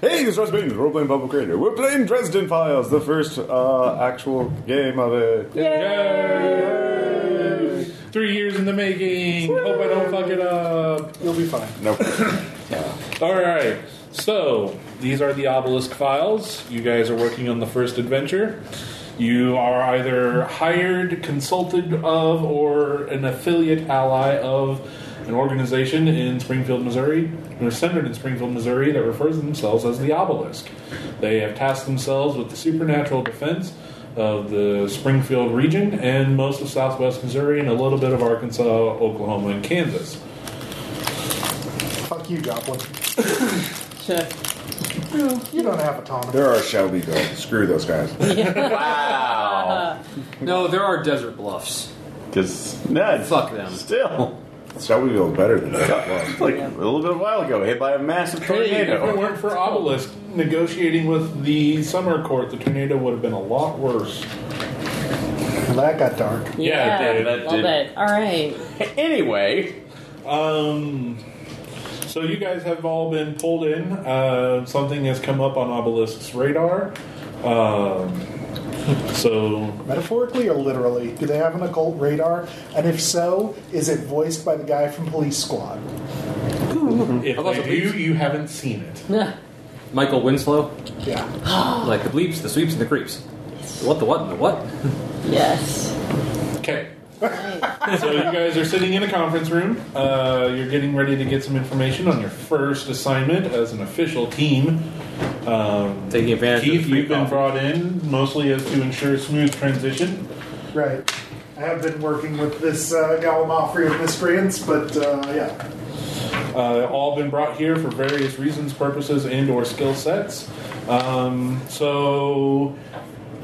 Hey, this is Russ Baines, role playing public creator. We're playing Dresden Files, the first uh, actual game of it. Yay! Three years in the making. Hope I don't fuck it up. You'll be fine. Nope. All right. So these are the obelisk files. You guys are working on the first adventure. You are either hired, consulted of, or an affiliate ally of an organization in Springfield, Missouri, or centered in Springfield, Missouri, that refers to themselves as the Obelisk. They have tasked themselves with the supernatural defense of the Springfield region and most of southwest Missouri and a little bit of Arkansas, Oklahoma, and Kansas. Fuck you, Joplin. Check. You don't have autonomy. there are Shelby though. Screw those guys. Wow. No, there are desert bluffs. Because no, Fuck them. Still, Shelbyville's better than that it's like a little bit of a while ago, hit by a massive If it tornado. weren't for Obelisk negotiating with the summer court, the tornado would have been a lot worse. That got dark. Yeah, it did. That Love did. it. All right. Anyway, Um, so you guys have all been pulled in. Uh, something has come up on Obelisk's radar. Um, so Metaphorically or literally, do they have an occult radar? And if so, is it voiced by the guy from Police Squad? if How about they the do, you haven't seen it. Michael Winslow, Yeah. like the bleeps, the sweeps, and the creeps. The what, the what, and the what? Yes. Okay. so you guys are sitting in a conference room. Uh, you're getting ready to get some information on your first assignment as an official team. Um, Taking advantage of Keith, the free you've been coffee. brought in mostly as to ensure smooth transition. Right. I have been working with this uh, Gallimaufry of miscreants, but uh, yeah. Uh, all been brought here for various reasons, purposes, and/or skill sets. Um, so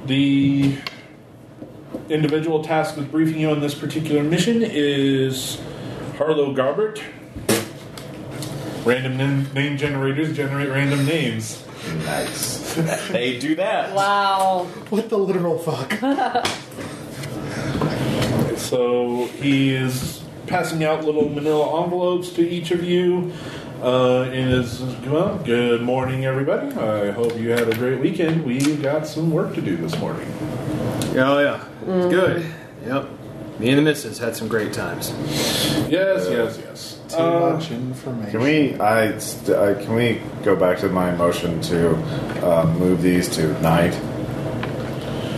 the individual tasked with briefing you on this particular mission is Harlow Garbert. Random name, name generators generate random names. nice. they do that. Wow. What the literal fuck? So he is passing out little manila envelopes to each of you. Uh, and is, well, good morning, everybody. I hope you had a great weekend. We've got some work to do this morning. Oh, yeah. Mm. Good. Yep. Me and the missus had some great times. Yes, yes, yes. Too Uh, much information. Can we? I, st- I can we go back to my motion to uh, move these to night?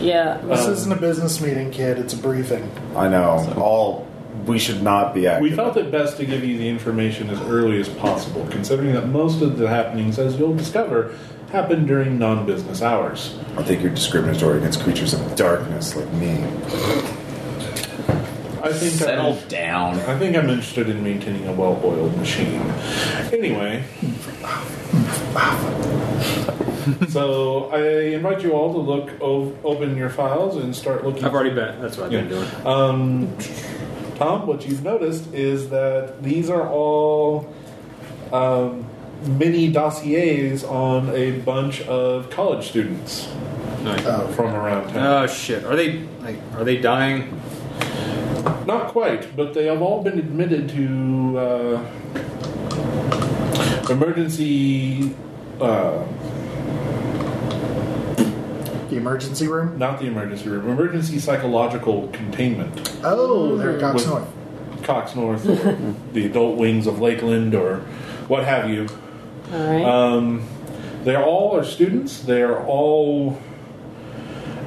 Yeah. Um, This isn't a business meeting, kid. It's a briefing. I know all. We should not be active. we felt it best to give you the information as early as possible, considering that most of the happenings, as you'll discover, happen during non business hours. I think you're discriminatory against creatures of darkness like me. I think Settle I'm, down. I think I'm interested in maintaining a well oiled machine. Anyway. so I invite you all to look, o- open your files, and start looking. I've already been. That's what I've been doing. Um, Tom, what you've noticed is that these are all um, mini dossiers on a bunch of college students Nice. Oh. from around town. Oh shit! Are they like? Are they dying? Not quite, but they have all been admitted to uh, emergency. Uh, The emergency room? not the emergency room, emergency psychological containment. Oh, there it got With- snoring. Cox North, or the adult wings of Lakeland, or what have you. All right. Um, they're all are students. They're all,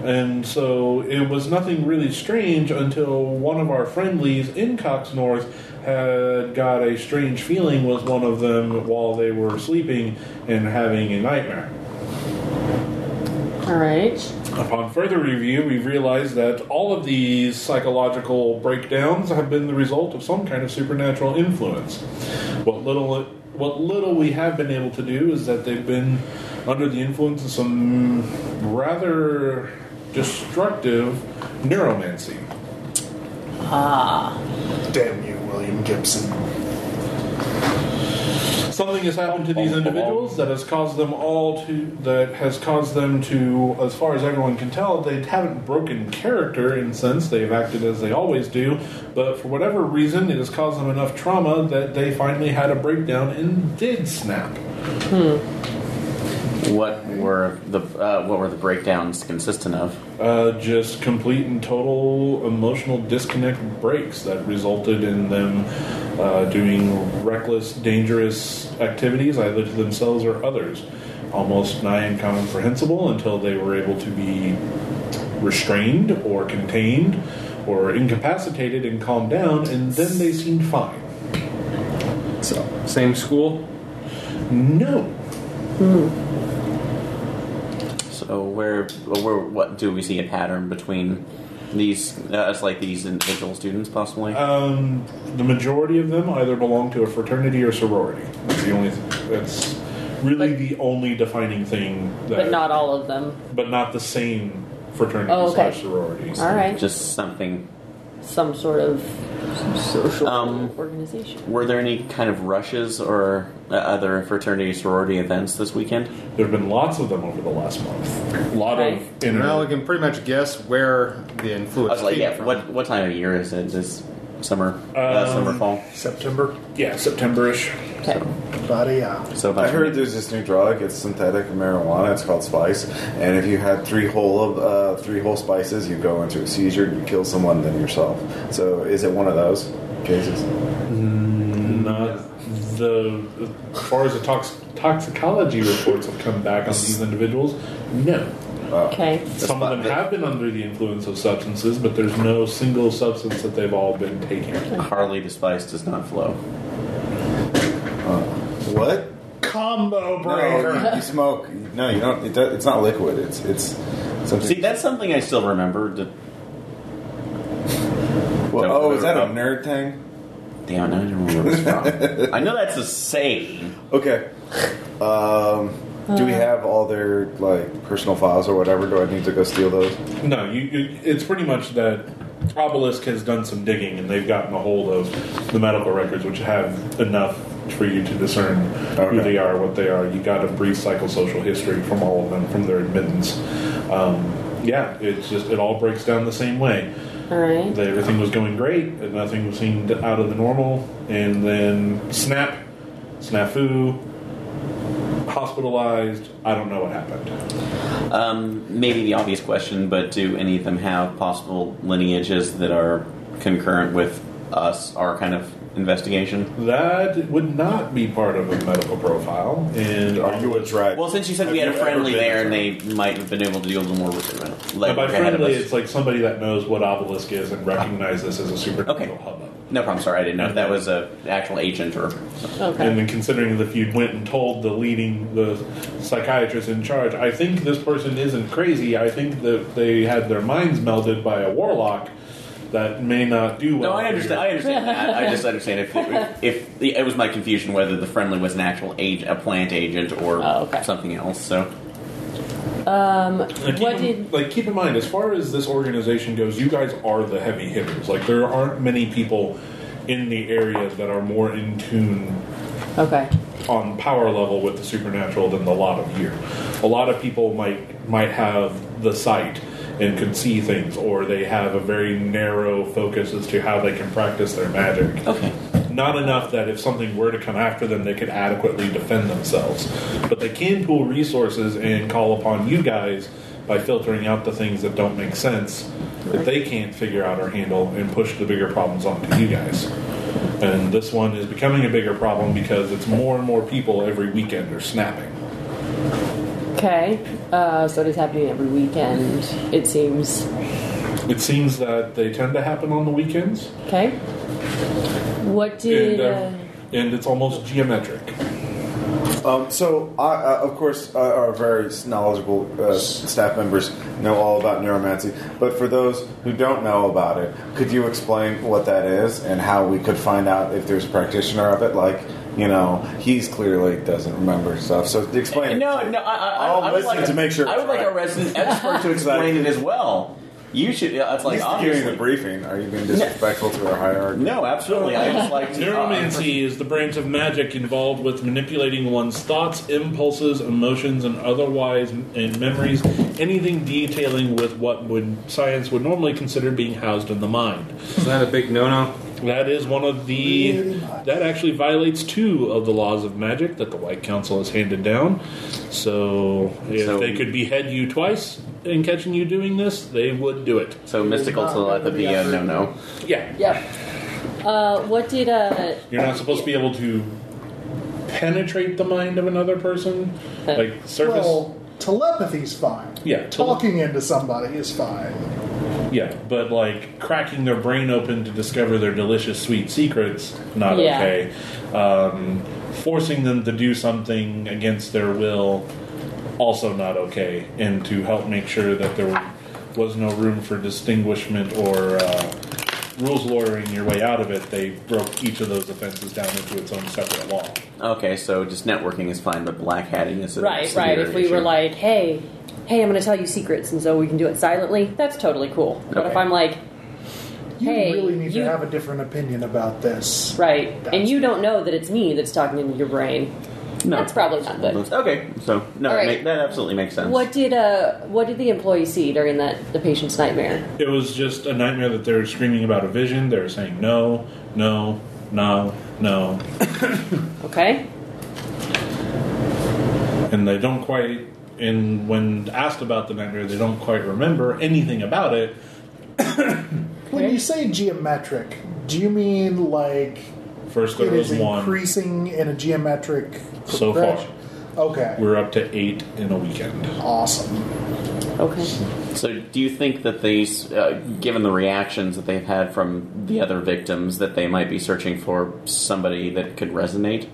and so it was nothing really strange until one of our friendlies in Cox North had got a strange feeling with one of them while they were sleeping and having a nightmare. All right. Upon further review, we realized that all of these psychological breakdowns have been the result of some kind of supernatural influence. What little what little we have been able to do is that they've been under the influence of some rather destructive neuromancy. Damn you, William Gibson. Something has happened to these individuals that has caused them all to that has caused them to, as far as everyone can tell, they haven't broken character in sense they've acted as they always do, but for whatever reason, it has caused them enough trauma that they finally had a breakdown and did snap. What were the uh, what were the breakdowns consistent of? Uh, just complete and total emotional disconnect breaks that resulted in them uh, doing reckless, dangerous activities, either to themselves or others, almost nigh incomprehensible until they were able to be restrained or contained or incapacitated and calmed down, and then they seemed fine. So same school. No. So where where what do we see a pattern between these? Uh, it's like these individual students possibly. Um, the majority of them either belong to a fraternity or sorority. That's the only. That's really the only defining thing. That, But not all of them. But not the same fraternity Oh, okay. slash sorority. All right. Just something. Some sort of social Um, organization. Were there any kind of rushes or uh, other fraternity sorority events this weekend? There have been lots of them over the last month. A lot Right. of inter- Well, we can pretty much guess where the influence Mm. I was like, came yeah. from. What what time of year is it? This summer, Um, uh, summer fall. September. yeah, Septemberish. Okay. But yeah. So about I heard there's this new drug. It's synthetic marijuana. It's called spice. And if you had three whole of uh, three whole spices, you go into a seizure. You kill someone, then yourself. So is it one of those cases? Not the as far as the tox- toxicology reports have come back on these individuals. No. Okay. Some of them have been under the influence of substances, but there's no single substance that they've all been taking. Harley the spice does not flow. What? Combo No, you, you smoke. No, you don't. It does, it's not liquid. It's it's something. See, that's something I still remember. The- well, that- oh, is that a that- nerd thing? Damn, I don't remember where it's from. I know that's a saying. Okay. Um, do we have all their like personal files or whatever? Do I need to go steal those? No, you, you, it's pretty much that Obelisk has done some digging and they've gotten a hold of the medical records, which have enough for you to discern who Okay. they are, what they are. You got a brief psychosocial history from all of them, from their admittance. Um, yeah, it's just it all breaks down the same way. All right. That everything was going great, and nothing seemed out of the normal, and then snap, snafu, hospitalized. I don't know what happened. Um, maybe the obvious question, but do any of them have possible lineages that are concurrent with us, our kind of investigation? That would not be part of a medical profile. And Are you a drag? Well, since you said Have we had you a ever friendly been there, a and they might have been able to do a little more with Now, like, by ahead of friendly, us. it's like somebody that knows what obelisk is and recognizes this as a supernatural Okay. hubbub. No problem. Sorry, I didn't know if that was a actual agent or. Okay. And then considering that if you went and told the leading the psychiatrist in charge, I think this person isn't crazy. I think that they had their minds melded by a warlock. That may not do well. No, I understand. I understand that. I just understand if if, if the, it was my confusion whether the friendly was an actual agent, a plant agent, or Oh, okay. something else. So Like, keep What in, did- like keep in mind, as far as this organization goes, you guys are the heavy hitters. Like there aren't many people in the areas that are more in tune Okay. on power level with the supernatural than the lot of you. A lot of people might might have the sight and can see things, or they have a very narrow focus as to how they can practice their magic. okay. Not enough that if something were to come after them, they could adequately defend themselves. But they can pool resources and call upon you guys by filtering out the things that don't make sense that they can't figure out or handle and push the bigger problems onto you guys. And this one is becoming a bigger problem because it's more and more people every weekend are snapping. Okay. Uh, so it is happening every weekend, it seems. It seems that they tend to happen on the weekends, Okay. What and, did. uh, Uh, and it's almost geometric. Um, so, I, uh, of course, uh, our very knowledgeable uh, staff members know all about neuromancy. But for those who don't know about it, could you explain what that is and how we could find out if there's a practitioner of it? Like, you know, he's clearly doesn't remember stuff. So explain. No, Oh, no. I, I, I'll I would listen like to make sure I it's would like right. a resident expert to explain it as well. You should. yeah, It's like Like, he's obviously. giving the briefing. Are you being disrespectful to our hierarchy? No, absolutely. I just like to, uh, Neuromancy is the branch of magic involved with manipulating one's thoughts, impulses, emotions, and otherwise and memories, anything detailing with what would science would normally consider being housed in the mind. Is that a big no-no? That is one of the. That actually violates two of the laws of magic that the White Council has handed down. So if So- they could behead you twice in catching you doing this, they would do it. So mystical telepathy, uh, no, no. Yeah. Yep. Uh, what did uh? You're not supposed to be able to penetrate the mind of another person. Okay. Like, surface. Well, telepathy's fine. Yeah, tele- talking into somebody is fine. Yeah, but like cracking their brain open to discover their delicious sweet secrets, not Yeah. okay. Um, forcing them to do something against their will, also not okay. And to help make sure that there was no room for distinguishment or uh, rules lawyering your way out of it, they broke each of those offenses down into its own separate law. Okay, so just networking is fine, but black hatting is a Right, severe right. If we were issue. like, hey, hey, I'm going to tell you secrets, and so we can do it silently, that's totally cool. But if Okay. I'm like, You hey, really need you- to have a different opinion about this. right, and That's- you don't know that it's me that's talking into your brain, no, that's probably not good. Okay, so no, All right. it ma- that absolutely makes sense. What did uh, what did the employee see during that the patient's nightmare? It was just a nightmare that they're screaming about a vision. They're saying no, no, no, no, Okay, and they don't quite and when asked about the nightmare they don't quite remember anything about it When you say geometric, do you mean like first it there was is one increasing in a geometric So far. progression? Okay. we're up to eight in a weekend awesome. okay. So, do you think that these, uh, given the reactions that they've had from the other victims, that they might be searching for somebody that could resonate?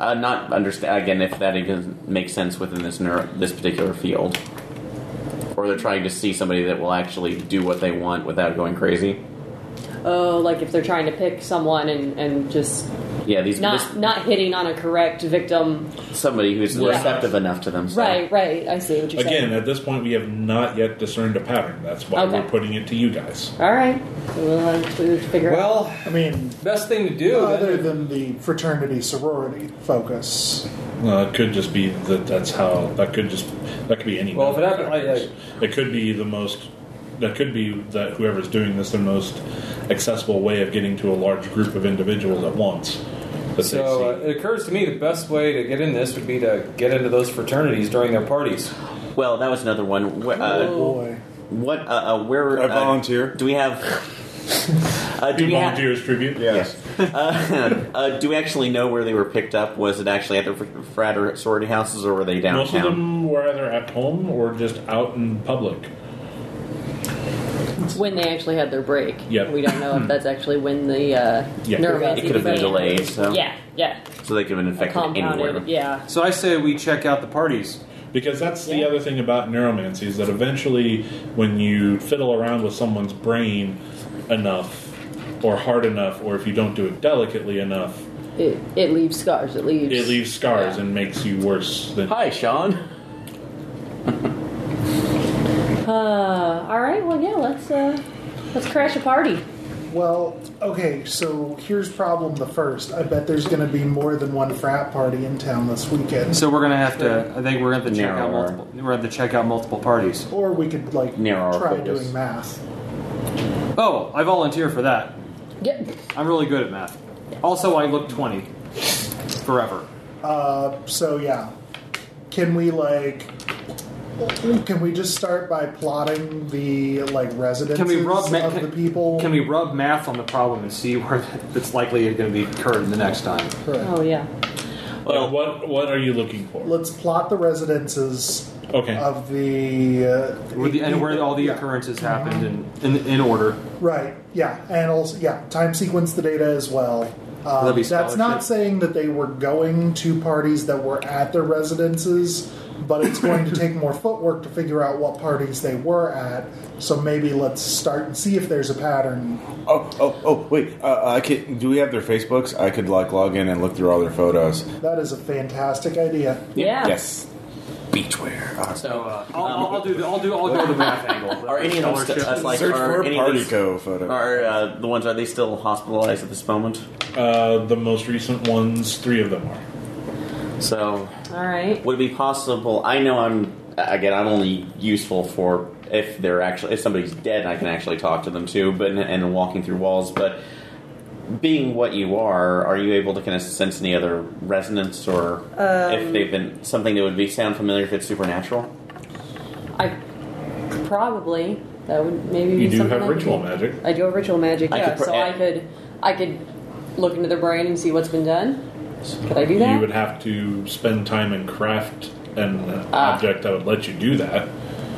Uh, not understand again if that even makes sense within this neuro, this particular field, or they're trying to see somebody that will actually do what they want without going crazy. Oh, like if they're trying to pick someone and and just Yeah, these not not hitting on a correct victim. this- somebody who's Yeah. receptive enough to them. so- Right, right. I see what you're again saying. at this point we have not yet discerned a pattern that's why Okay. we're putting it to you guys All right, so we'll have to figure out. Well, I mean, best thing to do. other than the fraternity sorority focus, uh, it could just be that that's how that could just that could be any Well, if it number of happened, factors. it could be the most that could be that whoever's doing this the most accessible way of getting to a large group of individuals at once that they see. So uh, it occurs to me the best way to get in this would be to get into those fraternities during their parties. Well, that was another one. Wh- Uh, boy. what? Uh, uh, where? I uh, volunteer. do we have? Uh, do do we have? volunteers tribute Yes. Uh, uh, do we actually know where they were picked up? Was it actually at the fr- frat or sorority houses, or were they Most of downtown? them were either at home or just out in public. when they actually had their break. Yeah. We don't know if that's actually when the uh, Yeah. neuromancy It could have been began. delayed, so- Yeah, yeah. So they could have been infected anywhere. Compounded, yeah. So I say we check out the parties. Because that's the Yeah. other thing about neuromancy is that eventually, when you fiddle around with someone's brain enough, or hard enough, or if you don't do it delicately enough, It, it leaves scars. It leaves. it leaves scars Yeah. and makes you worse than. Hi, Sean. Uh, all right. Well, yeah. Let's uh, let's crash a party. Well, okay, so here's problem the first. I bet there's going to be more than one frat party in town this weekend. So we're gonna have to. I think we're gonna have to check out Narrower. multiple. We're gonna have to check out multiple parties. or we could, like, Narrow our try focus. doing math. Oh, I volunteer for that. Yep. I'm really good at math. Also, I look 20 forever. Uh, so, yeah. Can we, like, can we just start by plotting the, like, residences Can we rub ma- of can- the people? Can we rub math on the problem and see where it's likely going to be occurred the next time? Correct. Oh yeah. Like, what what are you looking for? Let's plot the residences Okay. Um, of the. Uh, Where the, and where all the yeah. occurrences happened in, in, in order. Right. Yeah, and also yeah, time sequence the data as well. Um, That'd be that's scholarship. not saying that they were going to parties that were at their residences, but it's going to take more footwork to figure out what parties they were at. So maybe let's start and see if there's a pattern. Oh, oh, oh! Wait, uh, I could. Do we have their Facebooks? I could like log in and look through all their photos. That is a fantastic idea. Yeah. Yes. Beachwear. Uh, So, Uh, I'll, I'll, I'll do the, I'll do I'll go the math angle. are any of them st- uh, like Search are for any of party these- co photo. Are uh, the ones? Are they still hospitalized at this moment? Uh, the most recent ones, three of them are. So, All right. would it be possible? I know I'm. Again, I'm only useful for if they're actually if somebody's dead. I can actually talk to them too, but and walking through walls, but. being what you are, are you able to kind of sense any other resonance or if they've been something that would be sound familiar if it's supernatural? I probably that would You maybe be do something have I could ritual do. magic. I do have ritual magic. I yeah, could pr- so I could I could look into their brain and see what's been done. Could I do that? You would have to spend time and craft an Ah. object that would let you do that.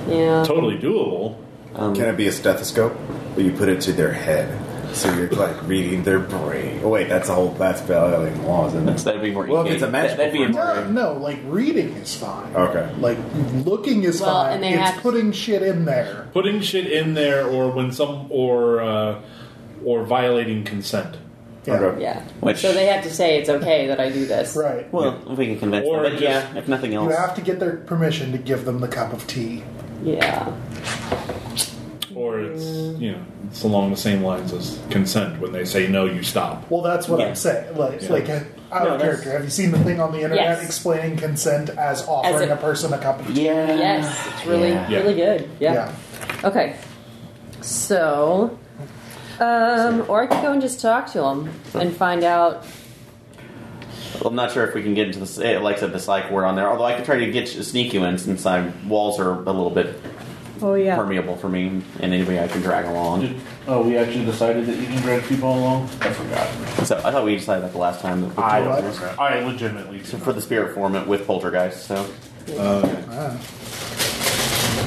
yeah. Totally doable. Can it be a stethoscope? But you put it to their head, so you're like reading their brain. Oh wait, that's a whole that's Valiant Law, isn't it? that'd be more. Well, if it's a that- that'd be a magical No, Uh, no, like reading is fine. Okay. Like looking is Well, fine. and they it's have- putting shit in there. Putting shit in there, or when some, or uh, or violating consent, Yeah. Okay. Yeah. Which- So they have to say it's okay that I do this. Right. Well, we can convince Or them. But just- yeah, if nothing You else, have to get their permission to give them the cup of tea. Yeah. or it's Mm. you know it's along the same lines as consent. When they say no, you stop. Well, that's what Yeah. I'm saying. Like, Yeah. like out No, of that's- character. Have you seen the thing on the internet Yes. explaining consent as offering a- a person a cup of tea? yeah, Yes. It's really Yeah. Yeah. really good. Yeah. Okay. So um, or I could go and just talk to them and find out. Well, I'm not sure if we can get into the psy- like I said the psych word on there. Although I could try to get you- sneak you in since i walls are a little bit Oh yeah. permeable for me and anybody I can drag along. Oh, we actually decided that you can drag people along? I forgot. So I thought we decided that the last time that we I What? don't I legitimately do. for the spirit form it with poltergeist. So Uh,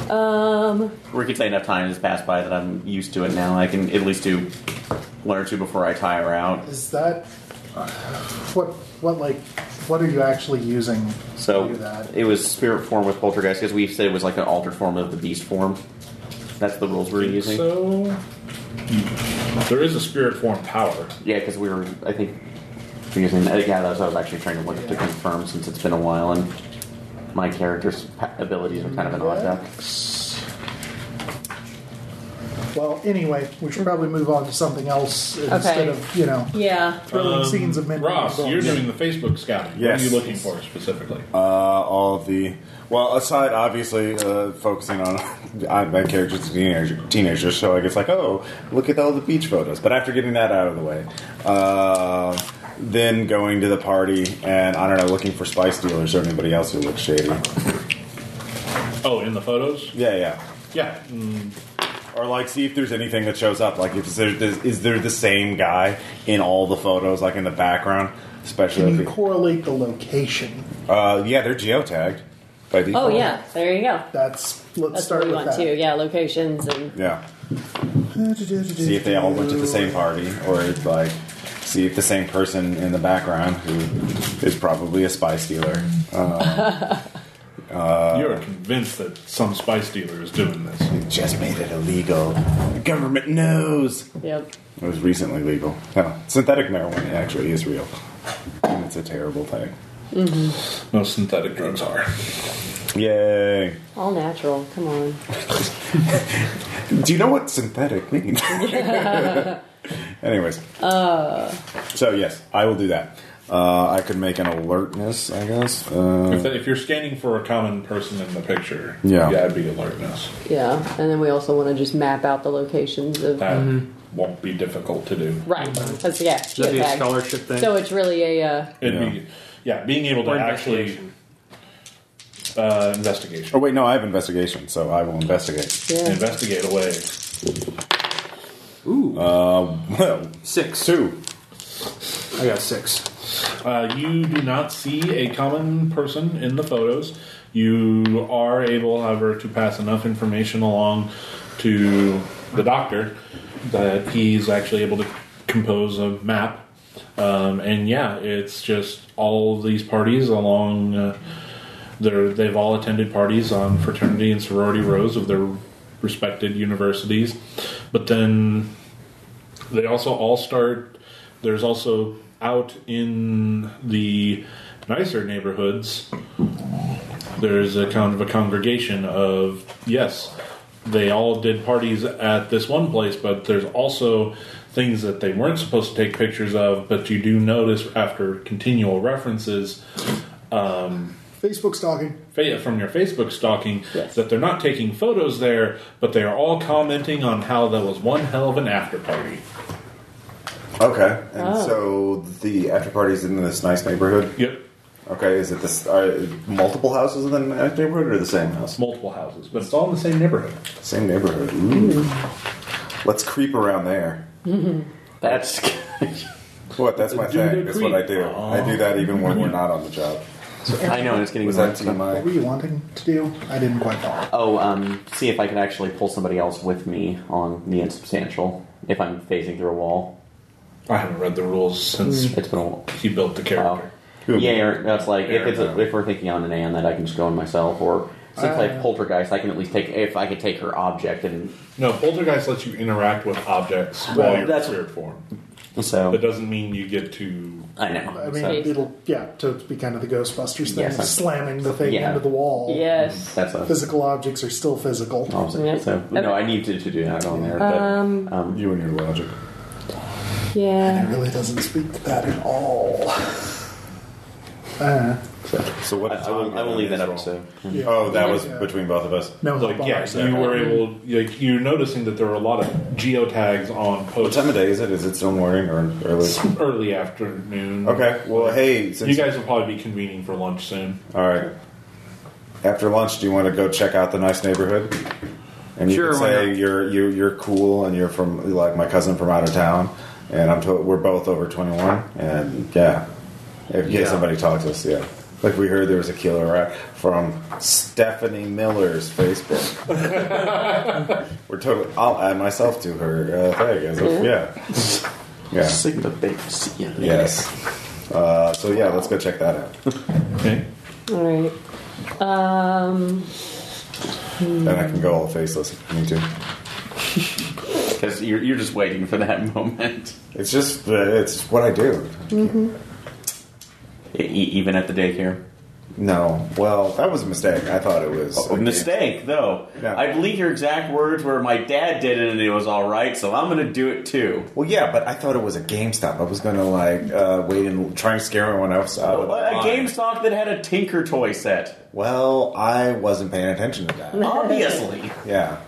Um. we could say enough time has passed by that I'm used to it now. I can at least do one or two before I tire out. Is that uh, what? What like? What are you actually using? So to do that? it was spirit form with poltergeist because we said it was like an altered form of the beast form. That's the rules we're using. So there is a spirit form power. Yeah, because we were, I think, using that. Yeah, that's what I was actually trying to look to confirm since it's been a while and my character's pa- abilities are kind of an odd duck. Well, anyway, we should probably move on to something else instead of you know Yeah. thrilling Um, scenes of men. Um, Ross, you're Yeah. doing the Facebook scouting. What Yes. are you looking for specifically? Uh, all the well, aside obviously uh, focusing on I- my character's a teenager, teenager, so I guess like oh, look at all the beach photos. But after getting that out of the way, uh, then going to the party and I don't know, looking for spice dealers or anybody else who looks shady. Oh, in the photos? Yeah, yeah. Yeah. Mm, Or like, see if there's anything that shows up. Like, if there is, is there the same guy in all the photos, like in the background, especially. Can you If he- correlate the location? uh, yeah, they're geotagged by Oh default. yeah. There you go. That's let's That's start what we with want that. too. Yeah. Locations and Yeah. See if they all went to the same party, or like, see if the same person in the background who is probably a Um, spice dealer. uh, You're convinced that some spice dealer is doing this. Just made it illegal. The government knows. yep. It was recently legal. No, synthetic marijuana actually is real, and it's a terrible thing. Most synthetic drugs are. Yay. All natural. Come on. Do you know what synthetic means? Anyways. So, yes, I will do that. Uh, I could make an alertness, I guess. Uh, If, if you're scanning for a common person in the picture, Yeah. that'd be alertness. Yeah. And then we also want to just map out the locations of. That won't be difficult to do. Right. That's yeah. That'd be a okay. scholarship thing. So it's really a uh, It'd Yeah. be, yeah, being able to Or actually investigation. uh, oh, investigation, wait, no, I have investigation, so I will investigate. yeah. investigate away. Ooh, Uh, six. two. I got six. Uh, you do not see a common person in the photos. You are able, however, to pass enough information along to the doctor that he's actually able to compose a map. Um, and yeah, it's just all of these parties along. Uh, they're, they've all attended parties on fraternity and sorority rows of their respected universities. But then they also all start there's also out in the nicer neighborhoods there's a kind of a congregation of yes they all did parties at this one place but there's also things that they weren't supposed to take pictures of but you do notice after continual references Facebook stalking. fa- from your Facebook stalking Yes. that they're not taking photos there, but they are all commenting on how that was one hell of an after party. Okay, and Oh. so the after party's in this nice neighborhood. Yep. Okay, is it this are multiple houses in the nice neighborhood or the same house? Multiple houses, but it's all in the same neighborhood. Same neighborhood. Ooh. Let's creep around there. That's What? That's my Do the thing. That's what I do. I do that even Oh. when we're not on the job. I know it's getting Was that worse. What TMI? were you wanting to do? I didn't quite know. Oh, um, see if I can actually pull somebody else with me on the insubstantial if I'm phasing through a wall. I haven't read the rules since It's been a while. he built the character. Who? Yeah, or that's like if it's Yeah. a, if we're thinking on an Anne that I can just go on myself, or since I have poltergeist, I can at least take if I can take her object and No, poltergeist lets you interact with objects while Right, you're in that's- spirit form. so That doesn't mean you get to. I know. I mean, so, it'll yeah, to be kind of the Ghostbusters thing, Yes. slamming the thing Yeah. Oh, into the wall. Yes. that's a Physical objects are still physical. opposite. Yeah. So no, I need to, to do that on there. But, Um, um, You and your logic. It Yeah. really doesn't speak to that at all. Uh, So what? I, I will, I will leave that up to. yeah. Oh, that was Yeah. between both of us. no Like, help on our yeah, side. you were able. Like, you're noticing that there were a lot of geotags on What posts time of day is it? Is it still morning or early? early afternoon. Okay. Well, hey, You since guys will probably be convening for lunch soon. all right. After lunch, do you want to go check out the nice neighborhood? And you Sure, can why say not? you're you, you're cool and you're from like my cousin from out of town, and I'm told we're both over 21, and yeah, if in case Yeah. somebody talks to us, yeah. Like we heard there was a killer right, from Stephanie Miller's Facebook. we're totally. I'll add myself to her uh, thing. As if, yeah, yeah. Sigma Bix. Yeah. Yes. Uh, so yeah, let's go check that out. Mm-hmm. Okay. All right. Um. Then I can go all faceless if you need to. Because you're, you're just waiting for that moment. It's just uh, it's what I do. E- e- even at the daycare. No, well, that was a mistake. I thought it was A mistake, though. Yeah. I believe your exact words were, my dad did it and it was alright, so I'm gonna do it too. Well, yeah, but I thought it was a GameStop. I was gonna like uh, wait and try and scare everyone else out. of A line. GameStop that had a Tinker toy set. Well, I wasn't paying attention to that. Obviously. Yeah.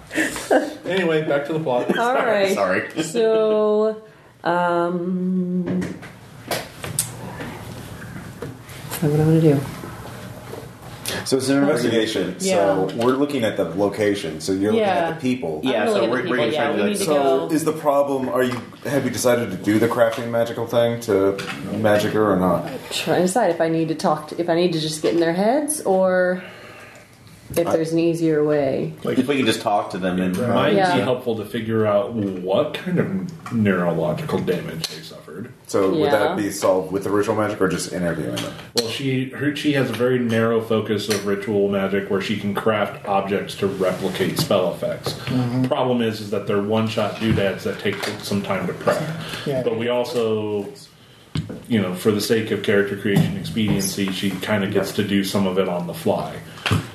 Anyway, back to the plot. All right. Sorry. So, um, so what I'm gonna do? So it's an investigation. So Yeah. we're looking at the location. So you're looking Yeah. at the people. Yeah, I'm so looking we're- at the people. we're gonna Yeah, try to we do need that. to So go. Is the problem? Are you have you decided to do the crafting magical thing to magic her or not? Try to decide if I need to talk. To, if I need to just get in their heads, or if there's an easier way. Like, if we can just talk to them and. Might Yeah. be helpful to figure out what kind of neurological damage they suffered. So would Yeah. that be solved with the ritual magic or just interviewing them? Well, she her, she has a very narrow focus of ritual magic where she can craft objects to replicate spell effects. Problem is, is that they're one shot doodads that take some time to prep. Yeah. But we also, you know, for the sake of character creation expediency, she kind of gets to do some of it on the fly.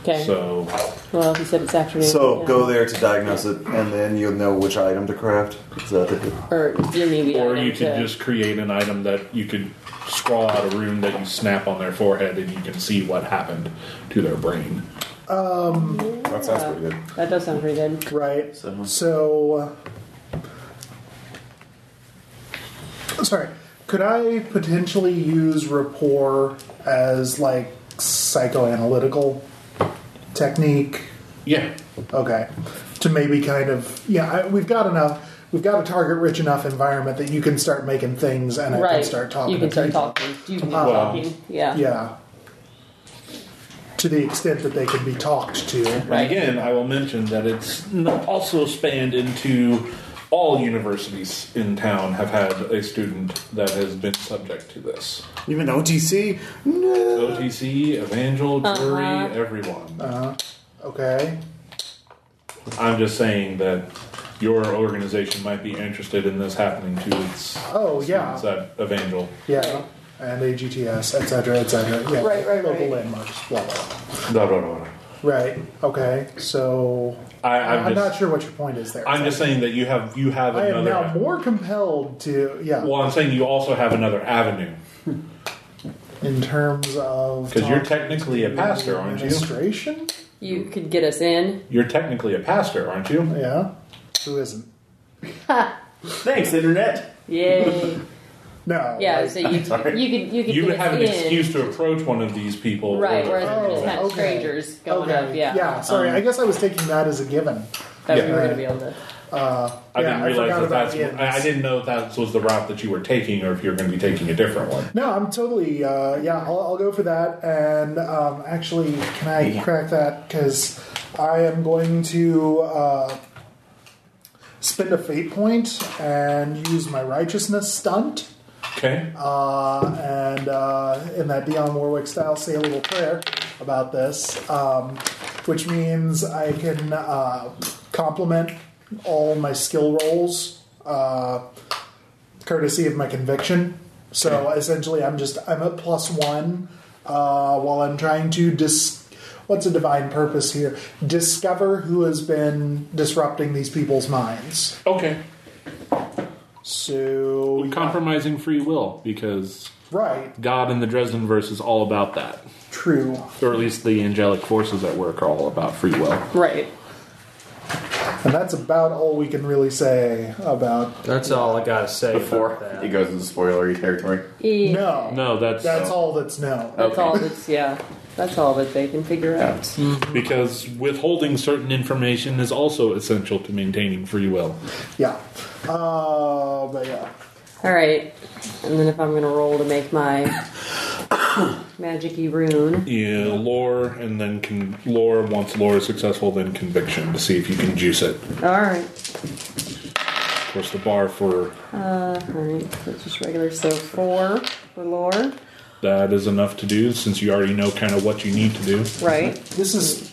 Okay. So well, he said it's afternoon. So yeah. go there to diagnose it, and then you'll know which item to craft. Is that the, Or you maybe. Or I you need could to- just create an item that you could scrawl out a rune that you snap on their forehead and you can see what happened to their brain. that sounds pretty good. That does sound pretty good. Right. So- So, uh, sorry. Could I potentially use rapport as like psychoanalytical technique? Yeah. Okay. To maybe kind of yeah, I, we've got enough. We've got a target rich enough environment that you can start making things, and I can right. start talking. You can to start people. talking. You can Uh, start talking. Yeah. Yeah. To the extent that they can be talked to. And again, I will mention that it's n- also spanned into all universities in town have had a student that has been subject to this. Even OTC? No. OTC, Evangel, Drury, Uh-huh. everyone. Uh. Okay. I'm just saying that your organization might be interested in this happening to its Oh, yeah. students at Evangel. Yeah. And AGTS, et cetera, et cetera. Yeah. Right, right, Local right. landmarks. Blah, blah. blah. Blah, blah, blah, blah. Right. Okay. So I, I'm, I'm just, not sure what your point is there. I'm just saying that you have you have I am another. now more compelled to yeah. well, I'm saying you also have another avenue in terms of because you're talking technically a to pastor, aren't you? Administration. You could get us in. You're technically a pastor, aren't you? Yeah. Who isn't? Thanks, Internet! Yay. No. Yeah, like- so you, you could you could You get would have us an in. excuse to approach one of these people. right? or- Whereas if we just Oh, had okay. strangers going okay. up, yeah, sorry. Um, I guess I was taking that as a given. that Yeah. we were going to be able to. Uh, I yeah, didn't realize forgot that about that's. the I, I ends. didn't know that was the route that you were taking, or if you were going to be taking a different one. No, I'm totally. Uh, yeah, I'll, I'll go for that. And um, actually, can I crack that? Because I am going to uh, spend a fate point and use my righteousness stunt, Okay. uh, and uh, in that Dionne Warwick style, say a little prayer about this, um, which means I can uh, complement all my skill rolls. Uh, courtesy of my conviction. So essentially, I'm just I'm at plus one uh, while I'm trying to dis. What's a divine purpose here? Discover who has been disrupting these people's minds. Okay. So Compromising free will because right, God in the Dresden verse is all about that, true. or at least the angelic forces at work are all about free will. Right. And that's about all we can really say about. That's all I gotta say Before about it that. goes into spoilery territory. E- No, No, that's, that's all that's no. That's Okay. all that's yeah. That's all that they can figure out. because withholding certain information is also essential to maintaining free will. Yeah, uh, but yeah, All right, and then if I'm going to roll to make my magic-y rune, Yeah, lore, and then con- lore. Once lore is successful, then conviction to see if you can juice it. all right, Of course, the bar for uh, all right, so it's just regular. So four for lore, that is enough to do since you already know kind of what you need to do. right? this is.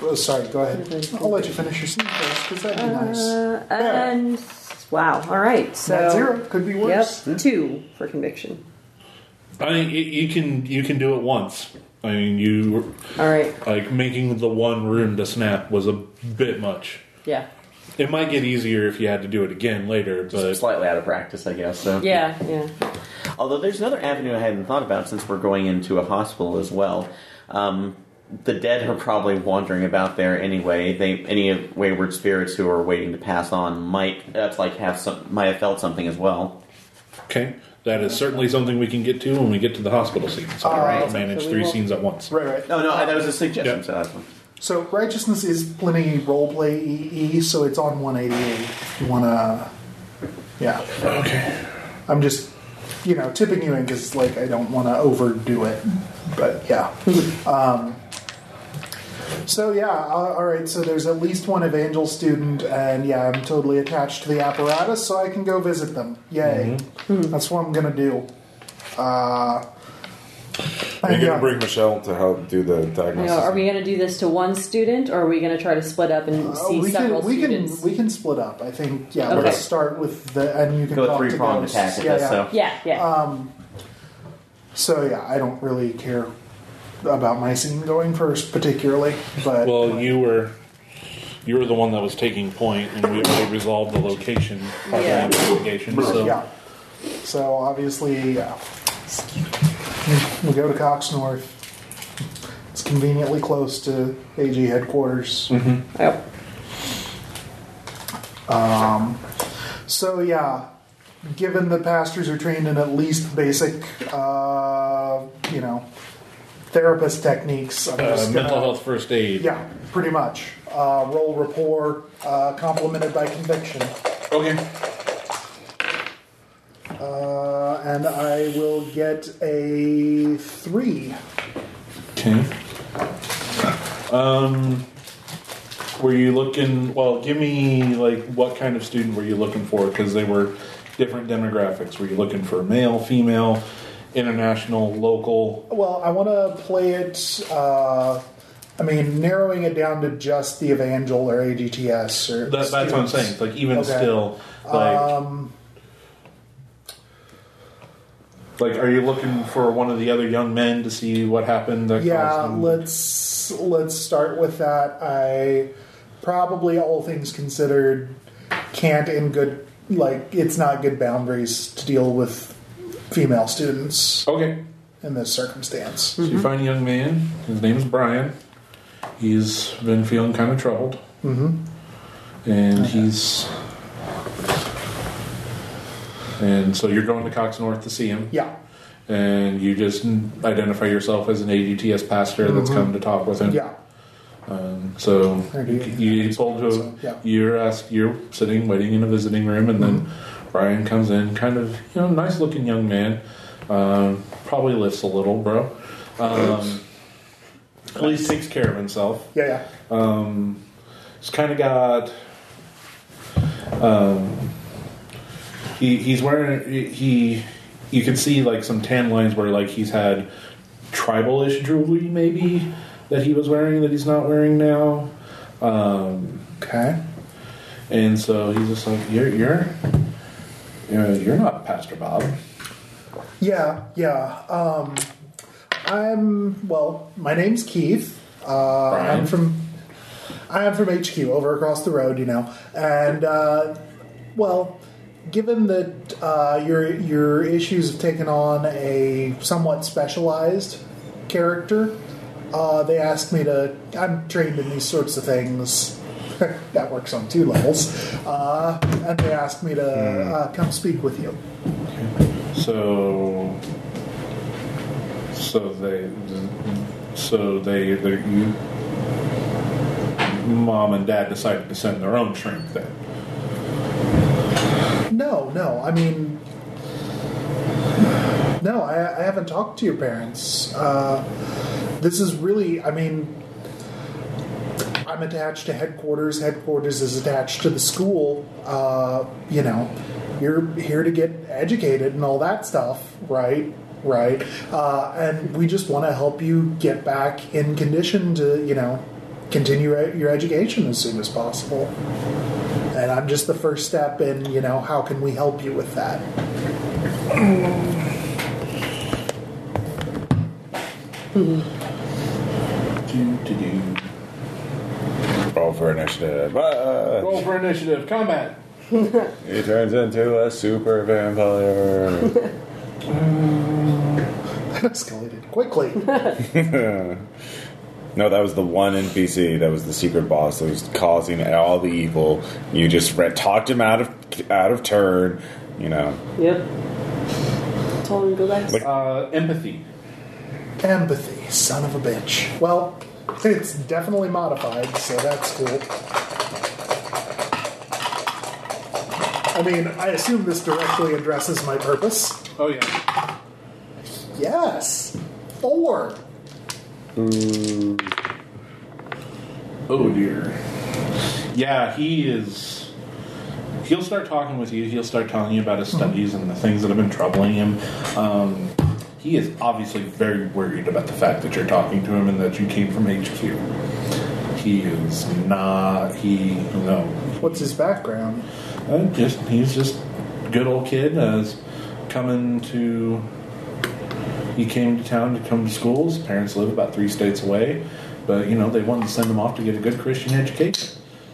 Oh, sorry. Go ahead. I'll let you finish your scene first because that'd be nice. Uh, and wow, all right, so Not zero could be Yep, worse. two for conviction. I mean, it, you can you can do it once. I mean, you All right, like making the one room to snap was a bit much. yeah, It might get easier if you had to do it again later, but Slightly out of practice, I guess. So yeah, yeah. Although there's another avenue I hadn't thought about since we're going into a hospital as well. Um, the dead are probably wandering about there anyway. They any wayward spirits who are waiting to pass on might that's like have some might have felt something as well. okay. That is certainly something we can get to when we get to the hospital scene. So All I right. manage So we three will- scenes at once. Right, right. No, no, that was a suggestion. Yeah. So that's one. So righteousness is plenty roleplay EE, so it's on 188. You wanna, yeah. Okay. I'm just, you know, tipping you in because like I don't want to overdo it, but yeah. um, so yeah, uh, all right. So there's at least one evangel student, and yeah, I'm totally attached to the apparatus, so I can go visit them. Yay! Mm-hmm. That's what I'm gonna do. Uh, You're and, gonna yeah. bring Michelle to help do the You diagnosis. know, are we going to do this to one student, or are we going to try to split up and Uh, see we several can, we students? can we can split up. I think yeah. Okay. Let's start with the and you can Go talk three to pronged ghosts. attack with yeah, this. yeah. So yeah, yeah. Uh, So yeah, I don't really care about my scene going first particularly, but Well, you were you were the one that was taking point, and we already resolved the location part Yeah. of the investigation. So yeah. So obviously, yeah. We go to Cox North. It's conveniently close to AG headquarters. Mm-hmm. Yep. So yeah, given the pastors are trained in at least basic, uh, you know, therapist techniques, I'm uh, just gonna, mental health first aid. Yeah, pretty much. Uh, roll rapport, uh, complemented by conviction, Okay. uh, and I will get a three. Okay. Um, were you looking? Well, give me like what kind of student were you looking for? Because they were different demographics. Were you looking for male, female, international, local? Well, I want to play it. Uh, I mean, narrowing it down to just the Evangel or AGTS or That, that's what I'm students. saying. Like even Okay. Um, still, like. like, are you looking for one of the other young men to see what happened? That Yeah, caused them- let's let's start with that. I probably, all things considered, can't in good like it's not good boundaries to deal with female students Okay. in this circumstance. So you find a young man. His name is Brian. He's been feeling kind of troubled. Mm-hmm. And he's And so you're going to Cox North to see him. Yeah. And you just identify yourself as an ADTS pastor that's come to talk with him. Yeah. Um, so There you, it is. you told him Yeah. you're asked, you're sitting waiting in a visiting room, and then Mm-hmm. Brian comes in, kind of you know nice looking young man, um, probably lifts a little, bro. Um, at least takes care of himself. Yeah. Yeah. Um, he's kind of got. Um, he, he's wearing he- he. You can see like some tan lines where like he's had tribal-ish jewelry maybe that he was wearing that he's not wearing now. Um, Okay. and so he's just like you're you're you're, you're not Pastor Bob. Yeah, yeah. Um, I'm well. My name's Keith. Uh, Brian. I'm from I'm from HQ over across the road, you know. And uh, well, given that uh, your your issues have taken on a somewhat specialized character, uh, they asked me to. I'm trained in these sorts of things. that works on two levels, uh, and they asked me to uh, come speak with you. So so they so they they you. Mom and Dad decided to send their own shrimp then. No, no. I mean, no. I, I haven't talked to your parents. Uh, this is really. I mean, I'm attached to headquarters. Headquarters is attached to the school. Uh, you know, you're here to get educated and all that stuff, right? Right. Uh, and we just want to help you get back in condition to, you know, continue e- your education as soon as possible and I'm just the first step in, you know, how can we help you with that? Roll for initiative. Ah, Roll for initiative. Combat. he turns into a super vampire. That escalated quickly. no, that was the one NPC. That was the secret boss that was causing all the evil. You just re- talked him out of out of turn. You know, Yep. Told him to go back. Like- Uh, empathy. Empathy, son of a bitch. Well, it's definitely modified, so that's cool. I mean, I assume this directly addresses my purpose. Oh yeah. Yes. Four. Oh dear. Yeah, he is. He'll start talking with you. He'll start telling you about his studies and the things that have been troubling him. Um, he is obviously very worried about the fact that you're talking to him and that you came from HQ. He is not. He no. What's his background? Uh, just he's just good old kid as coming to. He came to town to come to school. His parents live about three states away, but you know they wanted to send him off to get a good Christian education.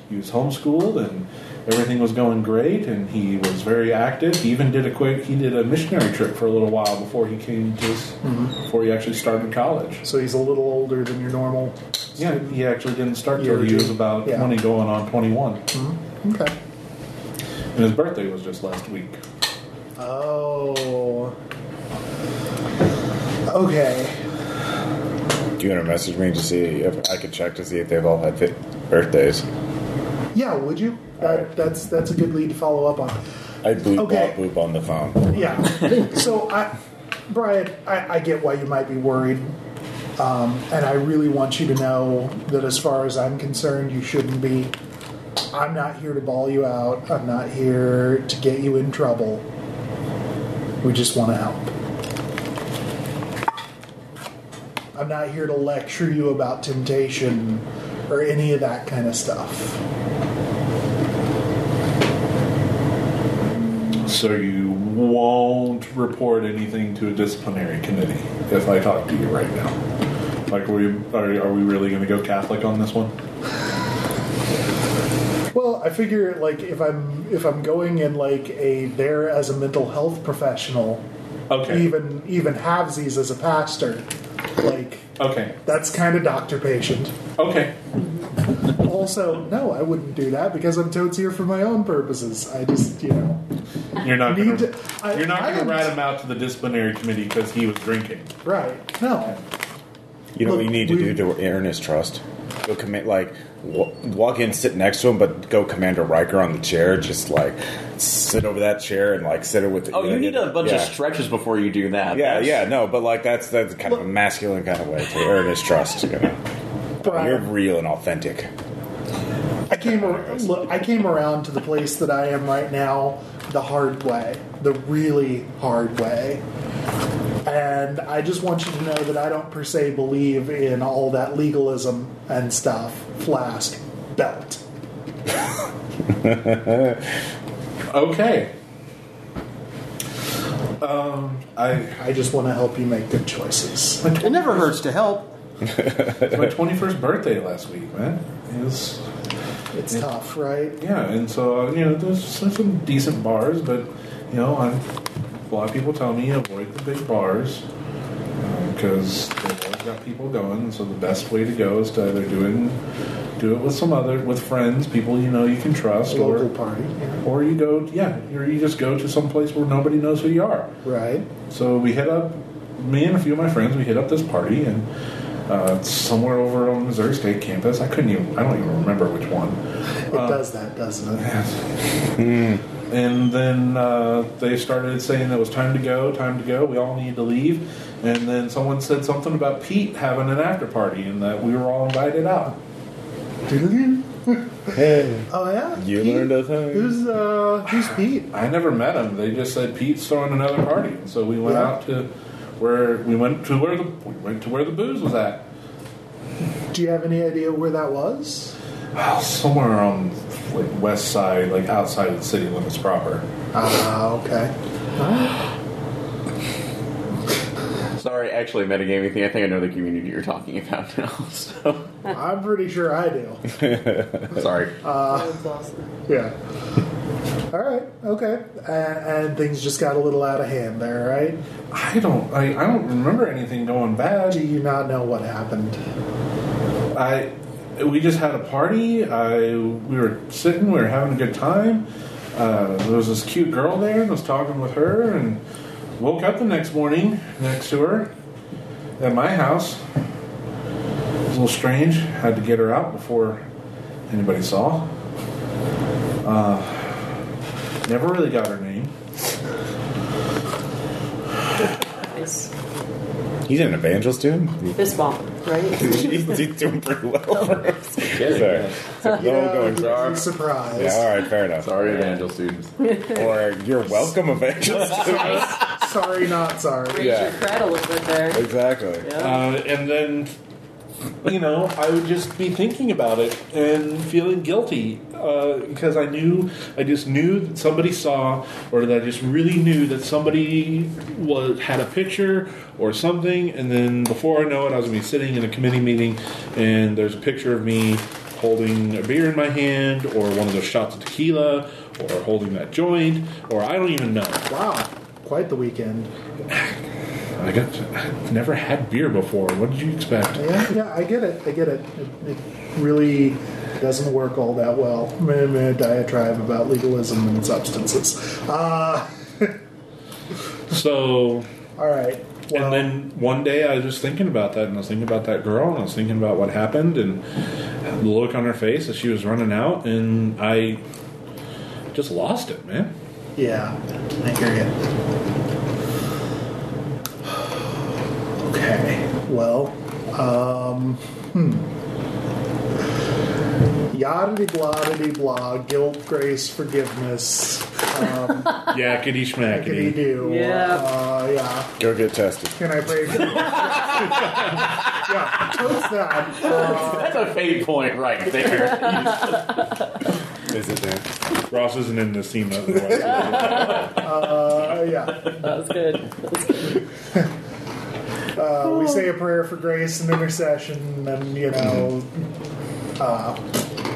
He was homeschooled and everything was going great, and he was very active. He even did a quick. He did a missionary trip for a little while before he came to s- Mm-hmm. before he actually started college. So he's a little older than your normal. Yeah, he actually didn't start Year till or he was two. about Yeah. Mm-hmm. twenty, going on twenty-one, Okay. and his birthday was just last week. Oh. Okay. do you want to message me to see if I could check to see if they've all had fit birthdays? Yeah, would you? That, Alright. That's that's a good lead to follow up on. I boop Okay. boop boop on the phone. Yeah. so, I, Brian, I, I get why you might be worried, um, and I really want you to know that as far as I'm concerned, you shouldn't be. I'm not here to ball you out. I'm not here to get you in trouble. We just want to help. I'm not here to lecture you about temptation or any of that kind of stuff. So you won't report anything to a disciplinary committee if I talk to you right now. Like, we, are, are we really going to go Catholic on this one? Well, I figure like if I'm if I'm going in like a there as a mental health professional, Okay. even even havesies as a pastor, like Okay. that's kind of doctor patient. Okay. Also, no, I wouldn't do that because I'm totes here for my own purposes. I just you know You're not Need going to- to I- you're not I going am- to rat him out to the disciplinary committee because he was drinking. Right. No. You know what Look, you need to we- do to earn his trust? Go commit, like, wa- walk in, sit next to him, but go Commander Riker on the chair. Just, like, sit over that chair and, like, sit it with the. Oh, you need a bunch yeah. of stretches before you do that. Yeah, That's- yeah, no, but, like, that's, that's kind of a masculine kind of way to earn his trust. You know? You're Brian, real and authentic. I came. Ar- look, I came around to the place that I am right now the hard way, the really hard way. And I just want you to know that I don't per se believe in all that legalism and stuff. Flask, belt. Okay. Um, I I just want to help you make good choices. It never hurts to help. it's my 21st birthday last week, man. It was It's tough, right? yeah, and so you know there's, there's some decent bars, but you know I'm, a lot of people tell me avoid the big bars because they've always got people going. So the best way to go is to either do it do it with some other with friends, people you know you can trust, Local or party, yeah. or you go yeah, or you just go to some place where nobody knows who you are. right? So we hit up, me and a few of my friends, we hit up this party and uh, somewhere over on Missouri State campus. I couldn't even, I don't even remember which one. It Um, does that, doesn't it? Mm. And then uh, they started saying it was time to go, time to go, we all need to leave. And then someone said something about Pete having an after party and that we were all invited out. Oh yeah, You Pete? learned a thing. Mm-hmm. Who's uh, who's Pete? I never met him. They just said Pete's throwing another party, and so we went Yeah. out to where we went to where the we went to where the booze was at. Do you have any idea where that was? Oh, somewhere on like west side, like outside of the city limits proper. Ah, okay. Sorry, actually, metagaming thing. I think I know the community you're talking about now. So I'm pretty sure I do. sorry. That's awesome. Yeah. All right. Okay. And, and things just got a little out of hand there, right? I don't, I, I don't remember anything going Do bad. you not know what happened? I, we just had a party. I, we were sitting, we were having a good time. Uh, there was this cute girl there, and I was talking with her, and woke up the next morning next to her at my house. It was a little strange. Had to get her out before anybody saw. Uh, never really got her name. Nice. He's an evangelist, dude. Fist bump, right? he's, he's doing pretty well. For us. Kidding. Sorry. So, no Yeah, going he wrong. was Uh, surprised. Yeah, all right, fair enough. Sorry, Evangel students. Or you're welcome, evangelist. Sorry, not sorry. Raise your crowd a little bit there. exactly. Uh, and then, you know, I would just be thinking about it and feeling guilty uh, because I knew, I just knew that somebody saw, or that I just really knew that somebody was had a picture or something. And then before I know it, I was going to be sitting in a committee meeting, and there's a picture of me holding a beer in my hand, or one of those shots of tequila, or holding that joint, or I don't even know. Wow, quite the weekend. I got never had beer before. What did you expect? Yeah, yeah, I get it. I get it. It, it really doesn't work all that well. Meh, meh, diatribe about legalism and substances. Uh, So all right. and Well, then one day I was just thinking about that, and I was thinking about that girl, and I was thinking about what happened, and the look on her face as she was running out, and I just lost it, man. yeah, I hear you. Okay. Well, um, hmm. Yadity blah diddy blah. Guilt, grace, forgiveness. Um, Yakety dickety schmackety. do. Yeah. Uh, yeah. Go get tested. Can I pray for you? yeah, toast that. Uh, That's a fade point right there. Is it there? Ross isn't in this scene. Otherwise. uh, yeah. That was good. That was good. Uh, we say a prayer for grace and intercession and, you know, uh,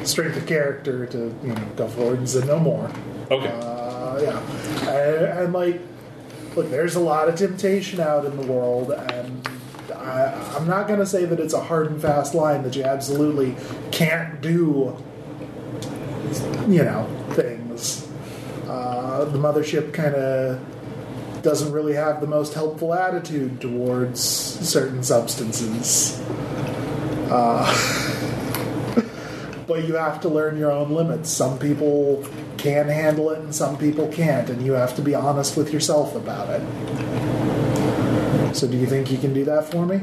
strength of character to, you know, go forward and say no more. Okay. Uh, yeah. Uh, And, and, like, look, there's a lot of temptation out in the world, and I, I'm not going to say that it's a hard and fast line that you absolutely can't do, you know, things. Uh, the mothership kind of doesn't really have the most helpful attitude towards certain substances. but you have to learn your own limits. Some people can handle it and some people can't, and you have to be honest with yourself about it. So, do you think you can do that for me?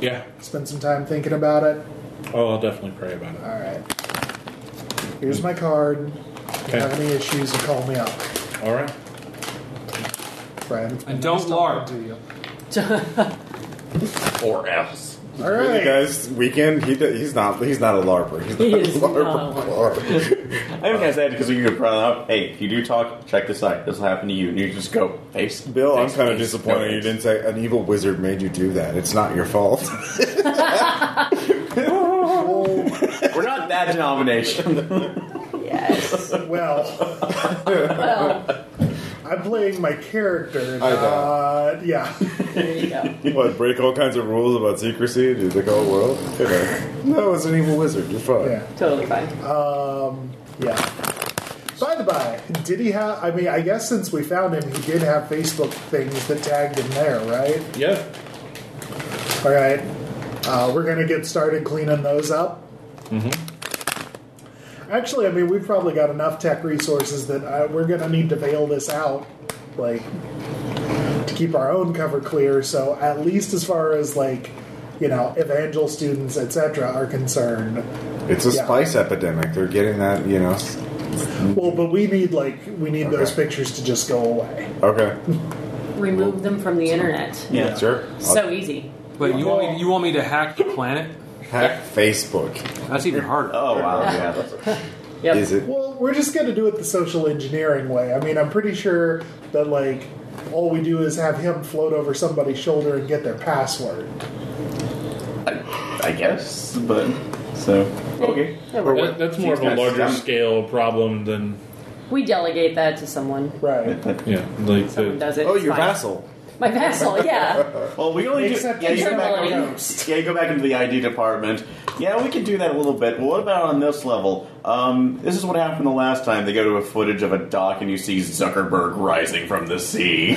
Yeah. Spend some time thinking about it? Oh, I'll definitely pray about it. All right. Here's my card. If you Okay. have any issues, you call me up, All right. friend. And don't larp. To you. Or else. All Really, right. guys, weekend. He d- he's not he's not a larper. He's He not is a larper. not a I haven't guys that because we could brought up. Hey, if you do talk, check this out. This will happen to you, and you just go face. Bill, I'm face, kind of face, disappointed no you face. didn't say an evil wizard made you do that. It's not your fault. We're not that denomination. Yes. Well, Well, I'm playing my character. I know. Uh, yeah. there you go. what break all kinds of rules about secrecy to the whole world? You know. No, it's an evil wizard. You're fine. Yeah. Totally fine. Uh, Yeah. By the by, did he have? I mean, I guess since we found him, he did have Facebook things that tagged him there, right? Yeah. All right. Uh, we're gonna get started cleaning those up. Mm-hmm. Actually, I mean, we've probably got enough tech resources that uh, we're gonna need to bail this out, like to keep our own cover clear. So at least as far as like, you know, evangel students, etc., are concerned, It's a Yeah. spice epidemic. They're getting that, you know. well, but we need like we need those Okay. pictures to just go away. Okay. Remove them from the internet. Yeah. Sure. So easy. Wait, you want me, you want me to hack the planet? Hack Facebook. That's even harder. oh wow, yeah. that's- Yep. Is it? Well, we're just going to do it the social engineering way. I mean, I'm pretty sure that, like, all we do is have him float over somebody's shoulder and get their password. I, I guess, but so okay. That, that's more of a Seems larger nice. scale problem than We delegate that to someone. Right. yeah, like Someone the, does it. Oh, it's your fine. vassal. My vassal, yeah. Well, we only do. Except Yeah, you go back internally. over- Yeah, you go back into the ID department. Yeah, we can do that a little bit. Well, what about on this level? Um, this is what happened the last time. They go to a footage of a dock and you see Zuckerberg rising from the sea.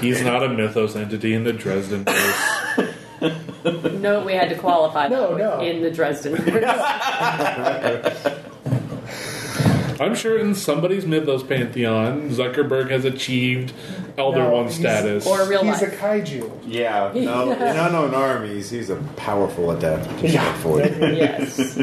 he's not a mythos entity in the Dresden verse. No, we had to qualify No, that no. in the Dresden. verse. I'm sure in somebody's mythos pantheon, Zuckerberg has achieved Elder No, One he's- status. or real He's a life. kaiju. yeah. No, in unknown armies, he's a powerful adept. Yeah. For you. yes.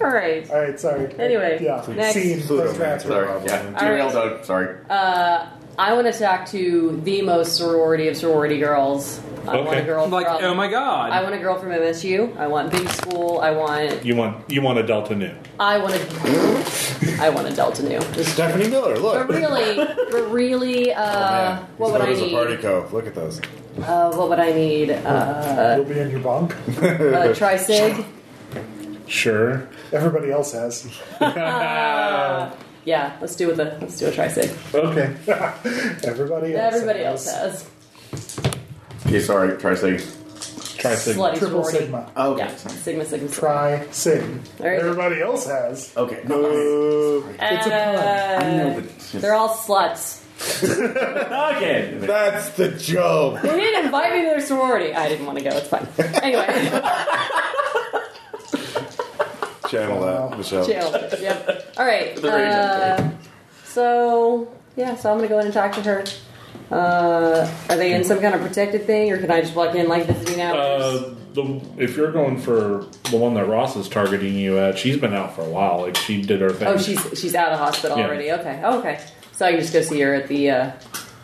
All right. All right, sorry. Anyway, yeah. next. Scene. Pluto Protractor. Sorry, Sorry. yeah. Yeah. All right. Derailed out. Sorry. I want to talk to the most sorority of sorority girls. I want a Okay. girl I'm like, from. oh my god. I want a girl from MSU. I want big school. I want. you want you want a Delta Nu. I want a. I want a Delta Nu. Just- Stephanie Miller, But look. really, but really, uh, Oh, Man, what would I those are Party need? cove. Look at those. Uh, what would I need? Uh, You'll be in your bunk. uh, tri sig. Sure. Everybody else has. Yeah, let's do with the let's do a tri sig. Okay. Everybody else. Everybody else has Okay, sorry. Try saying. Try slutty Triple sorority. Sigma. Oh, okay. Yeah, sigma sigma. sigma. Tri Sig. There you go. Everybody else has. Okay. No, Uh, It's a pun. I know, Uh, but it's just- They're all sluts. Uh, okay. That's the joke. They didn't invite me to their sorority. I didn't want to go. It's fine. Anyway, Channel that, Michelle. chill. Yep. All right. They're uh, so yeah, so I'm gonna go in and talk to her. Uh, are they in some kind of protected thing, or can I just walk in like visiting hours? Uh, the, if you're going for the one that Ross is targeting you at, she's been out for a while. Like she did her thing. oh, she's she's out of hospital Yeah. already. Okay. Oh, okay. So I can just go see her at the. Uh,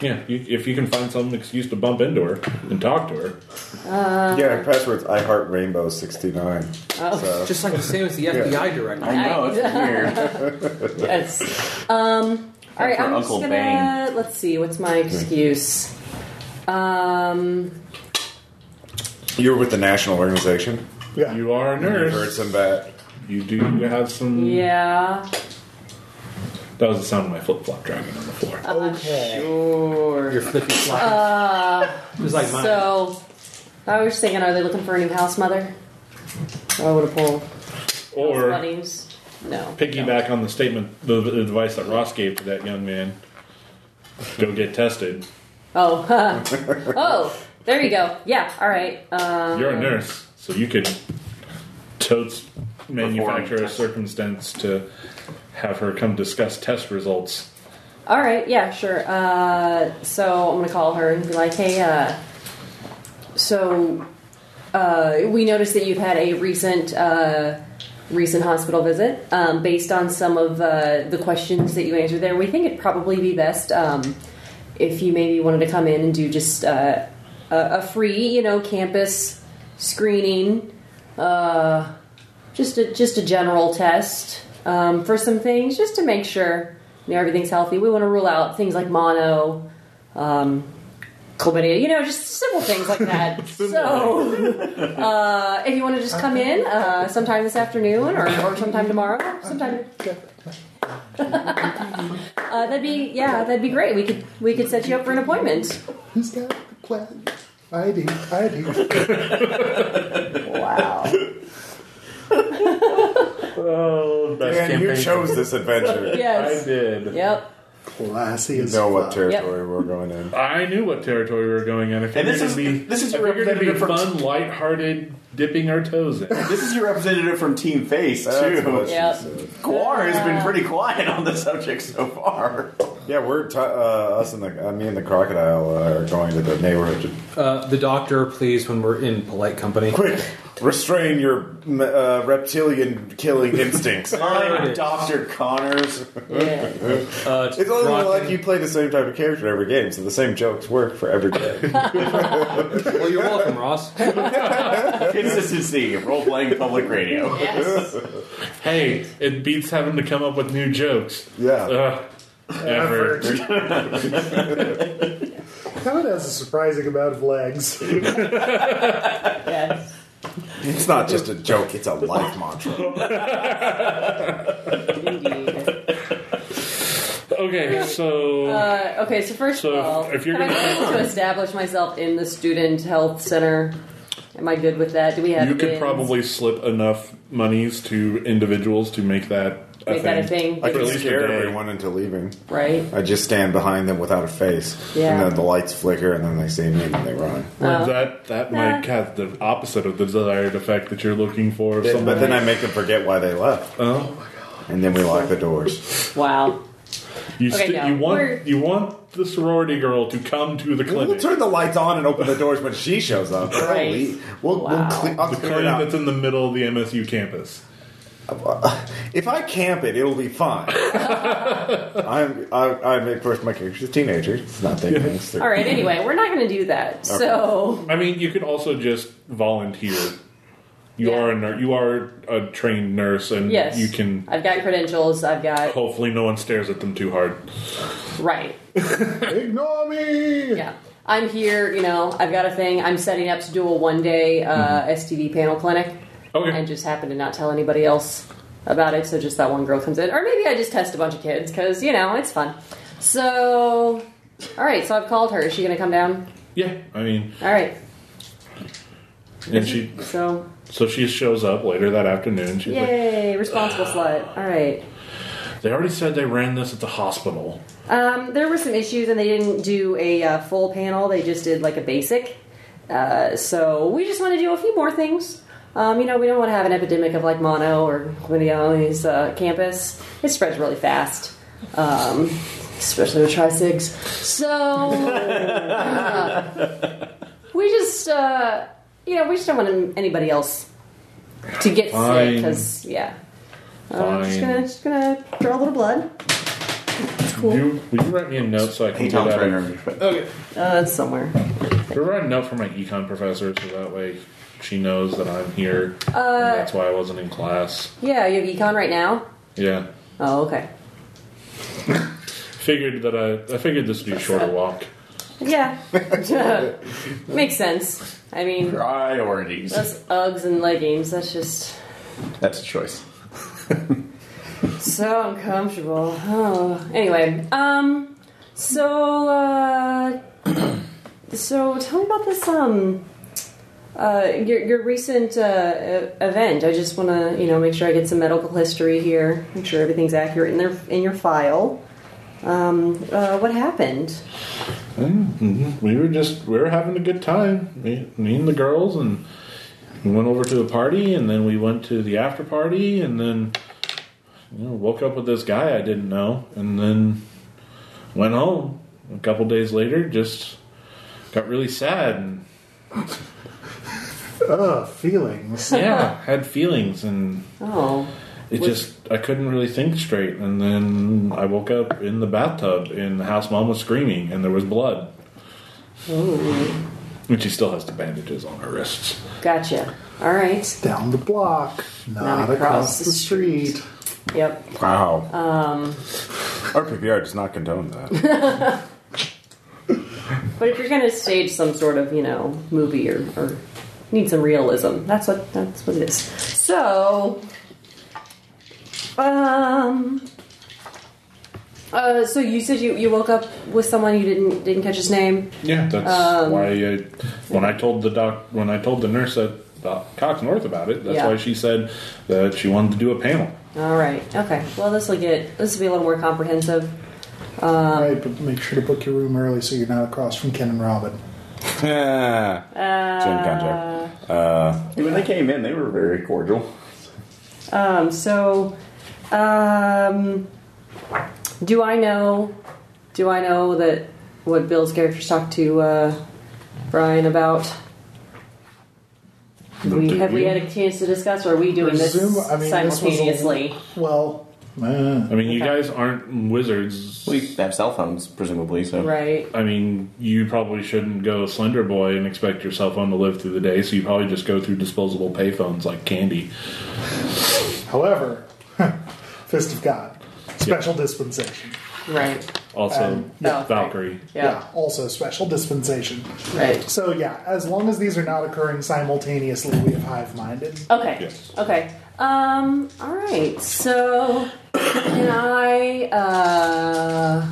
yeah. You, if you can find some excuse to bump into her and talk to her, Yeah, password's I heart rainbow 69. oh. So, Just like the same as the FBI director. I know. It's weird. Yes. Um, all right. for I'm Uncle just gonna let's see. What's my excuse? Um, you were with the national organization. Yeah. you are a You heard nurse. some bad. You do have some. yeah. That was the sound of my flip flop dragging on the floor. Okay. Your flippy flop. it was like Uh, mine. So I was thinking, are they looking for a new house mother? I would have pulled or buddies. No. Piggyback on the statement, the, the advice that Ross gave to that young man. Go get tested. Oh. oh. There you go. Yeah. All right. Uh, You're a nurse, so you could totes manufacture a circumstance to have her come discuss test results. all right. Yeah. Sure. Uh, so I'm gonna call her and be like, "Hey, uh, so uh, we noticed that you've had a recent uh, recent hospital visit. Um, based on some of uh, the questions that you answered there, we think it'd probably be best um, if you maybe wanted to come in and do just uh, a, a free, you know, campus screening, uh, just a just a general test um, for some things, just to make sure you know everything's healthy. We want to rule out things like mono. Um, chlamydia, you know, just simple things like that. so, uh, if you want to just come in uh, sometime this afternoon or, or sometime tomorrow, sometime. uh, that'd be yeah, that'd be great. We could we could set you up for an appointment. Who's got the plan? I do. I do. Wow. Oh, Man, you chose this adventure. Yes. did. Yep. Classy You as know what fuck. territory we're going in. I knew what territory we were going in. I figured this it'd is- be, this is I your figured it'd be representative from- fun, lighthearted, dipping our toes in. This is your representative from Team Face, That's what too. she Yep. said. Guar has been pretty quiet on the subject so far. Yeah, we're t- uh, us and the uh, me and the crocodile uh, are going to the neighborhood to Uh, the doctor, please, when we're in polite company. quick restrain your m- uh, reptilian killing instincts. I'm Dr. Connors. Yeah. Uh, It's only Brock- like you play the same type of character every game, so the same jokes work for every day. Well, you're welcome, Ross. Consistency of role playing public radio. Yes. Hey, it beats having to come up with new jokes. yeah. Ugh, ever. Now it has a surprising amount of legs. Yes. It's not just a joke, it's a life mantra. Indeed. Okay, so Uh, okay, so first So of if- all, if you're am I gonna- able to establish myself in the student health center? Am I good with that? Do we have you could bins? probably slip enough monies to individuals to make that a thing. Make that a thing. I For at can least scare a day. everyone into leaving. right? I just stand behind them without a face. Yeah. And then the lights flicker, and then they see me, and then they run. Well, Oh. that that might have the opposite of the desired effect that you're looking for. If But somebody, then I make them forget why they left. oh, And then we lock the doors. Wow. you, Okay, sti- no, you want we're- you want the sorority girl to come to the We'll clinic. turn the lights on and open the doors when she shows up. Right. We'll- We'll, Wow. we'll cle- I'll the clear it clinic out. that's in the middle of the MSU campus. If I camp it, it'll be fine. I'm, I, I'm, of course, my character's a teenager. It's not that things. All right. Anyway, we're not going to do that. So I mean, you could also just volunteer. You Yeah. are a nur- you are a trained nurse, and yes, you can. I've got credentials. I've got Hopefully, no one stares at them too hard. right. Ignore me. Yeah. I'm here. You know, I've got a thing. I'm setting up to do a one day uh, Mm-hmm. STD panel clinic, Okay. and just happen to not tell anybody else about it. So just that one girl comes in, or maybe I just test a bunch of kids because you know it's fun. So, all right. So I've called her. Is she going to come down? yeah, I mean, All right. and she So so she shows up later that afternoon. She's like, yay, responsible slut. All right. they already said they ran this at the hospital. Um, there were some issues, and they didn't do a uh, full panel. They just did like a basic. Uh, so we just want to do a few more things. Um, you know, we don't want to have an epidemic of like mono or chlamydia on these uh, campus. It spreads really fast, um, especially with tri sigs. So uh, we just, uh, you know, we just don't want anybody else to get sick Fine. because, yeah. Oh, I'm just Fine. gonna just gonna draw a little blood. It's cool. Will you, will you write me a note so I can Hey, get Tom's out right of under but Okay. Uh, it's somewhere. We're writing a note for my econ professor so that way she knows that I'm here. and that's why I wasn't in class. Uh, Yeah, you have econ right now. Yeah. Oh, okay. Figured that I I figured this would be a shorter walk. Yeah, makes sense. I mean, Priorities. those Uggs and leggings. That's just That's a choice. so uncomfortable. Oh, anyway. Um. So. Uh, so tell me about this. Um. Uh, your, your recent uh, e- event. I just want to, you know, make sure I get some medical history here. Make sure everything's accurate in their in your file. Um, uh, what happened? Mhm. We were just we were having a good time, me, me and the girls, and we went over to a party, and then we went to the after party, and then you know, woke up with this guy I didn't know, and then went home. A couple days later, just got really sad, and Ugh, feelings. yeah, had feelings, and Oh, it just I couldn't really think straight. And then I woke up in the bathtub, and the house mom was screaming, and there was blood, oh, and she still has the bandages on her wrists. gotcha. All right. Down the block, not, across, the, street. Yep. Wow. Um, Our PPR does not condone that. But if you're gonna stage some sort of, you know, movie or, or need some realism, that's what that's what it is. So, um, uh, so you said you, you woke up with someone you didn't didn't catch his name. Yeah, that's Um, why. I, when I told the doc, when I told the nurse at doc, Cox North about it, that's Yeah. why she said that she wanted to do a panel. All right. Okay. Well, this will get this will be a little more comprehensive. All right, but make sure to book your room early so you're not across from Ken and Robin. Yeah. Jim Conjure. Uh, When they came in, they were very cordial. Um, so, um, do I know? Do I know that what Bill's characters talked to uh, Brian about? We, have we had a chance to discuss, or are we doing Presume- this I mean, this was a- simultaneously? Well, I mean, you guys aren't wizards. We have cell phones, presumably, so. Right. I mean, you probably shouldn't go Slender Boy and expect your cell phone to live through the day, so you probably just go through disposable payphones like candy. however, Fist of God, special dispensation. Right. Also, Um, yeah. Valkyrie. Yeah. also special dispensation. Right. So yeah, as long as these are not occurring simultaneously, we have hive minded. Okay. Yes. Okay. Um. All right. So can I uh,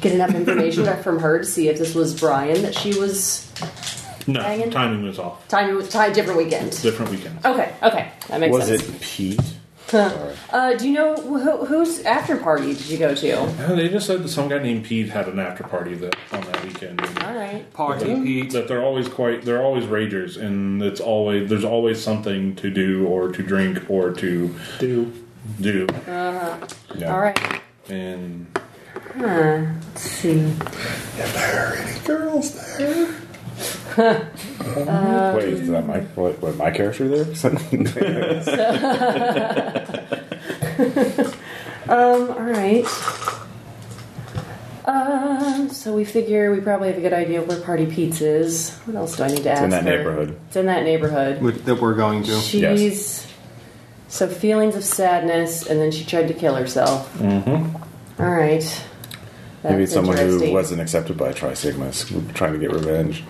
get enough information back from her to see if this was Brian that she was No, Hanging- timing was off. time with time different weekend? Different weekends. Okay. Okay. That makes was sense. it Pete? Uh, do you know who, whose after party did you go to? All Yeah, Uh, They just said that some guy named Pete had an after party that on that weekend. right. Party Pete. that they're always quite they're always ragers and it's always there's always something to do or to drink or to Do do Yeah. All right. and Huh. Let's see. girls there? Wait, is that my what, what my character there? Um, all right. Um, so we figure we probably have a good idea of where Party Pete's is. What else do I need to ask? in that her? neighborhood. It's in that neighborhood. With, that we're going to. She's so feelings of sadness, and then she tried to kill herself. Mm-hmm. All right. That's Maybe it's someone who interesting. wasn't accepted by Tri Sigma is trying to get revenge.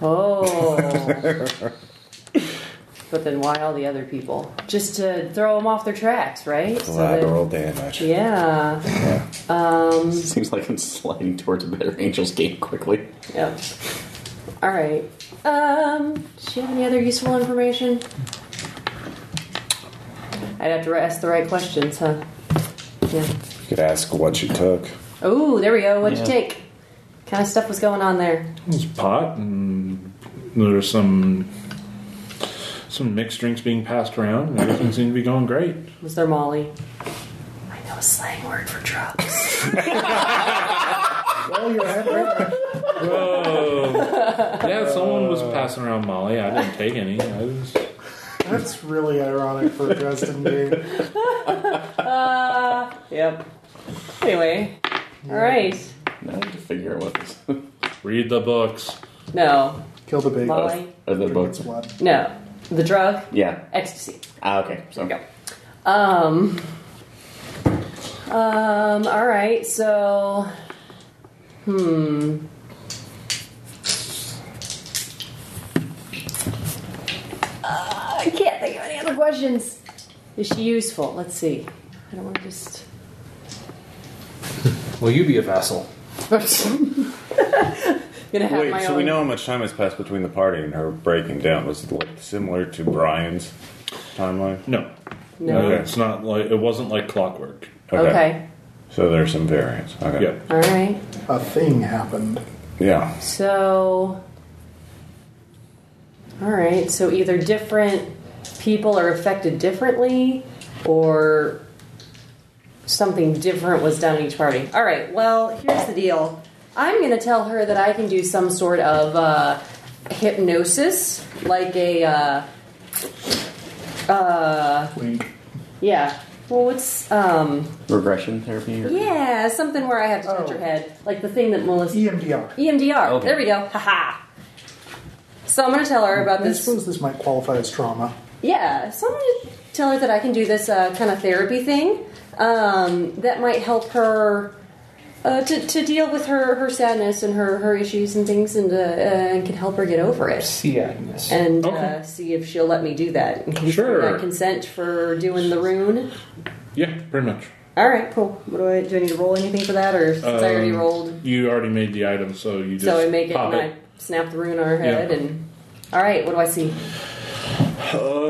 Oh. but then why all the other people? Just to throw them off their tracks, right? So that- Collateral damage. yeah. Seems like I'm sliding towards a better angel's gate quickly. Yep. All right. Um, does she have any other useful information? I'd have to ask the right questions, huh? Yeah. You could ask what she took. Oh, there we go. What'd Yeah. you take? kind of stuff was going on there? there's pot and there's some some mixed drinks being passed around and everything seemed to be going great Was there Molly? I know a slang word for drugs. Well, you're ahead right now. whoa yeah someone was passing around molly i didn't take any i was That's really ironic for a Dresden game. Uh, yep. Anyway. All right. Now I have to figure out what this. read the books No. Kill the baby. Molly? Are the It's books? blood. No. The drug? Yeah. Ecstasy. Ah, okay. So There we go. Um. Um. All right. So. Hmm. Uh, I can't think of any other questions. Is she useful? Let's see. I don't want to just. Will you be a vassal? gonna have Wait, my so own. we know how much time has passed between the party and her breaking down. Was it like similar to Brian's timeline? No. No. No, it's not like it wasn't like clockwork. Okay. So there's some variance. Okay. Yeah. All right. A thing happened. Yeah. So. All right. So either different people are affected differently, or something different was done in each party. All right. Well, here's the deal. I'm going to tell her that I can do some sort of uh, hypnosis, like a. Uh, uh, yeah. Well, what's um, Regression therapy? Or yeah, something where I have to touch Oh. her head, like the thing that Melissa. EMDR. EMDR. Okay. There we go. Haha. So I'm going to tell her about I this. suppose this might qualify as trauma. Yeah, so I'm going to tell her that I can do this uh, kind of therapy thing um, that might help her uh, to, to deal with her, her sadness and her, her issues and things and, uh, uh, and can help her get over it. See Agnes. And Okay. uh, see if she'll let me do that. And can Sure. I consent for doing the rune. Yeah, pretty much. All right, cool. What do I do? I need to roll anything for that, or since I already Um, rolled? You already made the item, so you just So I make it pop and I snap the rune on her head Yeah. and all right, what do I see?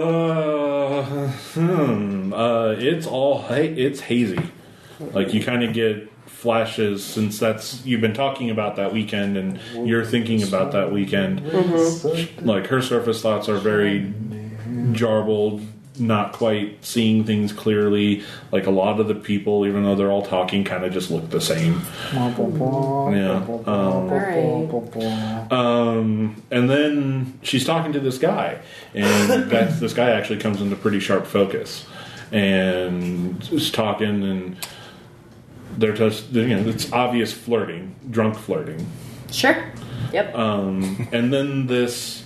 Uh, hmm. Uh, it's all ha- it's hazy. Like you kind of get flashes since that's you've been talking about that weekend and you're thinking about that weekend. Like her surface thoughts are very jarbled, not quite seeing things clearly. Like a lot of the people, even though they're all talking, kind of just look the same. Yeah. Um, Um, and then she's talking to this guy, and that's, this guy actually comes into pretty sharp focus, and is talking, and they're just you know it's obvious flirting, drunk flirting, Sure. Yep. Uh, um, and then this,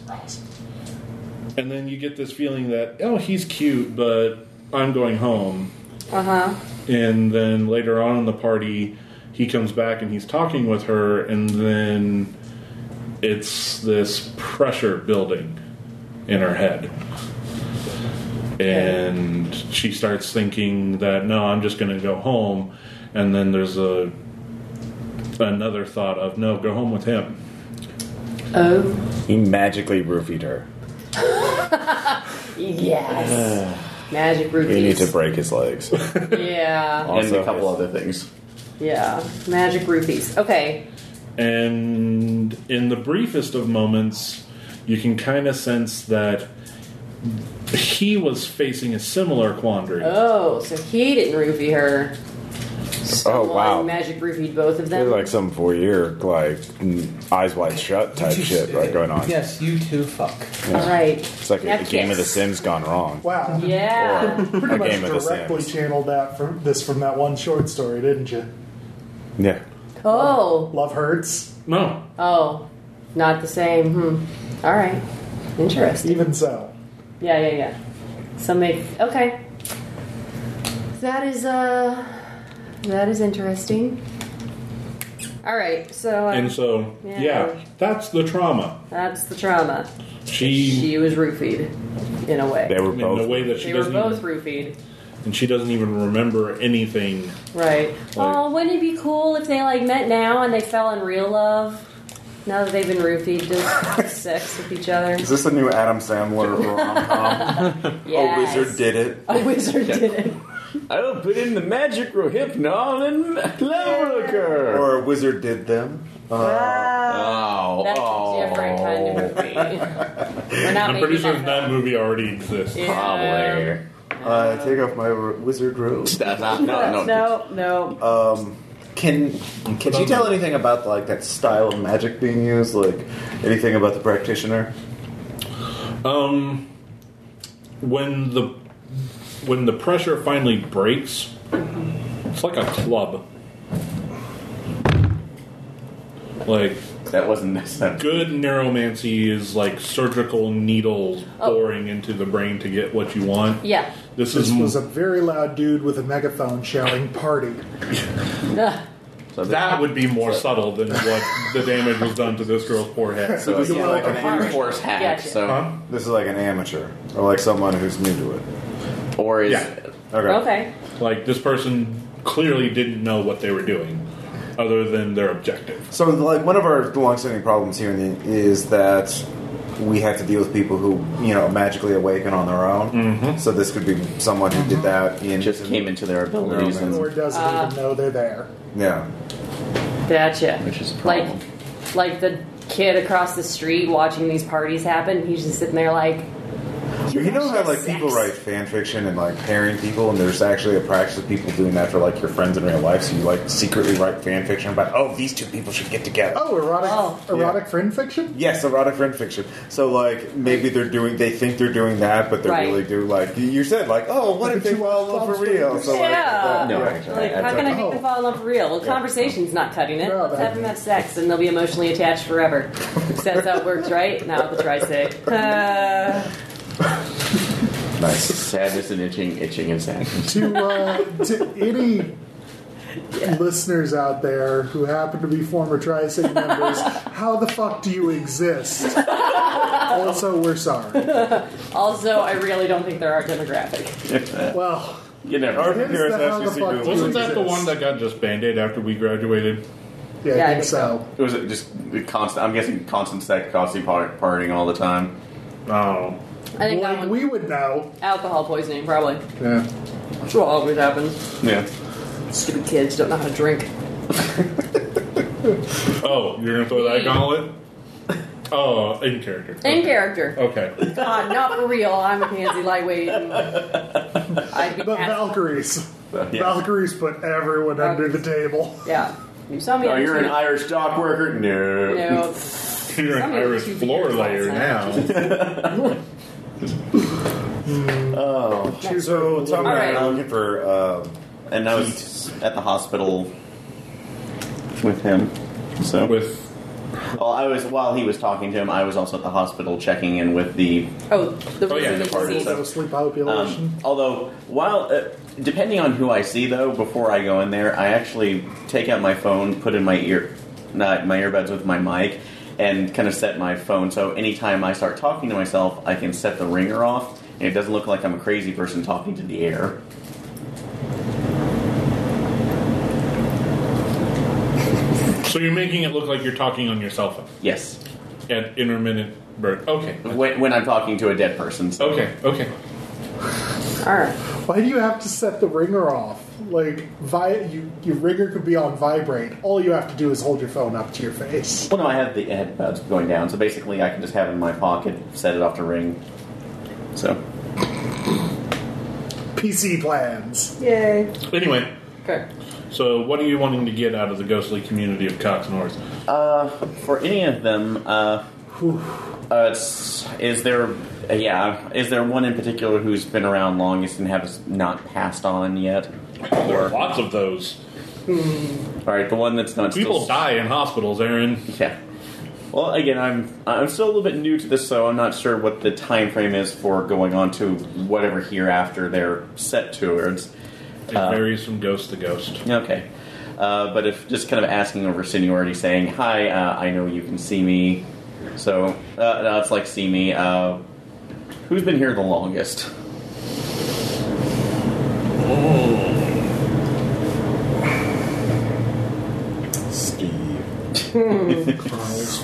and then you get this feeling that oh he's cute, but I'm going home, Uh huh. and then later on in the party he comes back and he's talking with her and then it's this pressure building in her head and she starts thinking that no i'm just going to go home and then there's a another thought of no go home with him Oh He magically roofied her. yes. Magic We need to rupees. break his legs. yeah. And Also- a couple other things. Yeah. Magic rupees. Okay. And in the briefest of moments, you can kind of sense that he was facing a similar quandary. Oh, so he didn't rupee her. Oh, wow. Someone Magic rupeed both of There's them. like some voyeur, like mm, eyes wide shut type shit like going on. Yes, you two fuck. all right. It's like a, a Neck game of The kiss. Sims gone wrong. Wow. Yeah. Or Pretty a much game of The directly Sims. channeled that from this from that one short story, didn't you? Yeah. oh. Love hurts. No. Oh. Not the same. Hmm. All right. Interesting. Even so, Yeah, yeah, yeah. So make okay. That is uh that is interesting. All right, so uh, And so, Yeah. yeah. that's the trauma. that's the trauma. She, She was roofied in a way. They were in the both. way that she They were doesn't, both even, roofied, and she doesn't even remember anything. right? Like- oh, wouldn't it be cool if they like met now and they fell in real love? Now that they've been roofied to sex with each other. Is this a new Adam Sandler rom-com? Yes. A wizard did it. A wizard did it. I'll put in the magic rohypnol and leverliquor. Or a wizard did them. Oh, That's oh. a different kind of movie. We're not I'm making pretty sure that that movie already exists. Yeah. Probably. Uh, take off my r- wizard robe. That's not, no, no. No, no. Can can you tell anything about like that style of magic being used? Like anything about the practitioner? Um, when the when the pressure finally breaks, it's like a club. Like That wasn't necessary. good neuromancy is like surgical needles Oh. boring into the brain to get what you want. yeah. This, this is was a very loud dude with a megaphone shouting "party." Ugh. So that would be more subtle than what the damage was done to this girl's poor head. So it's Yeah. like a force hack. Gotcha. So Huh? This is like an amateur or like someone who's new to it. or is Yeah. Okay. Okay. Like this person clearly didn't know what they were doing. other than their objective. So, like, one of our long-standing problems here in the, is that we have to deal with people who, you know, magically awaken on their own. So this could be someone who did that in Just came into their abilities, No, man. and, Or doesn't even know they're there. Yeah. Gotcha. which is a like, problem. like the kid across the street watching these parties happen. He's just sitting there like, You know how like people sex. write fan fiction and like pairing people, and there's actually a practice of people doing that for like your friends in real life. So you like secretly write fan fiction about oh these two people should get together. Oh, erotic, Oh. erotic friend fiction. Yes, erotic fan fiction. So like maybe they're doing they think they're doing that, but they Right. really do like you- you said like oh what if they fall in love for real? So like, yeah. No, yeah. actually, Like, I- I how don't- can I know. make them fall in love for real? Well, conversation's not cutting it. No, Let's that- have them have sex, and they'll be emotionally attached forever. 'Cause that's how it works, right? Now I'll try sick. Uh, nice. sadness and itching, itching and sadness. to uh, to any listeners out there who happen to be former Tri-Sig members, how the fuck do you exist? also, we're sorry. also, I really don't think they're our demographic. Well, You never. Our Here's the viewers how the actually fuck seem to you have- Wasn't that the one that got just band-aid after we graduated? yeah, Yeah, I think so. It was just constant. I'm guessing constant sex, constant par- partying all the time. Oh. I think that Like one, we would know. alcohol poisoning, probably. Yeah. That's what always happens. Yeah. Stupid kids don't know how to drink. Oh, you're gonna throw that gauntlet? Oh, in character. In character. Okay. God, not for real. I'm a pansy lightweight. and I'd be But ass- Valkyries, yeah. Valkyries put everyone under the table. Yeah. You saw me. Oh, on you're an Twitter. Irish dock worker? No. No. You're an Some of you Irish two floor years layer outside. now. So talking All about right. looking for uh, And I was at the hospital with him. So With Well, I was while he was talking to him, I was also at the hospital checking in with the. Oh, the Oh, yeah, resident the party, disease. so- So sleep population. Um, although, while uh, depending on who I see, though, before I go in there, I actually take out my phone, put in my ear, not my earbuds with my mic, and kind of set my phone. So anytime I start talking to myself, I can set the ringer off, and it doesn't look like I'm a crazy person talking to the air. so you're making it look like you're talking on your cell phone Yes, at intermittent birth. Okay. when, when I'm talking to a dead person. So. Okay. Okay. All right. Why do you have to set the ringer off? Like, vi- you, your ringer could be on vibrate. All you have to do is hold your phone up to your face. Well, no, I have the earbuds going down, so basically I can just have it in my pocket, set it off to ring. So. PC plans. Yay. Anyway, Okay. so what are you wanting to get out of the ghostly community of Cox North? Uh, for any of them, uh, uh, s- is there, uh, yeah, is there one in particular who's been around longest and has not passed on yet? There are Or, all lots of those. right, the one that's not People still, die in hospitals, Aaron. Yeah. Well, again, I'm I'm still a little bit new to this, so I'm not sure what the time frame is for going on to whatever hereafter they're set towards. It Uh, varies from ghost to ghost. Okay. Uh, but if just kind of asking over seniority, saying, Hi, uh, I know you can see me. So, uh, no, it's like, see me. Uh, who's been here the longest? Steve.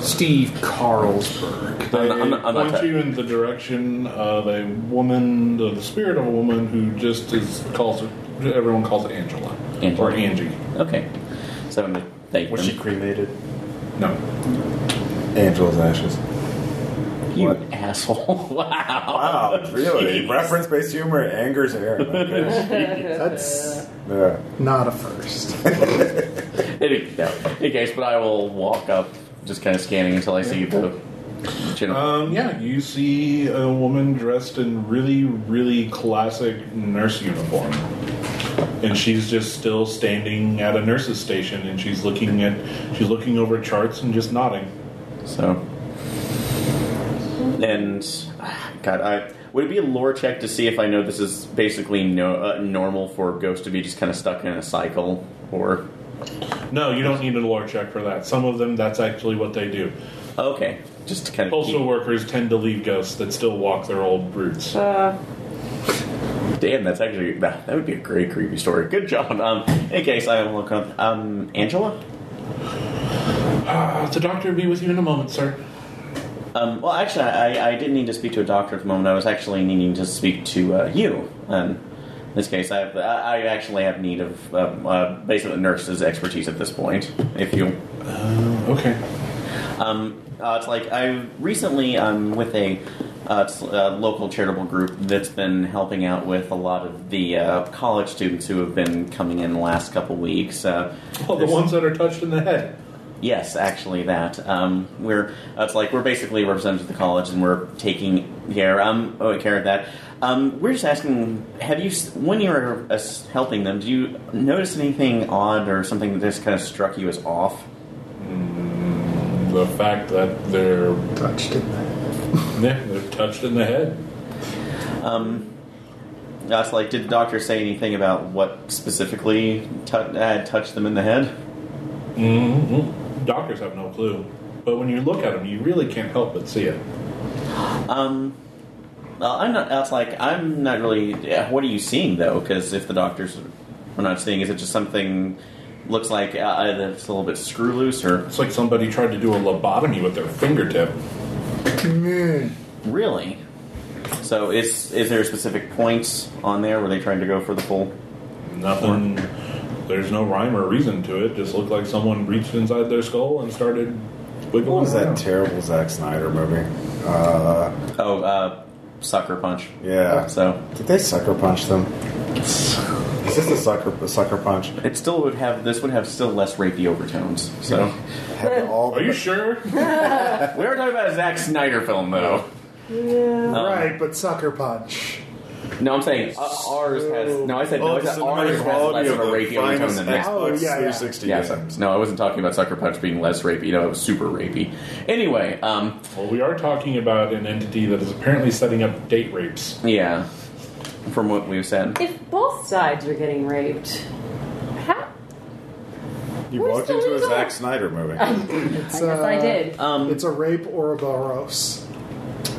Steve Carlsberg. I'm They not- I'm not- I'm not point touch- you in the direction of a woman, the, the spirit of a woman who just is calls her, everyone calls it Angela, Angela. or Angie. Okay. So I'm going to thank Was she them. cremated? No, Angela's ashes. You What? asshole. wow. Wow, really? Reference-based humor angers Aaron. I guess. Uh. That's yeah. not a first. Any, no. any case, but I will walk up, just kind of scanning until I see the general. um, yeah, you see a woman dressed in really, really classic nurse uniform, and she's just still standing at a nurse's station, and she's looking at, she's looking over charts and just nodding. So, and God, I would it be a lore check to see if I know this is basically no uh, normal for a ghost to be just kind of stuck in a cycle, or No, you don't need a lore check for that. Some of them, that's actually what they do. okay, just to kind of Postal workers tend to leave ghosts that still walk their old routes. keep, Uh. damn. That's actually that, that would be a great creepy story. Good job. Um, in case I will look up. Um, Angela. Uh, the doctor will be with you in a moment, sir. Um, well, actually, I, I didn't need to speak to a doctor at the moment. I was actually needing to speak to uh, you. Um, in this case, I, have, I I actually have need of um, uh, basically nurse's expertise at this point. If you Okay. Um, uh, it's like I recently um, with a uh, s- uh, local charitable group that's been helping out with a lot of the uh, college students who have been coming in the last couple weeks. Uh, Well, Oh, the there's- ones that are touched in the head. Yes, actually, that um, we're it's like we're basically representatives of the college, and we're taking care um oh, care of that. Um, we're just asking: Have you, s- when you were uh, s- helping them, do you notice anything odd or something that just kind of struck you as off? The fact that they're Touched in that. yeah, they're touched in the head. Um, that's like, did the doctor say anything about what specifically tou- uh, touched them in the head? Mm-hmm. Doctors have no clue, but when you look at them, you really can't help but see it. Um, uh, I'm not. That's like, I'm not really. yeah, What are you seeing though? Because if the doctors are not seeing, is it just something looks like uh, either it's a little bit screw loose or It's like somebody tried to do a lobotomy with their fingertip. really? So is is there specific points on there where they trying to go for the full? Nothing. There's no rhyme or reason to it. Just looked like someone reached inside their skull and started wiggling. What was that around. terrible Zack Snyder movie? Uh, Oh, uh, sucker punch. yeah. So Did they sucker punch them? Is this a sucker a sucker punch? it still would have this would have still less rapey overtones. So. Have all Are you sure? We are talking about a Zack Snyder film, though. Um, right, but sucker punch. No, I'm saying uh, ours has. No, I said no. Oh, I the said ours cinematic has quality less of of a the rapey overtone finest than that. Oh, Xbox yeah, yeah. 360 Yeah, games. no, I wasn't talking about Sucker Punch being less rapey. No, it was super rapey. Anyway, um, well, we are talking about an entity that is apparently setting up date rapes. yeah. From what we've said, If both sides are getting raped, how? You Where's walked the into a legal- Zack Snyder movie. I It's, guess I uh, did. um, It's a rape or a boros.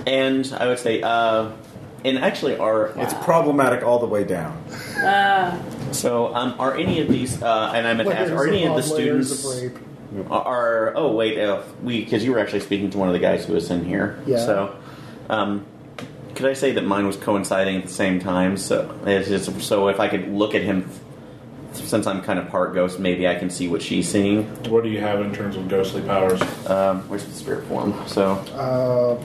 and I would say, uh, and actually, our It's problematic all the way down. Uh, so um, are any of these? Uh, and I'm going to ask, Layers are any of the upon layers Of students? rape. are oh wait uh, we because you were actually speaking to one of the guys who was in here Yeah. so um, could I say that mine was coinciding at the same time so it's just, so if I could look at him since I'm kind of part ghost maybe I can see what she's seeing What do you have in terms of ghostly powers? um, where's the spirit form so Uh,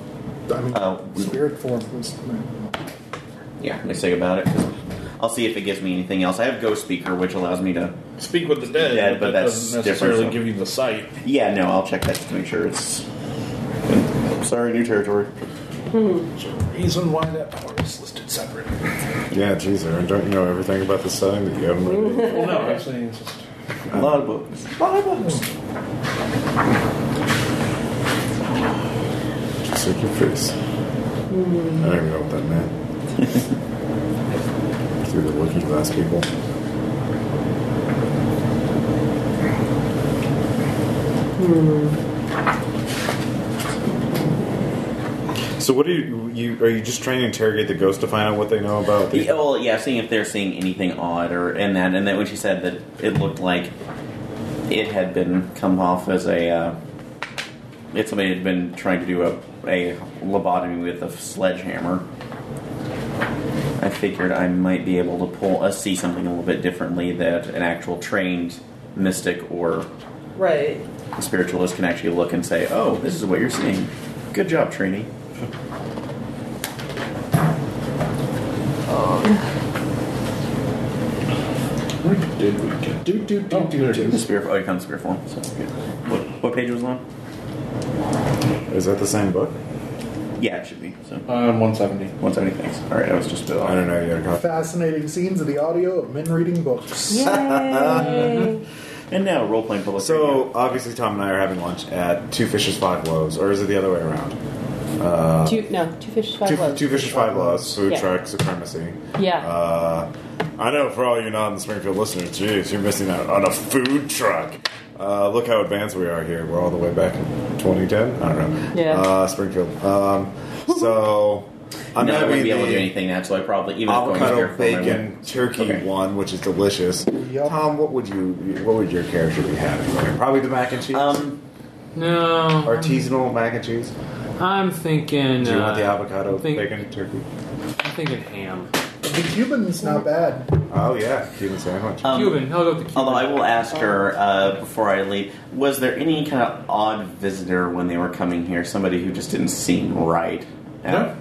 I mean, Oh. spirit form was. yeah let me think about it 'cause I'll see if it gives me anything else I have ghost speaker which allows me to Speak with the dead, Yeah, but but, that that's doesn't different, necessarily so- give you the sight. yeah no I'll check that just to make sure it's sorry new territory There's a reason why that power is listed separate. Yeah, geez, Aaron, don't you know everything about the setting that you haven't really? Well, no, actually, it's just. a lot of books Suit your face. I don't even know what that meant. Through the looking glass people. So what are you, you are you just trying to interrogate the ghost to find out what they know about these Yeah, well, yeah, seeing if they're seeing anything odd or and that, and that when she said that it looked like it had been come off as a, uh, if somebody had been trying to do a, a lobotomy with a sledgehammer. I figured I might be able to pull, uh, see something a little bit differently that an actual trained mystic or right. spiritualist can actually look and say, "Oh, this is what you're seeing. Good job, Trini." Where did we get? Do, do, do, Oh, there do, it do. The spirit, oh, you found the spirit form. So, good. What, what page was it on? Is that the same book? Yeah, it should be. So. On 170. 170 thanks. All right, I was just. I don't know. You gotta go. Fascinating scenes of the audio of men reading books. Yay! And now role playing public. radio. So obviously, Tom and I are having lunch at Two Fishes Five Loaves, or is it the other way around? Uh, two, no, two fishes, five two, loaves. Two Fishes Five Loaves, Food Yeah. Truck Supremacy. Yeah. Uh, I know for all you non Springfield listeners, jeez, you're missing out on a food truck. Uh, look how advanced we are here. We're all the way back in 2010. I don't know. Yeah. Uh, Springfield. Um, so I'm no, I having wouldn't be able to do the anything now, so I probably even if going to avocado spirit form, I wouldn't. bacon turkey Okay. one, which is delicious. Yup. Tom, what would you? What would your character be having? Probably the mac and cheese. Um, No, Artisanal mac and cheese. I'm thinking. Do you uh, want the avocado, think- bacon, turkey? I'm thinking ham. The Cuban's not bad. Oh yeah, Cuban sandwich. Um, Cuban. I'll go with the Cuban. Although I will ask her uh, before I leave, was there any kind of odd visitor when they were coming here? Somebody who just didn't seem right. No.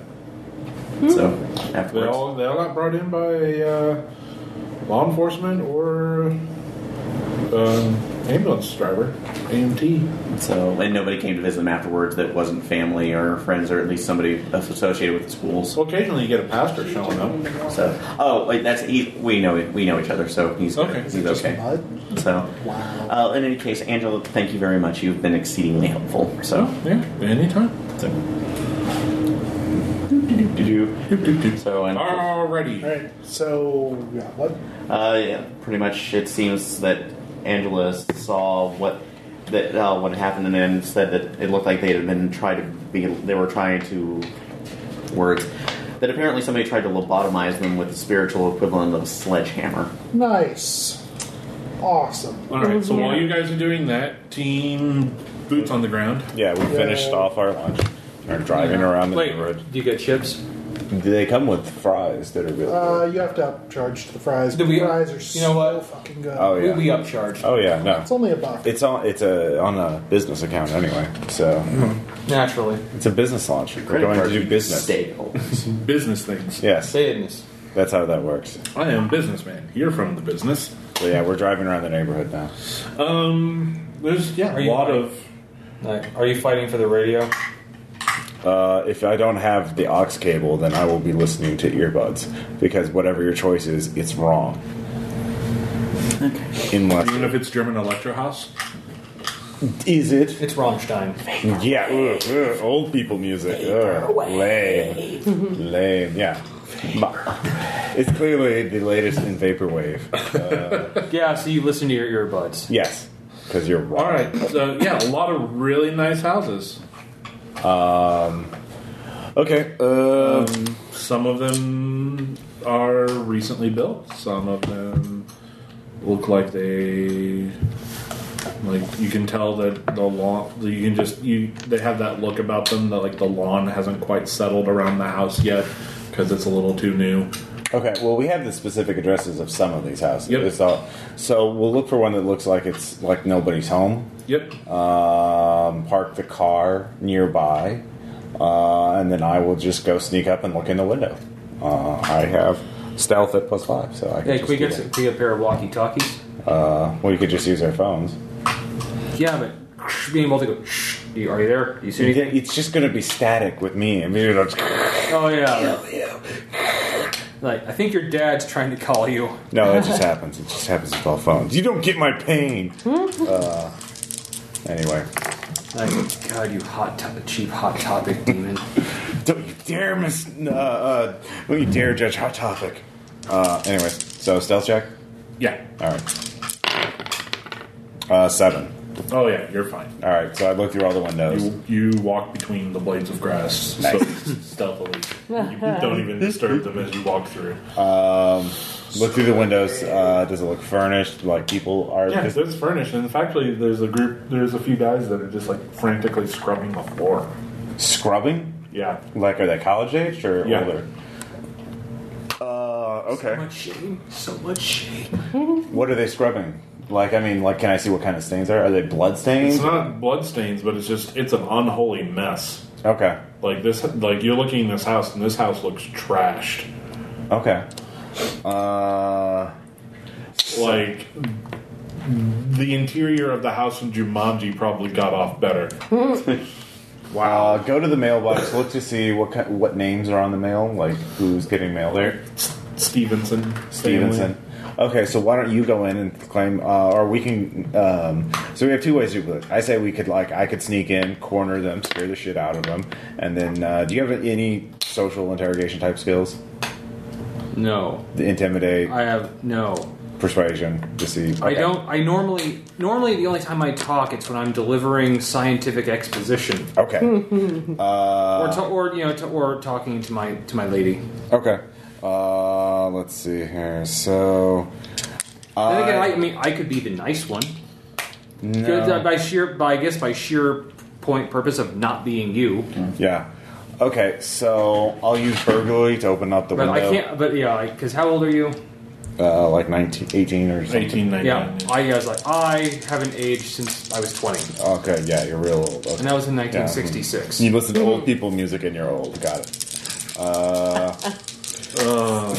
So They afterwards, all they all got brought in by uh, law enforcement or um, ambulance driver, AMT. so and nobody came to visit them afterwards that wasn't family or friends or at least somebody associated with the schools. So occasionally you get a pastor showing up. So oh, wait, that's he, we know we know each other, so he's Okay. He's Just okay. But So uh, in any case, Angela, thank you very much. You've been exceedingly helpful. So. Oh, Yeah, anytime. So and Alrighty. Alright, so yeah, what? Uh, yeah, pretty much. It seems that Angela saw what that uh, what happened, and then said that it looked like they had been trying to be. They were trying to words that apparently somebody tried to lobotomize them with the spiritual equivalent of a sledgehammer. Nice, awesome. All right. So while you guys are doing that, team boots on the ground. Yeah, we finished Yeah. off our lunch. Are driving around the Wait, neighborhood. do you get chips? They come with fries that are really. Uh, you have to upcharge the fries. Do we- the fries are you know what? so fucking good. oh We, yeah. we upcharged. oh yeah. No. It's only a buck. It's on. It's a on a business account anyway. So Naturally. it's a business launch. We're Credit going to card do business. Stale. Some business things. Yes, Say it. that's how that works. I am a businessman. You're from the business. So yeah, we're driving around the neighborhood now. Um, there's yeah Are a you- lot of Like, are you fighting for the radio? Uh, if I don't have the aux cable, then I will be listening to earbuds because whatever your choice is, it's wrong. Unless even if it's German electro house. is it? It's Rammstein. Yeah, ugh, ugh, old people music. Ugh, lame, lame. Yeah, Ma- it's clearly the latest in vaporwave. Yeah, so you listen to your earbuds. Yes, because you're wrong. All right. So yeah, a lot of really nice houses. Okay. Uh, Um, some of them are recently built. Some of them look like they like you can tell that the lawn you can just you they have that look about them that like the lawn hasn't quite settled around the house yet because it's a little too new. okay. Well, we have the specific addresses of some of these houses. Yep. It's all- so we'll look for one that looks like it's like nobody's home. Yep. um, park the car nearby, uh, and then I will just go sneak up and look in the window. Uh, I have stealth at plus five, so I can Hey, just can we do get, that. some, can we get a pair of walkie talkies? Uh, well, you could just use our phones. Yeah, but being able to go, shh, do you- are you there? Do you see anything? It's just going to be static with me. I mean, you know, Oh, yeah. Like, I think your dad's trying to call you. no, that just happens. It just happens with all phones. You don't get my pain. uh, anyway, Like, God, you hot, to- cheap hot topic demon. don't you dare miss. Uh, uh, don't you dare judge Hot Topic. Uh, anyway, so stealth check. Yeah. All right. Uh, seven. Oh yeah. You're fine. All right, so I look through all the windows. You, you walk between the blades of grass so stealthily. You don't even disturb them as you walk through. Look through the windows. Uh, does it look furnished? Like people are. Yeah, just- it's furnished, and actually, there's a group. There's a few guys that are just like frantically scrubbing the floor. scrubbing. Yeah, Like are they college age or Yeah. older? Uh, okay. shame. So much shame. What are they scrubbing? Like I mean, like can I see what kind of stains are? Are they blood stains? it's not blood stains, but it's just it's an unholy mess. okay. Like this, like you're looking in this house, and this house looks trashed. Okay. Uh, Like the interior of the house in Jumanji probably got off better. wow. go to the mailbox. Look to see what ki what names are on the mail. Like who's getting mail there. S- Stevenson, family. Stevenson. Okay, so why don't you go in and claim, uh, or we can? Um, so we have two ways to do it. I say we could like I could sneak in, corner them, scare the shit out of them, and then uh, do you have any social interrogation type skills? No, The intimidate, I have no. persuasion, deceive. I Okay. don't. I normally normally the only time I talk it's when I'm delivering scientific exposition Okay. Uh. or to, or you know to, or talking to my to my lady. okay. Uh, let's see here. So. Then again, I, I, Uh, I mean I could be the nice one. Good, uh, by sheer, by I guess by sheer point purpose of not being you. Yeah. Okay, so I'll use burglary to open up the But I window. can't. But yeah, because how old are you? Uh, like 19, 18 or something. 1899. Yeah, I was like I haven't aged since I was twenty, Okay, yeah, you're real old. Okay. and that was in 1966. You listen to old people music and you're old. Got it. Uh, Uh.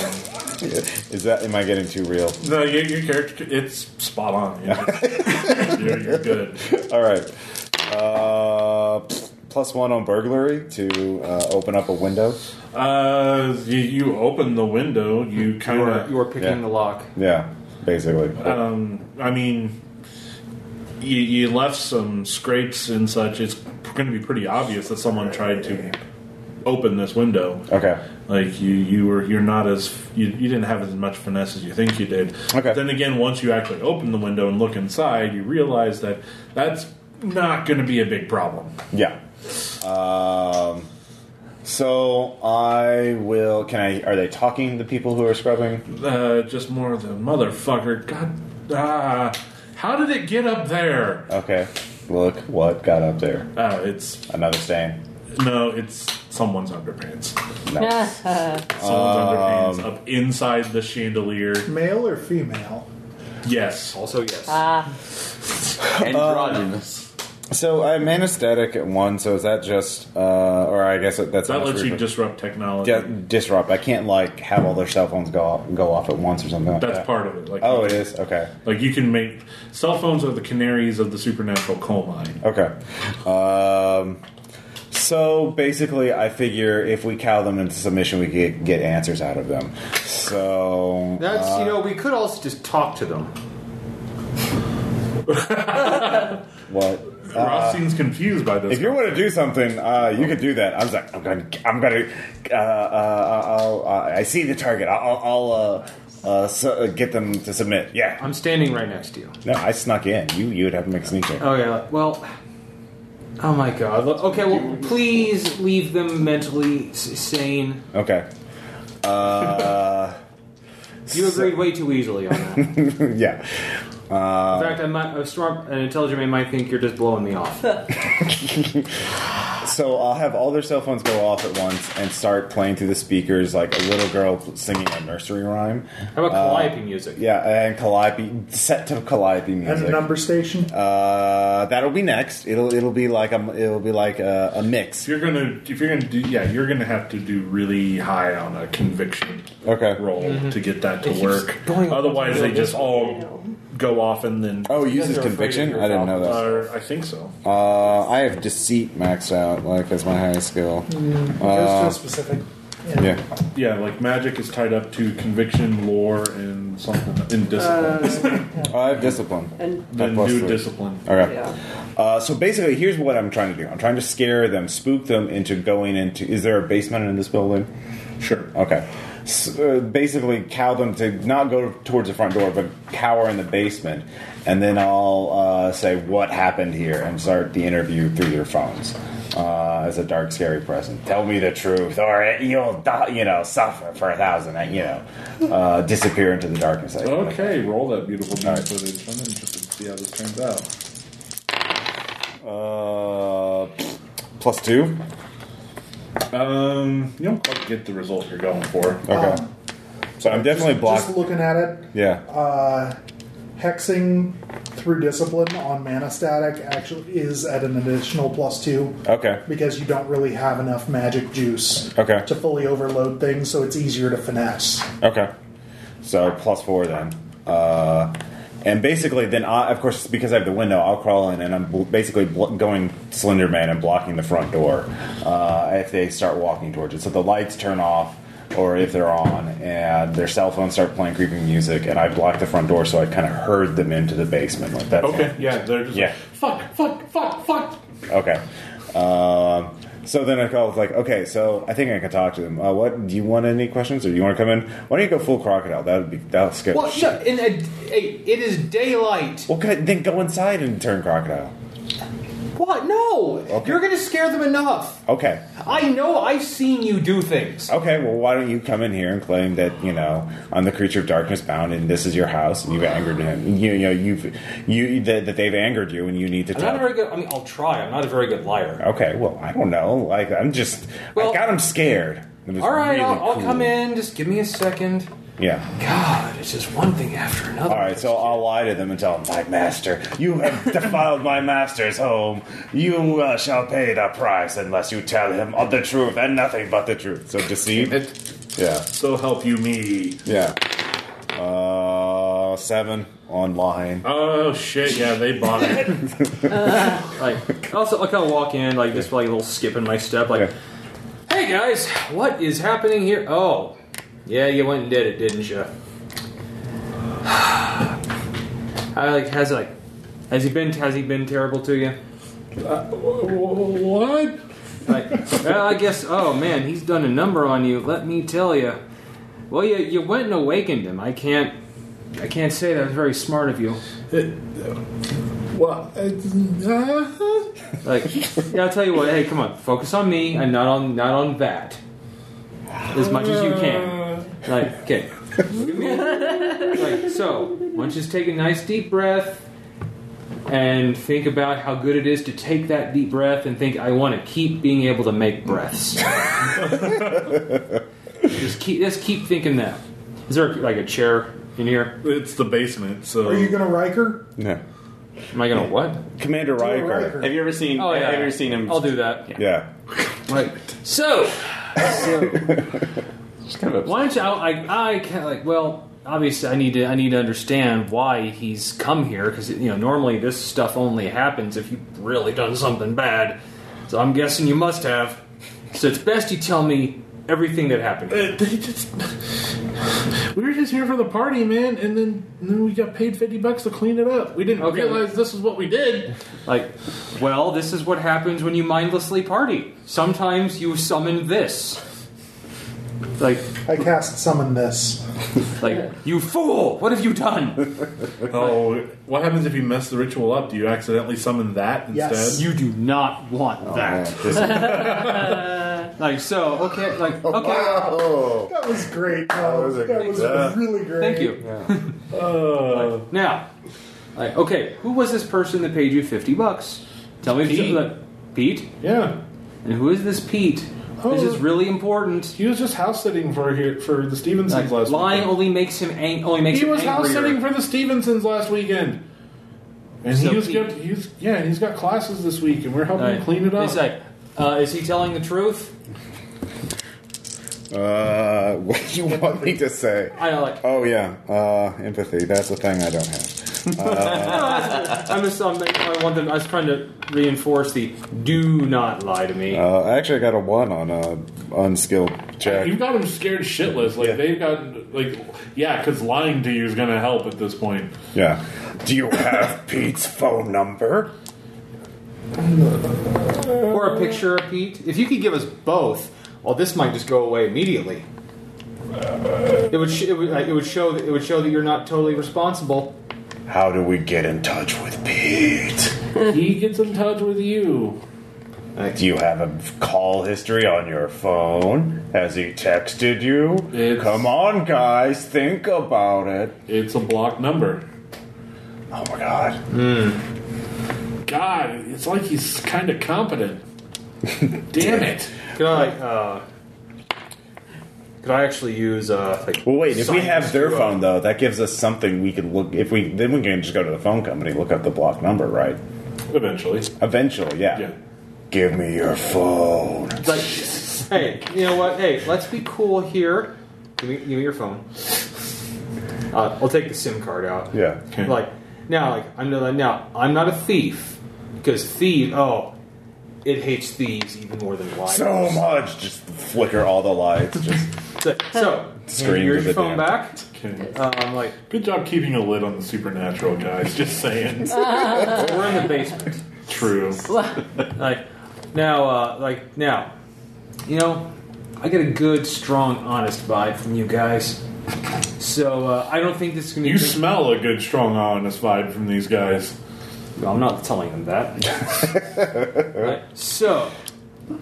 is that? Am I getting too real? No, your, your character, it's spot on. you know. you're, you're good. All right. Uh, plus one on burglary to uh, open up a window. Uh, you, you open the window, you kind You are, of. you are picking Yeah. the lock. Yeah, basically. I mean, you, you left some scrapes and such. It's going to be pretty obvious that someone tried to open this window. okay. Like you, you were you're not as you, you didn't have as much finesse as you think you did. Okay. Then again, once you actually open the window and look inside, you realize that that's not going to be a big problem. Yeah. Um, so I will. Can I? Are they talking to people who are scrubbing? Uh, just more of the motherfucker. God, ah, how did it get up there? Okay. Look what got up there. Uh, it's Another stain. no, it's someone's underpants. Nice. Someone's underpants Um, up inside the chandelier. Male or female? Yes. Also, yes. Androgynous. So I'm anesthetic at one. So is that just, uh, or I guess That that's how lets it's you referred- disrupt technology. Yeah, disrupt. I can't like have all their cell phones go off, go off at once or something. Like That's that. part of it. Like, Oh, it is. Okay. like you can make cell phones are the canaries of the supernatural coal mine. Okay. Um, so basically, I figure if we cow them into submission, we could get answers out of them. So That's you Uh, know we could also just talk to them. what? Ross seems confused by this. Uh, If you want to do something, uh, you could do that. I was like, I'm gonna, I'm gonna, uh, uh, I'll, uh, I see the target. I'll, I'll uh, uh, su- uh, get them to submit. Yeah. I'm standing right next to you. No, I snuck in. You, you would have to make a sneak check. Oh yeah. Well. Oh my god. Look- Okay. Well, please leave them mentally s- sane. Okay. Uh, You agreed way too easily on that. In yeah. fact, I might, a smart and intelligent man might think you're just blowing me off. So I'll have all their cell phones go off at once and start playing through the speakers like a little girl singing a nursery rhyme. How about calliope music? Yeah, and Calliope set to Calliope And music. a number station? Uh, that'll be next. It'll it'll be like a it'll be like a, a If mix. you're gonna, if you're gonna do, yeah, you're gonna have to do really high on a conviction Okay. roll to get that to It keeps work. going up Otherwise, they just all go off and then. Oh, he guys uses are afraid of conviction. your I didn't know that. Uh, I think so. Uh, I have deceit maxed out like as my highest skill. Mm-hmm. Uh, Goes to a specific. Yeah. Yeah, like magic is tied up to conviction, lore, and something in Uh, discipline. I have discipline. And the plus new three. discipline. Okay. yeah. Uh, so basically, here's what I'm trying to do. I'm trying to scare them, spook them into going into. Is there a basement in this building? Sure. Okay. So, uh, basically, cow them to not go towards the front door, but cower in the basement, and then I'll uh, say what happened here and start the interview through their phones uh, as a dark, scary present. Tell me the truth, or you'll die, you know suffer for a thousand. You know, uh, disappear into the darkness. I- Okay, roll that beautiful All night right. footage. I'm interested to see how this turns out. Uh, plus two. Um, you don't quite get the result you're going for. Okay. so I'm definitely blocked. Um, Just looking at it, yeah. uh, hexing through discipline on mana static actually is at an additional plus two okay. because you don't really have enough magic juice Okay. to fully overload things, so it's easier to finesse. Okay. So plus four then. Uh, and basically, then I, of course, because I have the window, I'll crawl in and I'm bl- basically bl- going Slender Man and blocking the front door uh, if they start walking towards it. So the lights turn off, or if they're on, and their cell phones start playing creepy music, and I block the front door so I kind of herd them into the basement. Like that. Okay, yeah, they're just Yeah. like, fuck, fuck, fuck, fuck. Okay. Um, so then I called, like, okay, so I think I can talk to them. Uh, what do you want? Any questions, or do you want to come in? Why don't you go full crocodile? That would be that'll scare. the Well, shit no, in a, a, it is daylight. Well, good, then go inside and turn crocodile. What? No! Okay. You're gonna scare them enough. Okay. I know I've seen you do things. Okay, well, why don't you come in here and claim that you know I'm the creature of darkness bound, and this is your house, and you've angered him. You, you know, you've you that, that they've angered you, and you need to I'm tell. not a very good. I mean, I'll try. I'm not a very good liar. okay, well, I don't know. Like, I'm just Well- I got him scared. It was All right, really I'll, I'll cool. come in. Just give me a second. Yeah. God, it's just one thing after another. All right, so I'll lie to them and tell them, "My master, you have defiled my master's home. You uh, shall pay the price unless you tell him of the truth and nothing but the truth." So deceive. Yeah. So help you me. Yeah. Uh, seven on lying. Oh shit! Yeah, they bought it. Like, also, I kind of walk in, like, just like a little skip in my step, like, hey guys, what is happening here? Oh, yeah, you went and did it, didn't you? I like has like, has he been has he been terrible to you? what? Like, well, I guess. Oh man, he's done a number on you. Let me tell you. Well, you you went and awakened him. I can't. I can't say that was very smart of you. What? Uh, Like, yeah, I'll tell you what. Hey, come on, focus on me and not on not on that. As much as you can. Like, okay. Give me- like, so, why don't you just take a nice deep breath and think about how good it is to take that deep breath and think, I want to keep being able to make breaths. just keep just keep thinking that. Is there like a chair in here? it's the basement. So Are you going to Riker? No. Am I gonna what? Commander Riker. Riker. Have you ever seen? Oh yeah, Have you ever seen him? I'll do that. Yeah. Right. So, so Just kind of a- Why don't you? I, I, I can't, like. Well, obviously, I need to. I need to understand why he's come here because you know normally this stuff only happens if you've really done something bad. So I'm guessing you must have. So it's best you tell me everything that happened. Uh, they just. We were just here for the party, man, and then, and then we got paid fifty bucks to clean it up. We didn't Okay. realize this is what we did. Like, well, this is what happens when you mindlessly party. Sometimes you summon this. Like, I cast summon this. like you fool! What have you done? Oh, what happens if you mess the ritual up? Do you accidentally summon that Yes. instead? You do not want Oh, that. Like so, okay, like okay. Oh. That was great. That was was, a- that was yeah. really great. Thank you. Uh, Now, like, okay, who was this person that paid you fifty bucks? Tell me, Pete. Like, Pete, yeah. and who is this Pete? This is really important. Uh. He was just house sitting for here for the Stevensons Like, last lying weekend. only makes him ang- only makes He him was house angrier. sitting for the Stevensons last weekend. And So he was he- good. He was, yeah, and he's got classes this week, and we're helping Like, him clean it up. It's like, uh, is he telling the truth? Uh, what do you want me to say? I know, like, Oh yeah, uh, empathy. That's the thing I don't have. I'm just, I'm, I want them. I was trying to reinforce the do not lie to me. Uh, I actually got a one on a unskilled check. You got them scared shitless. Like they've got like yeah, because lying to you is gonna help at this point. Yeah. Do you have Pete's phone number? or a picture of Pete. If you could give us both, well, this might just go away immediately. It would, sh- it would, like, it would show that it would show that you're not totally responsible. How do we get in touch with Pete? he gets in touch with you. Do you have a call history on your phone? Has he texted you? It's- Come on, guys, think about it. It's a block number. Oh my god. God, it's like he's kind of competent. Damn it! Could I, uh, could I actually use, uh, like, Well, wait. If we signs have their to, uh, phone though, that gives us something we could look. If we then we can just go to the phone company, look up the block number, right? Eventually, Eventually, yeah. yeah. Give me your phone. it's like, hey, you know what? Hey, let's be cool here. Give me, give me your phone. Uh, I'll take the SIM card out. Yeah. Like now, like I'm not, now I'm not a thief because thief. Oh, it hates thieves even more than liars. So much. Just flicker all the lights. Just So, so here's Screams of your the phone damned. back. Okay. Um, like Good job keeping a lid on the supernatural, guys. Just saying. we're in the basement. True. Like now, uh, like now, you know, I get a good, strong, honest vibe from you guys. So uh, I don't think this is gonna be. You smell a good, strong, honest vibe from these guys. Well, I'm not telling them that. Right, So, I'm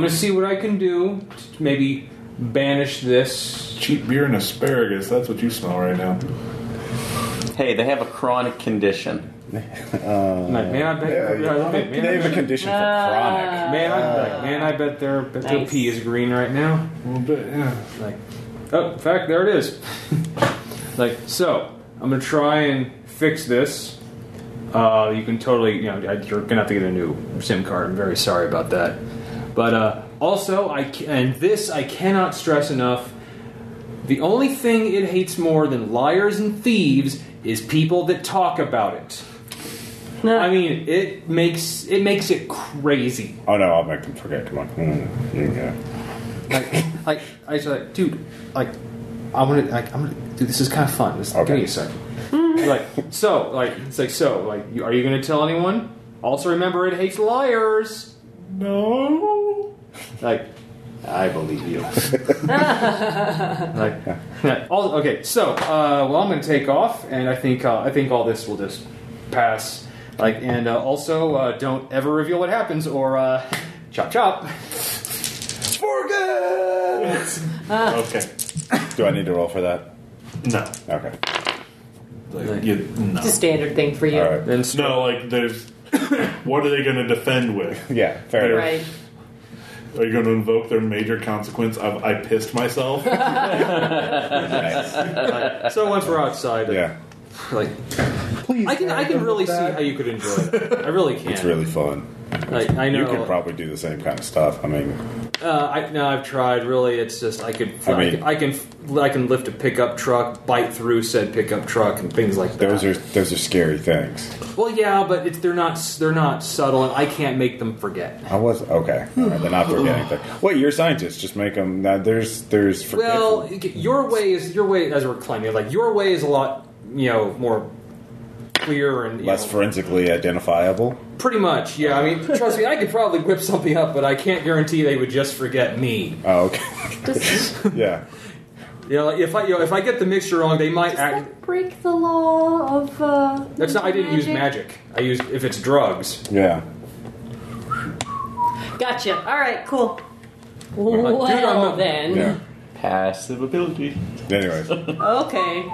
going to see what I can do to maybe banish this. Cheap beer and asparagus. That's what you smell right now. Hey, they have a chronic condition. Like, man, I bet. Yeah, like, they man, they have a Uh, condition for chronic. man, I, like, man, I bet their bet their Nice. pee is green right now. A little bit, yeah. Like, oh, in fact, there it is. like, so I'm gonna try and fix this. Uh, you can totally, you know, I- you're gonna have to get a new SIM card. I'm very sorry about that. But uh, also, I ca- and this I cannot stress enough. The only thing it hates more than liars and thieves is people that talk about it. No. I mean, it makes it makes it crazy. Oh no, I'll make them forget. Come on. Mm, here you go. Like, like I just like, dude, like, I'm gonna, like, I'm gonna, dude, this is kind of fun. Just Okay. Give me a second. like, so, like, it's like, so, like, you, are you gonna tell anyone? Also, remember, it hates liars. No. Like, I believe you. like, all, okay, so, uh, well, I'm gonna take off, and I think, uh, I think all this will just pass. Like, and uh, also, uh, don't ever reveal what happens, or uh, chop chop. okay. Do I need to roll for that? No. Okay. Like, you, no. It's a standard thing for you. All right. Then No, like there's. what are they going to defend with? Yeah. Fair enough. Right. Are you going to invoke their major consequence of I pissed myself? Nice. so once we're outside, Yeah. like Please, I can I Eric, can don't really do see that. how you could enjoy that. I really can. It's really fun. like I know. You could probably do the same kind of stuff. I mean, uh, I, no, I've tried. Really, it's just I could. I I, mean- can, I can I can lift a pickup truck, bite through said pickup truck, and things like that. those are those are scary things. well, yeah, but it's, they're not they're not subtle, and I can't make them forget. I was okay. All right, they're not forgetting things. Wait, you're a scientist. Just make them. Now, there's there's forgetful- Well, your way is your way as we're climbing. Like your way is a lot you know more clear and you less know, forensically identifiable. Pretty much, yeah. I mean, trust me, I could probably whip something up, but I can't guarantee they would just forget me. Oh, okay. Just, yeah. You know, if I you know, if I get the mixture wrong, they might does act. that break the law of? Uh, That's not. I didn't use magic. I used if it's drugs. Yeah. Gotcha. All right. Cool. I'm Well a- then. Yeah. Passive ability. Anyways, Okay.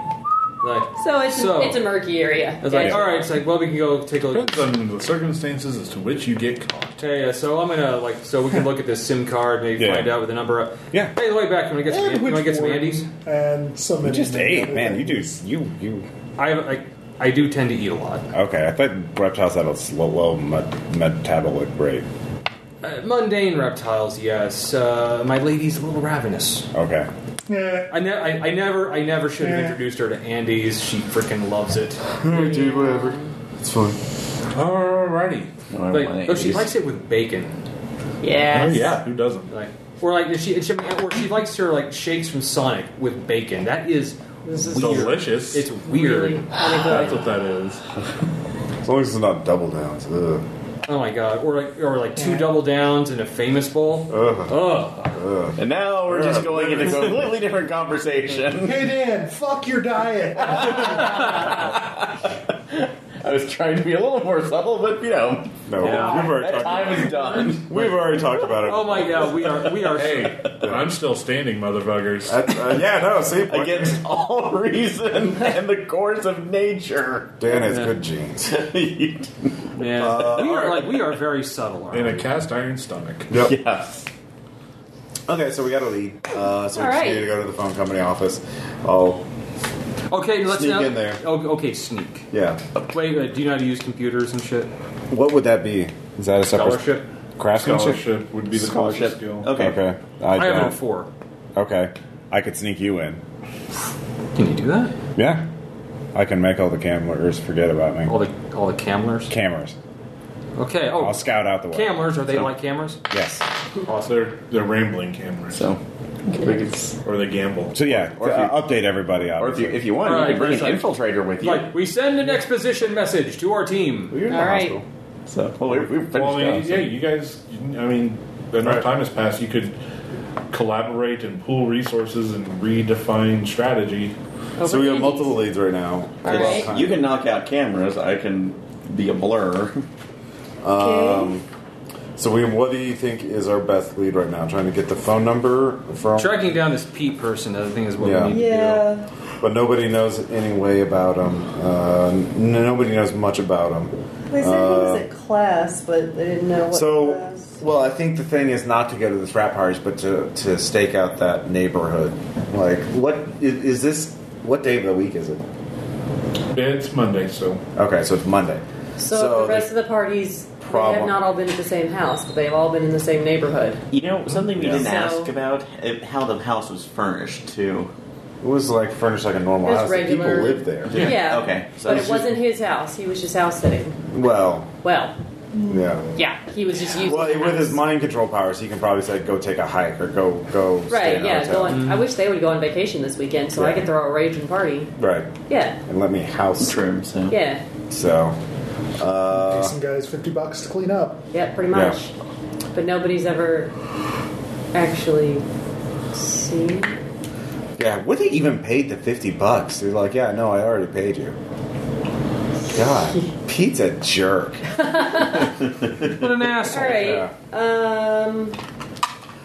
Like, So it's So- it's a murky area. I was like, Gotcha. all right. It's like, well, we can go take a look. Depends on the circumstances as to which you get caught. Hey, uh, so I'm gonna like, so we can look at this SIM card, maybe Yeah. find out with the number. Up. Yeah. Hey, the way back, can we get some? And Can we which get some one? Andes? And some you just Indian ate, man. You do you you. I like, I do tend to eat a lot. Okay, I thought reptiles had a slow, low met- metabolic rate. Uh, mundane reptiles, yes. Uh, my lady's a little ravenous. Okay. Yeah. I, ne- I, I never I never should have Yeah. introduced her to Andy's. She freaking loves it. dude, whatever. It's fine. Alrighty. Like, oh, she likes it with bacon. oh, Yes. Yeah, who doesn't? Like, or like she, she or she likes her like shakes from Sonic with bacon. That is This is weird. Delicious. It's weird. really That's anecdotal. what that is. As long as it's not double downs. Ugh. Oh my god. Or like or like two double downs and a famous bowl. Ugh. Ugh. And now we're just going into a completely different conversation. Hey Dan, fuck your diet. I was trying to be a little more subtle, but you know, No, Yeah. we've already talked. time is done. We've already talked about it. Oh my god. We are we are. Hey, I'm still standing, motherfuckers. That's, uh, yeah, no. See, Against all reason and the course of nature. Dan has good genes. man, we are like we are very subtle. Aren't In we? a cast iron stomach. yes. Okay, so we got a lead. Uh, so we All just right. need to go to the phone company office. Oh, Okay, let's Sneak now- in there. Oh, okay, sneak. yeah. Wait, uh, do you know how to use computers and shit? What would that be? Is that a separate Scholarship. craftsmanship? Scholarship would be the Scholarship. closest skill. Okay. Okay, I I have it don't. at four. Okay, I could sneak you in. Can you do that? Yeah, I can make all the cameras forget about me. All the all the camlers. Cameras. Okay. Oh, I'll scout out the way. camlers. Are they like cameras? Yes. Also, they're, they're rambling cameras. So, Or they gamble. So yeah, Or if you- uh, update everybody. or if Obviously. you, if you want, All you right, can bring an very infiltrator with you. Like we send an exposition message to our team. You're in the All right. hospital. so, well, we're, we're finished. Well, I now, mean, so- yeah, you guys, I mean, enough time has passed. You could collaborate and pool resources and redefine strategy. Over So we have Andes. multiple leads right now. All right. You can knock out cameras. I can be a blur. Um, so, we, what do you think is our best lead right now? Trying to get the phone number from. Tracking down this Pete person, I think, is what Yeah. we need to Yeah. But nobody knows any way about him. Uh, n- nobody knows much about him. They said he was at class, but they didn't know what Uh, So, class. well, I think the thing is not to go to the frat parties, but to, to stake out that neighborhood. Like, what is, is this? What day of the week is it? It's Monday, so Okay, so it's Monday. So, so the rest of the parties, they Problem. have not all been at the same house, but they've all been in the same neighborhood. You know, something we didn't So- ask about uh, how the house was furnished too. It was like furnished like a normal It was house. The regular. People live there. Yeah. Okay, so but it's it wasn't his house. He was just house sitting. Well, Well, yeah. yeah, he was just using. Well, the with his house. mind control powers, he can probably say, "Go take a hike" or "Go go." stay Right, in a yeah. hotel." Go on, I wish they would go on vacation this weekend so I Yeah. could throw a raging party. Right, Yeah, and let me house. True. So yeah, So, Pay uh, some guys fifty bucks to clean up. yeah, pretty Yeah. much. But nobody's ever actually seen. yeah, would they even paid the fifty bucks? They're like, "Yeah, no, I already paid you." God, Pete's a jerk. do. What an asshole. All right. Um.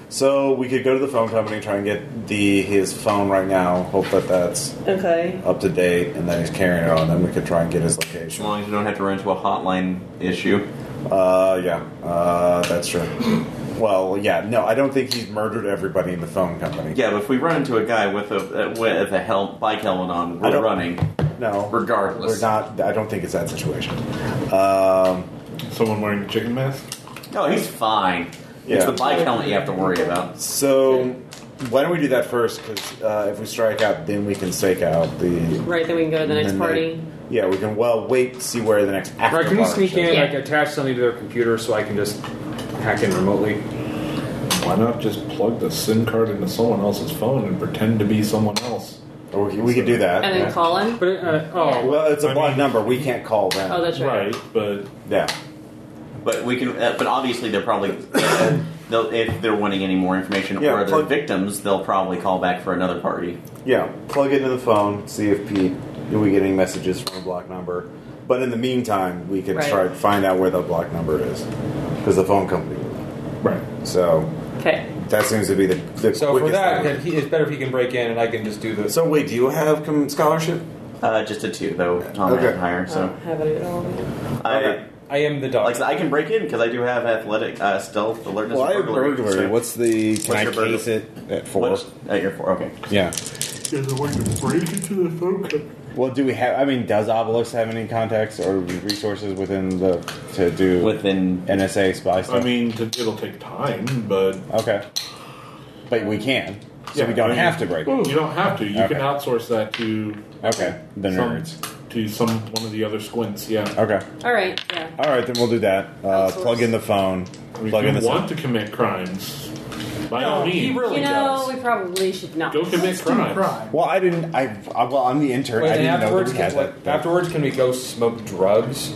So we could go to the phone company, try and get the his phone right now. Hope that that's Okay. up to date, and then he's carrying it on. Then we could try and get his as location. long as you don't have to run into a hotline issue. Uh, yeah, uh, that's true. Well, yeah, no, I don't think he's murdered everybody in the phone company. Yeah, but if we run into a guy with a uh, with a hel- bike helmet on, I we're don't- running. no, Regardless. we're not. I don't think it's that situation. Um, someone wearing a chicken mask. No, he's fine. Yeah. It's the bike helmet you have to worry about. so why don't we do that first? Because uh, if we strike out, then we can stake out the. Right. Then we can go to the next then they- party. yeah, we can. Well, wait, see where the next. After Right, can we party sneak is. in, Yeah. like, attach something to their computer so I can just hack in remotely? Why not just plug the SIM card into someone else's phone and pretend to be someone else? Or we, we could do that. And yeah. then Colin. But, uh, oh, Well, it's a I block mean- number. We can't call them. Oh, that's right. Right, but yeah. But we can. Uh, but obviously, they're probably. Uh, they'll, if they're wanting any more information Yeah, or they're plug- victims, they'll probably call back for another party. Yeah. Plug into the phone, see if Pete, do we get any messages from a block number? But in the meantime, we can Right. try to find out where the block number is. Because the phone company will know. right. So Okay. that seems to be the, the so for quickest that, thing. then he, it's better if he can break in and I can just do this. So wait, do you have com- scholarship? Uh, just a two, though. Tom Okay. had higher, I don't so have it at all. man. I. Okay. I am the dog. Like I said, I can break in because I do have athletic, uh, stealth, alertness, and burglary. So- What's the? Can What's I your burglar- case it at four? What, at your four, okay. Yeah. There's a way to break into the phone company. Well, do we have? I mean, does Obelisk have any contacts or resources within the to do Within NSA spy stuff? I mean, t- it'll take time, but okay, but we can, so Yeah, we don't I mean, have to break. it. You don't have to. You Okay. can outsource that to Okay, the nerds. some, to some one of the other squints. Yeah. Okay, All right. Yeah. all right, then we'll do that. Uh, Outsource. plug in the phone. If plug you in the want to commit crimes, by all means, you know, we probably should not. go commit Do crimes. crime. Well, I didn't. I I- well, I'm the intern. Wait, I and didn't know afterwards, that we had can, that. what, afterwards, can we go smoke drugs?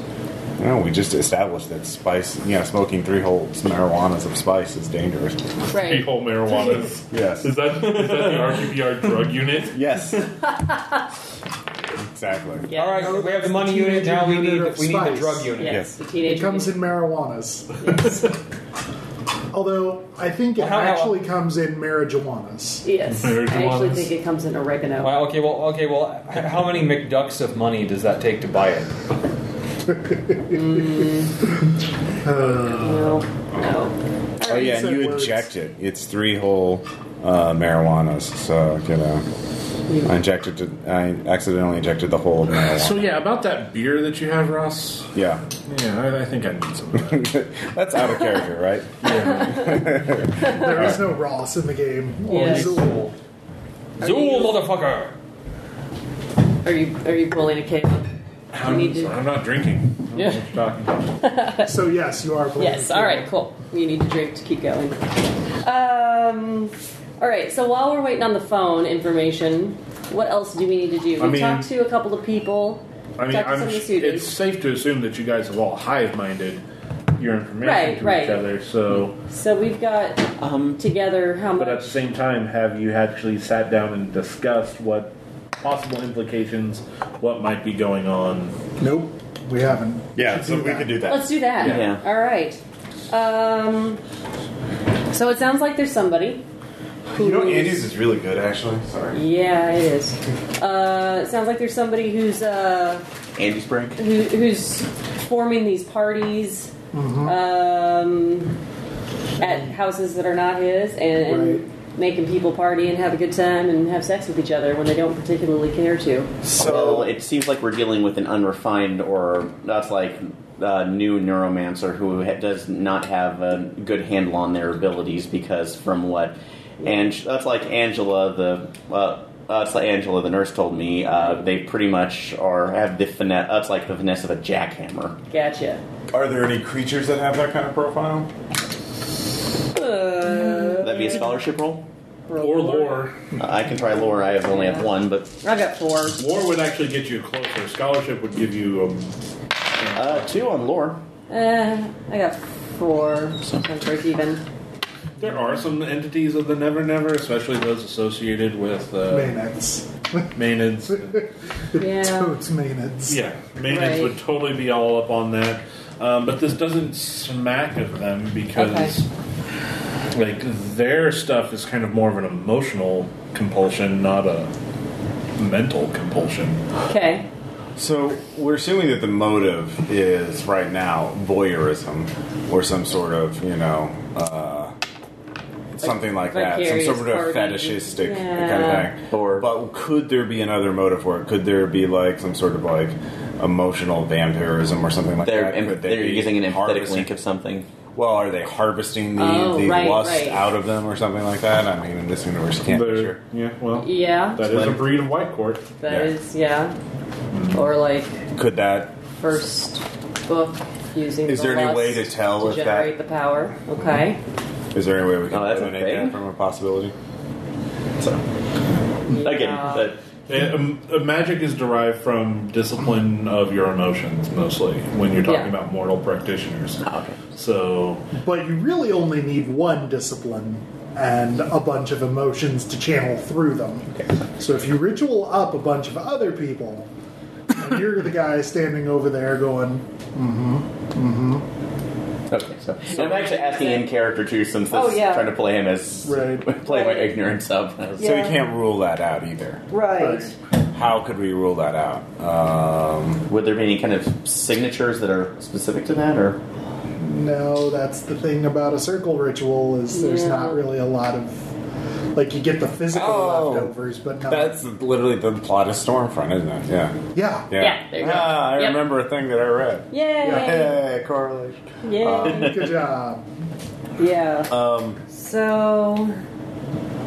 No, we just established that spice. You know, smoking three whole marijuanas of spice is dangerous. Three Right. whole marijuanas. Yes. Is that is that the RQBR drug unit? Yes. exactly. Yeah. All right, we have the money Teenager unit. Now we unit need of we need the spice. drug unit. Yes. Yes. The It teenager. comes in marijuanas. Yes. Although I think it Well, how- how- actually comes in marijuanas. yes. I actually Marijuanas. think it comes in oregano. Well, okay, well, okay, well, h- how many McDucks of money does that take to buy it? No. No. Oh yeah, and you Words. inject it. It's three whole uh, marijuanas. So you know, I injected. To, I accidentally injected the whole of marijuana. So yeah, about that beer that you have, Ross. yeah, Yeah, I, I think I need some. Of that. that's out of character, right? There is no Ross in the game. Only Yes. Zool. Zool, motherfucker! Are you are you pulling a Caleb? You need to. I'm not drinking. Yeah. So yes, you are. Yes. All right. Cool. You need to drink to keep going. Um. All right. So while we're waiting on the phone information, what else do we need to do? We I mean- talked to a couple of people. I mean, talked to I'm, some of the it's students. safe to assume that you guys have all hive-minded your information Right, to right. each other. So, So we've got Um, together how but at the much? same time, have you actually sat down and discussed what possible implications, what might be going on? Nope. We haven't. Yeah, so do we that. could do that. Let's do that. Yeah. All right. Um, so it sounds like there's somebody. Who's, You know, Andy's is really good, actually. Sorry. Yeah, it is. Uh, it sounds like there's somebody who's uh, Andy's break. who, who's forming these parties um, at houses that are not his and, and making people party and have a good time and have sex with each other when they don't particularly care to. So, well, it seems like we're dealing with an unrefined or that's like uh, new neuromancer who ha- does not have a good handle on their abilities because from what and that's like Angela the uh, that's like Angela the nurse told me uh, they pretty much are have the finesse that's like the finesse of a jackhammer. Gotcha. are there any creatures that have that kind of profile? Uh, Would that be a scholarship roll? Or lore. Uh, I can try lore. I have only have one, but I've got four. Lore would actually get you closer. Scholarship would give you. Um, uh, two on lore. Uh, I got four. Sometimes break even. there are some entities of the Never Never, especially those associated with uh, Maenads. Maenads. Yeah. Toads Maenads. Yeah, Maynards Right. would totally be all up on that. Um, but this doesn't smack of them because, like, their stuff is kind of more of an emotional compulsion, not a mental compulsion. Okay. So we're assuming that the motive is right now voyeurism, or some sort of you know uh, something like that, some vicarious sort of party. fetishistic Yeah. kind of thing. Or- but could there be another motive for it? Could there be like some sort of like emotional vampirism or something like They're that? Uh, Could they they're be using an empathetic harvesting- link of something. Well, are they harvesting the, Oh, the right, lust right. out of them or something like that? I mean, in this universe, you can't be sure. Yeah, well, Yeah. that is a breed of white court. That Yeah. is yeah. Or like Could that? first book using. Is the there any lust way to tell to if that- generate the power? Okay. Is there any way we can Oh, that's a eliminate thing? that from a possibility? Mm-hmm. Again, Yeah. but Uh, um, uh, magic is derived from discipline of your emotions mostly when you're talking Yeah. Ah, about mortal practitioners. okay. So But you really only need one discipline and a bunch of emotions to channel through them. So if you ritual up a bunch of other people, and you're the guy standing over there going, Okay, so, and I'm actually asking in character too, since this Oh, yeah. trying to play him as Right. play my Right. ignorance up. As, So Yeah. we can't rule that out either. Right. How could we rule that out? Um, Would there be any kind of signatures that are specific to that, or No, that's the thing about a circle ritual is there's Yeah. not really a lot of like you get the physical Oh, leftovers, but not that's literally the plot of Stormfront, isn't it? Yeah. yeah. Yeah, there you go. Ah, I Yep. remember a thing that I read. Yay! Hey, correlation. Yay! Good job. yeah. Um, So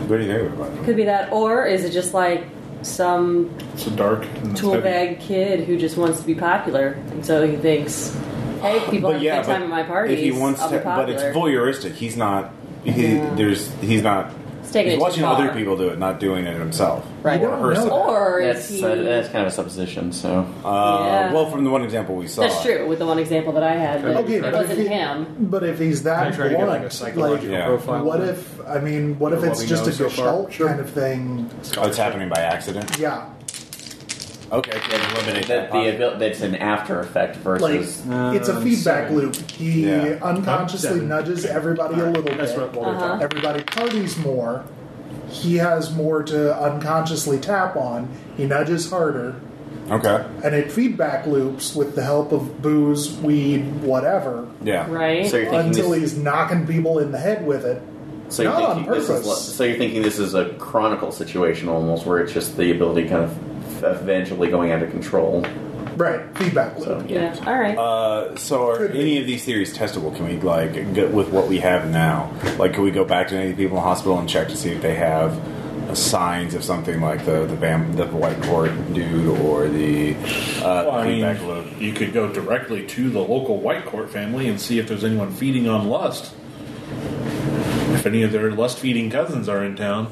what do you think about it? could be that, or is it just like some it's a dark and it's tool heavy. bag kid who just wants to be popular, and so he thinks, "Hey, people have a good time at my parties. if he wants I'll to, be popular." but it's voyeuristic. He's not. He, Yeah. There's. He's not. It's taking he's it too watching far. other people do it, not doing it himself. Right. Or don't know herself. that. or is that's he? uh, that's kind of a supposition. So Uh, Yeah. Well, from the one example we saw, that's true. With the one example that I had, but Okay, it but if wasn't he- him. But if he's Can I that try to get like a blunt, psychological Yeah. profile. what if I mean, what if What it's we just a know so far. gestalt kind of thing? Oh, it's happening by accident. Yeah, Okay, can eliminate that. that the possibility. abil- that's an after effect like versus it's a Um, feedback seven. loop. He Yeah. unconsciously Seven. nudges everybody a little That's bit. what Walter Uh-huh. talked everybody parties more. He has more to unconsciously tap on. He nudges harder, Okay. and it feedback loops with the help of booze, weed, whatever, Yeah. Right. so you're thinking until this, he's knocking people in the head with it. so you're not on thinking this is purpose. lo- so you're thinking this is a chronicle situation almost where it's just the ability kind of eventually going out of control. Right, feedback loop. So yeah. yeah. All right. Uh, so are Could be. any of these theories testable? Can we like get with what we have now? Like, can we go back to any of the people in the hospital and check to see if they have uh, signs of something like the the, bam, the white court dude or the uh, Well, I feedback loop? mean, you could go directly to the local White Court family and see if there's anyone feeding on lust. If any of their lust feeding cousins are in town,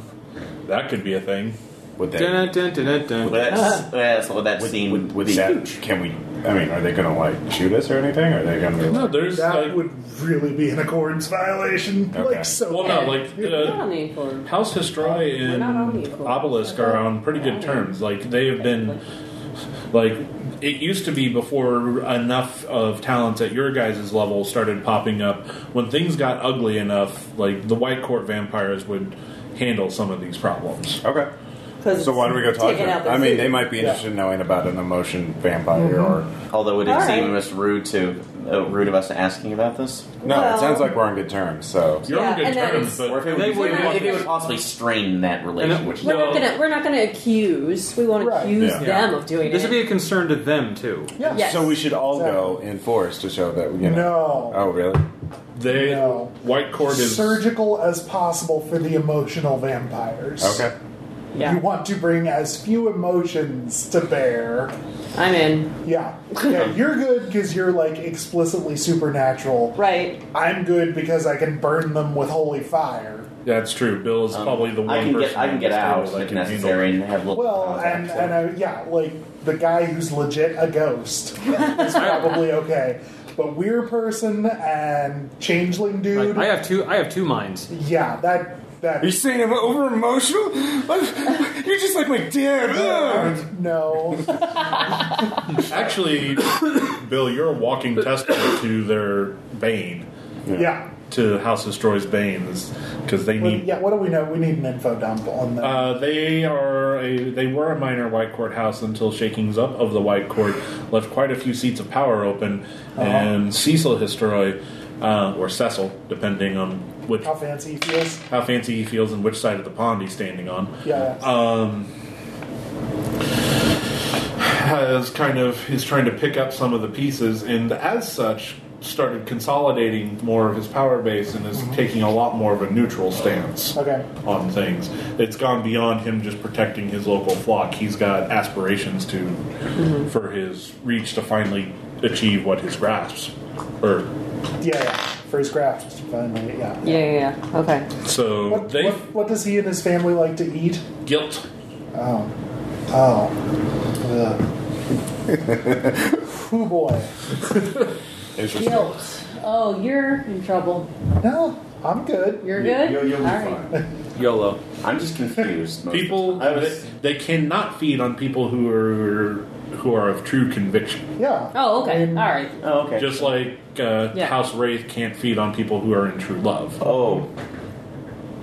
that could be a thing. Would that Dun, dun, dun, dun, dun. Well, Uh-huh. that's, that's what that would, scene would, would be. that can we? I mean, are they going to like shoot us or anything? Are they going to be No, like? there's That like, would really be an accordance violation. Okay. Like so. well, no, like We're not on uh, the uniform. House Histoire We're not on the and equal. Obelisk are on pretty good terms. Like they have been Like it used to be before enough of talents at your guys' level started popping up. When things got ugly enough, like the White Court vampires would handle some of these problems. Okay. Because So why don't we go talk to Taking out them? the I mean, food. they might be interested in knowing about an emotion vampire Although it did All seem right. us rude to uh, rude of us asking about this. or no. Well- it sounds like we're on good terms. So You're Yeah, on good and that terms, is- but Or if it, They would, wouldn't if want it us- would possibly strain that relation, which We're No. not gonna we're not gonna accuse. We won't Right. accuse Yeah. them of doing This it. would be a concern to them too. Yeah. Yes. so we should all go in force to show that you know. No. Oh really? they No. White Court is Surgical as possible for the emotional vampires. Okay. yeah. You want to bring as few emotions to bear. I'm in. Yeah. Yeah, you're good because you're like explicitly supernatural. Right. I'm good because I can burn them with holy fire. That's true. Bill is um, probably the one I can person get I can on get this table out that if can handle necessary and have little Well, and, contact. and I, yeah, like the guy who's legit a ghost is probably okay. But weird person and changeling dude, Like, I have two. I have two minds. yeah, that that You're saying I'm over emotional? You're just like my dad. Ugh. no, Actually, Bill, you're a walking testament to their Bane, yeah. to House Destroys Bane, because they Well, need. yeah, what do we know? We need an info dump on that. Uh, they are a they were a minor White Court house until shakings up of the White Court left quite a few seats of power open, and Cecil Histroy, uh, or Cecil, depending on which How fancy he feels. how fancy he feels and which side of the pond he's standing on, Yeah. uh, has kind of is trying to pick up some of the pieces and as such started consolidating more of his power base and is taking a lot more of a neutral stance Okay. on things. It's gone beyond him just protecting his local flock. He's got aspirations to Mm-hmm. for his reach to finally achieve what his grasps or yeah, yeah. For his craft, finally, yeah. Yeah, yeah, yeah. Okay. so What, they what, what does he and his family like to eat? guilt Oh. Oh. Ugh. Hoo boy. Interesting. Guilt. Oh, you're in trouble. No, I'm good. You're You- good. You'll, you'll be All right. fine. YOLO. I'm just confused. most of the people time. I was, they, they cannot feed on people who are who are of true conviction. Yeah. Oh, okay. All right. oh, okay. Just like uh, Yeah. House Wraith can't feed on people who are in true love. oh,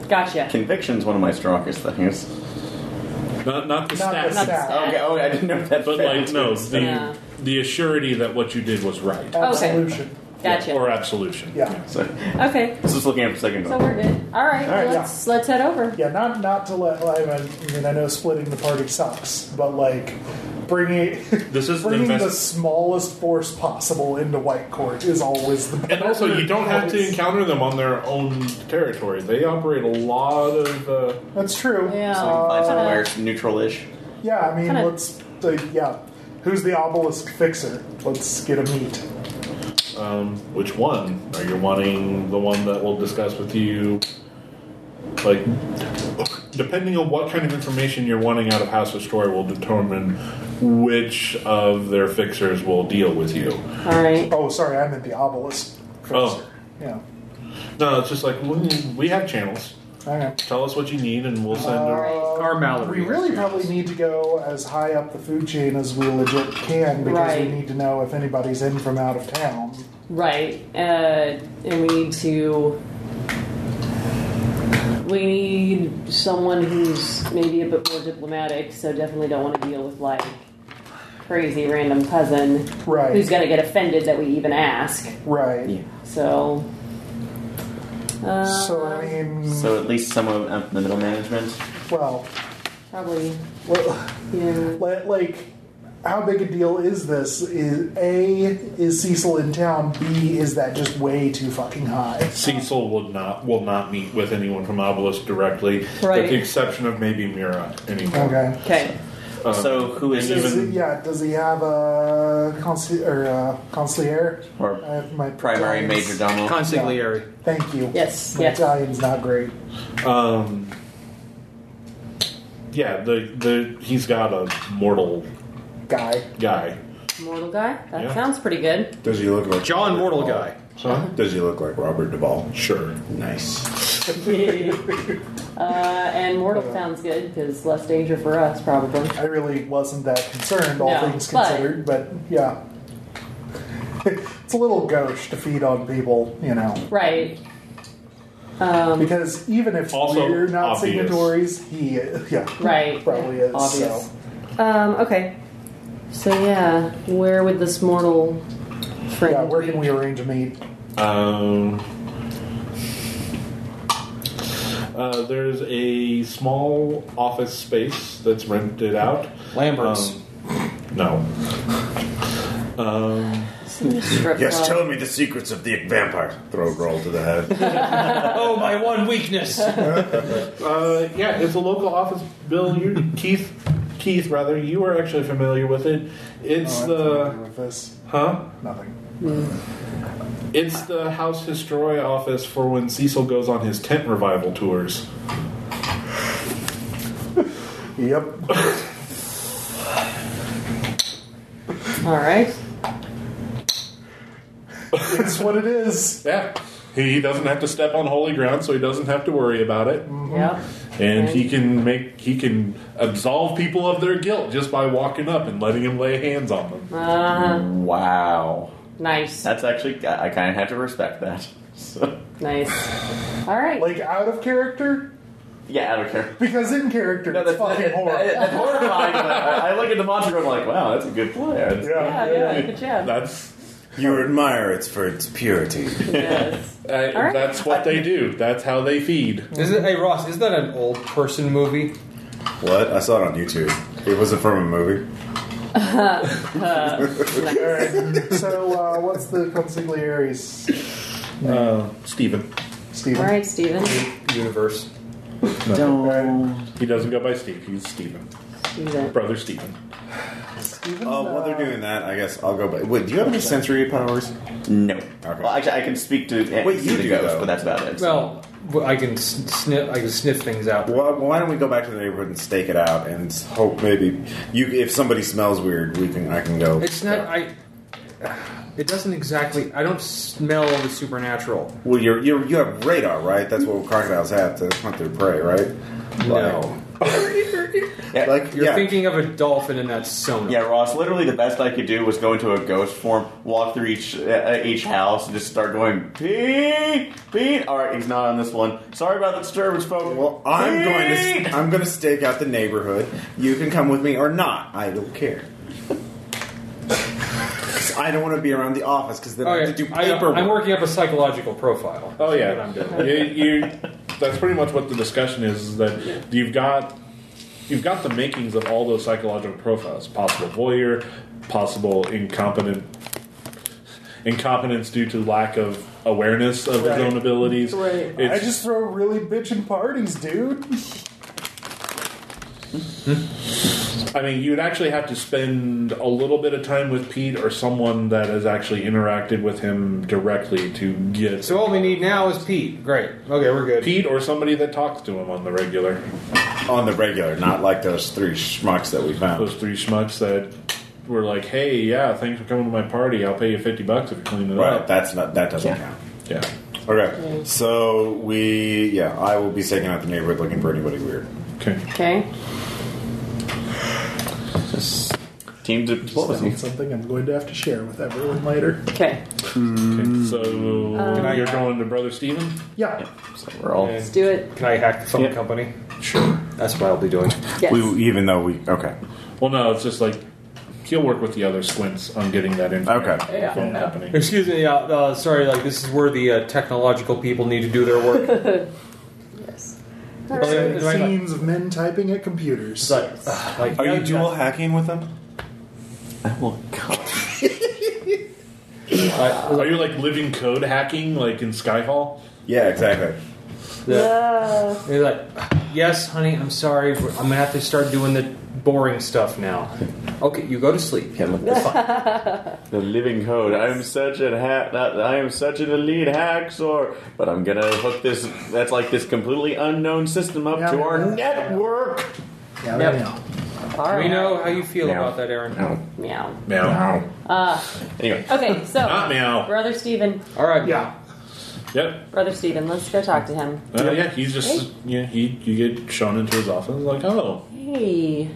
Gotcha. conviction's one of my strongest things. Not, not the Not the stats, stat. Okay, oh, I didn't know that. but like no, the Yeah. the assurity that what you did was right Absolution. Gotcha. or absolution. Yeah. So, Okay. I was just looking up for a second. So we're good. All right. right, let's let's head over. Yeah, not not to let. I mean, I mean, I know splitting the party sucks, but like bringing This is the bringing the, best- smallest force possible into White Court is always the best. And also, you don't have to encounter them on their own territory. They operate a lot of. Uh, That's true. Yeah. So we can find somewhere Uh, neutral-ish. Yeah, I mean, Kinda- let's. Uh, yeah, who's the obelisk fixer? Let's get a meet. um, which one are you wanting? The one that we'll discuss with you, like depending on what kind of information you're wanting out of House of Story, will determine which of their fixers will deal with you. All right. Oh, sorry, I meant the obelisk fixer. Oh. Yeah. No, it's just like we- we have channels. All right. Tell us what you need, and we'll send. All a- right. Or Mallory. We really probably need to go as high up the food chain as we legit can because Right. we need to know if anybody's in from out of town. Right. Uh, and we need to. We need someone who's maybe a bit more diplomatic, so definitely don't want to deal with like crazy random cousin Right. who's going to get offended that we even ask. Right. So. Uh, So I mean, So at least some of up in the middle management. well, probably. well, Yeah. li- like, how big a deal is this? Is a is Cecil in town? B is that just way too fucking high? Cecil will not will not meet with anyone from Obelisk directly, with Right. the exception of maybe Mira anymore. Okay. Okay. Uh, so who is Does even he- yeah, does he have a conci- or a concierge? Or I have my primary Italian's- major domo? Consigliere. Thank you. Yes, my yes. Italian's not great. Um, yeah, the the he's got a mortal Guy, guy. Mortal guy? That Yeah. sounds pretty good. Does he look like John Robert Mortal Duvall? Guy. Huh? Does he look like Robert Duvall? Sure. Nice. uh, and mortal sounds good because less danger for us probably. I really wasn't that concerned, all No, things but- considered, but, yeah. it's a little gauche to feed on people, you know. Right. Um, Because even if Also we're not obvious. signatories, he, yeah. right. Probably is. Obvious. So. Um, okay. So yeah, where would this mortal friend? Yeah, where be? can we arrange a meet? Um, uh, there's a small office space that's rented out. Lambert's. Um, no. Um, Strip Yes, club. tell me the secrets of the vampire. Throw a roll to the head. oh, my one weakness. uh, yeah, it's a local office. Bill, you, Keith, Keith, rather, you are actually familiar with it. It's Oh, I'm familiar the with this. huh? Nothing. It's the House Historia office for when Cecil goes on his tent revival tours. Yep. All right. it's what it is. Yeah. He he doesn't have to step on holy ground, so he doesn't have to worry about it. Yeah. And he Right. can make he can absolve people of their guilt just by walking up and letting him lay hands on them. Uh, Wow. nice. That's actually, I kind of have to respect that. So, Nice. All right. Like out of character? yeah, I don't care. Because in character, No, it's that's fucking that- horrible. that- that's horrifying. but I, I look at the mantra and I'm like, wow, that's a good player. It's- yeah. yeah, yeah. Good job. That's you admire it for its purity. Yes. uh, that's what they do. That's how they feed. Is it? Hey Ross, is that an old person movie? What? I saw it on YouTube. It wasn't from a movie. Alright, so uh, what's the consigliaries, Uh, Steven. All Stephen? right, Steven. Universe. He doesn't go by Steve. He's Steven. Steven. Brother Steven. Stephen, Uh, while they're doing that, I guess I'll go back. Wait, do you have any sensory powers? No. Well, actually, I can speak to eh, Wait, see you the do, ghost, though. but that's about it. Well, w- I can sn- sniff. I can sniff things out. Why, why don't we go back to the neighborhood and stake it out and s- hope maybe you if somebody smells weird, we can I can go. It's not. I. It doesn't exactly. I don't smell the supernatural. well, you're, you're you have radar, right? That's what crocodiles have to hunt their prey, right? No. Yeah, Like, like You're yeah. thinking of a dolphin, and that's sonar. yeah, Ross. Literally, the best I could do was go into a ghost form, walk through each uh, each house, and just start going, Pete, Pete. All right, he's not on this one. Sorry about the disturbance, folks. well, I'm going to Pete! s- I'm going to stake out the neighborhood. You can come with me or not. I don't care. 'Cause I don't want to be around the office because then I Okay, have to do I, paperwork. am working up a psychological profile. Oh That's yeah, what I'm doing. You- you- that's pretty much what the discussion is. Is that you've got you've got the makings of all those psychological profiles: possible voyeur, possible incompetent, incompetence due to lack of awareness of Right. his own abilities. Right. It's, I just throw really bitchin' parties, dude. I mean, you'd actually have to spend a little bit of time with Pete or someone that has actually interacted with him directly to get So all we need now is Pete. Great. Okay, we're good. Pete or somebody that talks to him on the regular. on the regular, not like those three schmucks that we found. those three schmucks that were like, "Hey, yeah, thanks for coming to my party. I'll pay you fifty bucks if you clean it Right, up." that's not that doesn't count. Yeah. Okay, so we yeah, I will be staking out the neighborhood looking for anybody weird. Okay. Okay. Team diplomacy. Something I'm going to have to share with everyone later. Okay. okay. So you're going to Brother Steven? Yeah. So we're all. Let's do it. Can I hack the phone company? Sure. That's what I'll be doing. Yes. We even though we okay Well, no, it's just like he'll work with the other squints on getting that information. Okay. from Phone company. Excuse me. Uh, uh, sorry. Like this is where the uh, technological people need to do their work. Yes. Okay, do I- Scenes of men typing at computers. Like, uh, like, Are yeah, you dual yeah. hacking with them? Oh, God. Uh, Are you like living code hacking, like in Skyfall? Yeah, exactly. the- Uh, You're like, yes, honey, I'm sorry. but I'm gonna have to start doing the boring stuff now. Okay, you go to sleep. Yeah, look, it's fine. the living code. I am such a hack. I am such an elite hacksaw. But I'm gonna hook this. That's like this completely unknown system up Yeah. to our network. Yeah, I Yep. know. all right. We know how you feel Now. about that, Aaron. No. Meow. Meow. Anyway. Okay, so Not meow. brother Steven. All right. Yeah. Yep. Brother Stephen, let's go talk to him. Uh, yeah, he's just yeah. He you get shown into his office. Like, oh, Hey.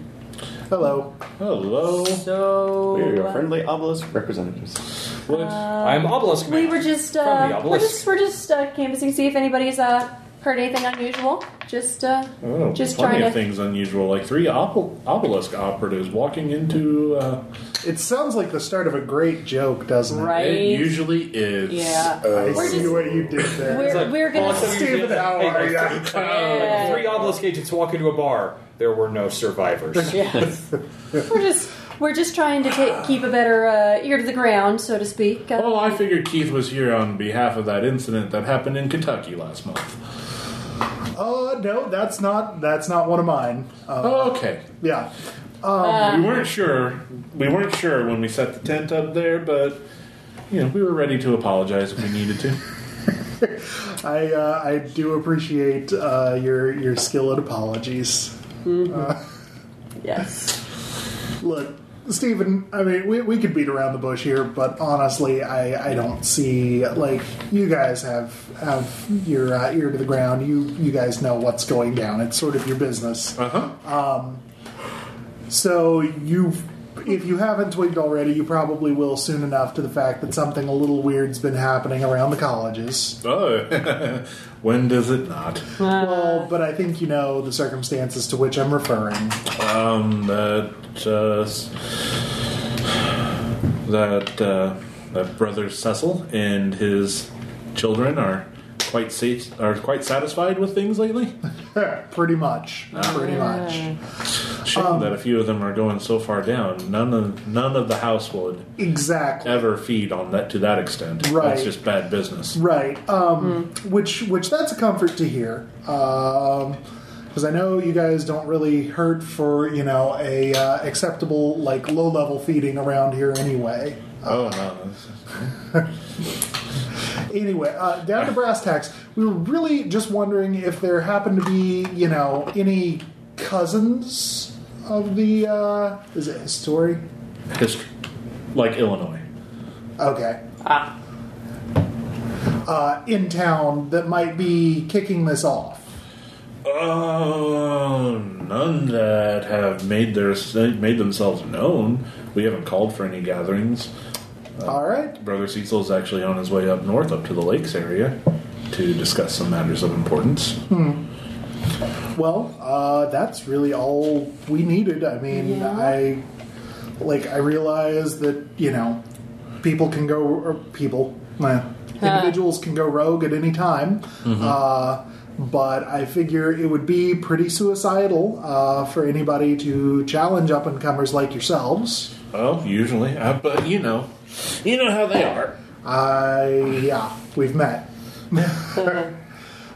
Hello. hello. So. We are your friendly obelisk representatives. What? I'm obelisk. We man. were just From the uh, we're obelisk. just we're just uh, canvassing, see if anybody's uh, heard anything unusual. Just uh, Oh, just plenty trying of to. things unusual, like three obel- obelisk operatives walking into. Uh, It sounds like the start of a great joke, doesn't it? Right. It usually is. Yeah, Uh, I We're see just- what you did there. we're, like, we're gonna. "Oh, so you Stephen, did that." how Hey, are ya? like, uh, Three obelisk agents walk into a bar. There were no survivors. yes. we're just we're just trying to ta keep a better uh, ear to the ground, so to speak. Uh, Oh. Well, Oh, I figured Keith was here on behalf of that incident that happened in Kentucky last month. Oh no, that's not that's not one of mine. Uh, Oh, okay. yeah, Uh. we weren't sure. We weren't sure when we set the tent up there, but you know, we were ready to apologize if we needed to. I uh, I do appreciate uh, your your skill at apologies. yes. Look, Stephen, I mean we we could beat around the bush here, but honestly, I I don't see like you guys have have your uh, ear to the ground. You you guys know what's going down. It's sort of your business. Um, Uh huh. So you, if you haven't twigged already, you probably will soon enough to the fact that something a little weird's been happening around the colleges. Oh, when does it not? well, but I think you know the circumstances to which I'm referring. Um, that uh, s- that uh, that brother Cecil and his children are quite safe, are quite satisfied with things lately. Pretty much. Pretty much. Shame that a few of them are going so far down. None of none of the house would Exactly. ever feed on that to that extent. Right. Uh, That's just bad business. Right. Um, Which which that's a comfort to hear. because I know you guys don't really hurt for you know a uh, acceptable like low level feeding around here anyway. Oh no. Anyway, uh, down to brass tacks. We were really just wondering if there happened to be, you know, any cousins of the. Uh, is it his story? History. Like Illinois. Okay. Ah. Uh, in town that might be kicking this off. Oh, none that have made their made themselves known. We haven't called for any gatherings. All right. Brother Cecil's actually on his way up north, up to the lakes area, to discuss some matters of importance. Well, uh, that's really all we needed. I mean, Yeah. I like I realize that you know people can go or people eh, individuals can go rogue at any time. Uh, but I figure it would be pretty suicidal uh, for anybody to challenge up and comers like yourselves. Well, usually, uh, but you know, you know how they are. I yeah, we've met.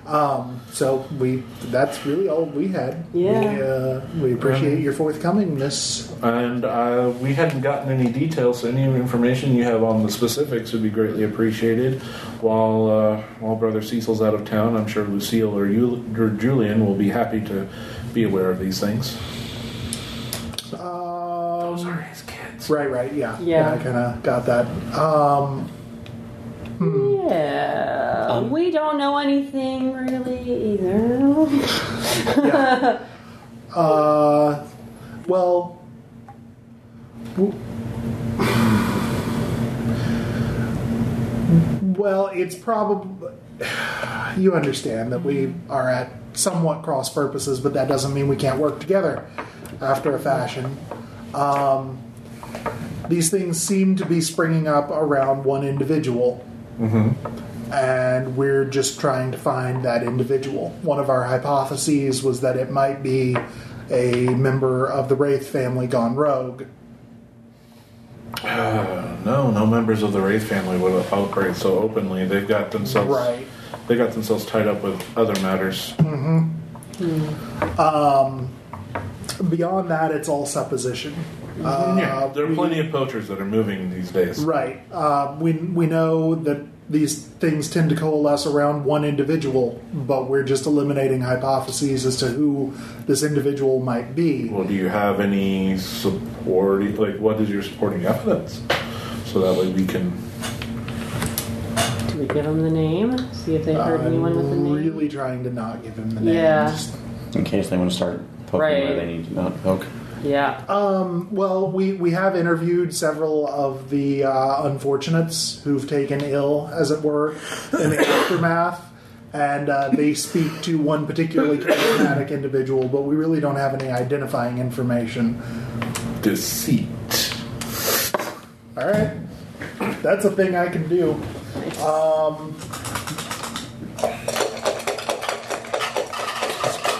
um, so we that's really all we had. Yeah. We, uh, we appreciate your forthcomingness. And uh, we hadn't gotten any details, so any information you have on the specifics would be greatly appreciated. While uh, while Brother Cecil's out of town, I'm sure Lucille or, Yul or Julian will be happy to be aware of these things. Um, Sorry, his kids. right, right, yeah. Yeah. I kind of got that. Um, Yeah. Um. we don't know anything really either. yeah. uh, well, w- well, it's probably. You understand that we are at somewhat cross purposes, but that doesn't mean we can't work together after a fashion. Um, these things seem to be springing up around one individual. and we're just trying to find that individual. One of our hypotheses was that it might be a member of the Wraith family gone rogue. Uh, no, no members of the Wraith family would operate so openly. They've got themselves Right. They got themselves tied up with other matters. Beyond that, it's all supposition. yeah, there are we- plenty of poachers that are moving these days. Right. Uh, we we know that these things tend to coalesce around one individual, but we're just eliminating hypotheses as to who this individual might be. Well, do you have any supporting? Like, what is your supporting evidence? So that way we can. Should we give them the name? See if they heard anyone with the I'm name. Uh, really trying to not give him the name. Yeah. Just- in case they want to start poking Right. where they need to not poke. Yeah. Well, we, we have interviewed several of the uh, unfortunates who've taken ill, as it were, in the aftermath, and uh, they speak to one particularly charismatic individual, but we really don't have any identifying information. Deceit. All right, that's a thing I can do.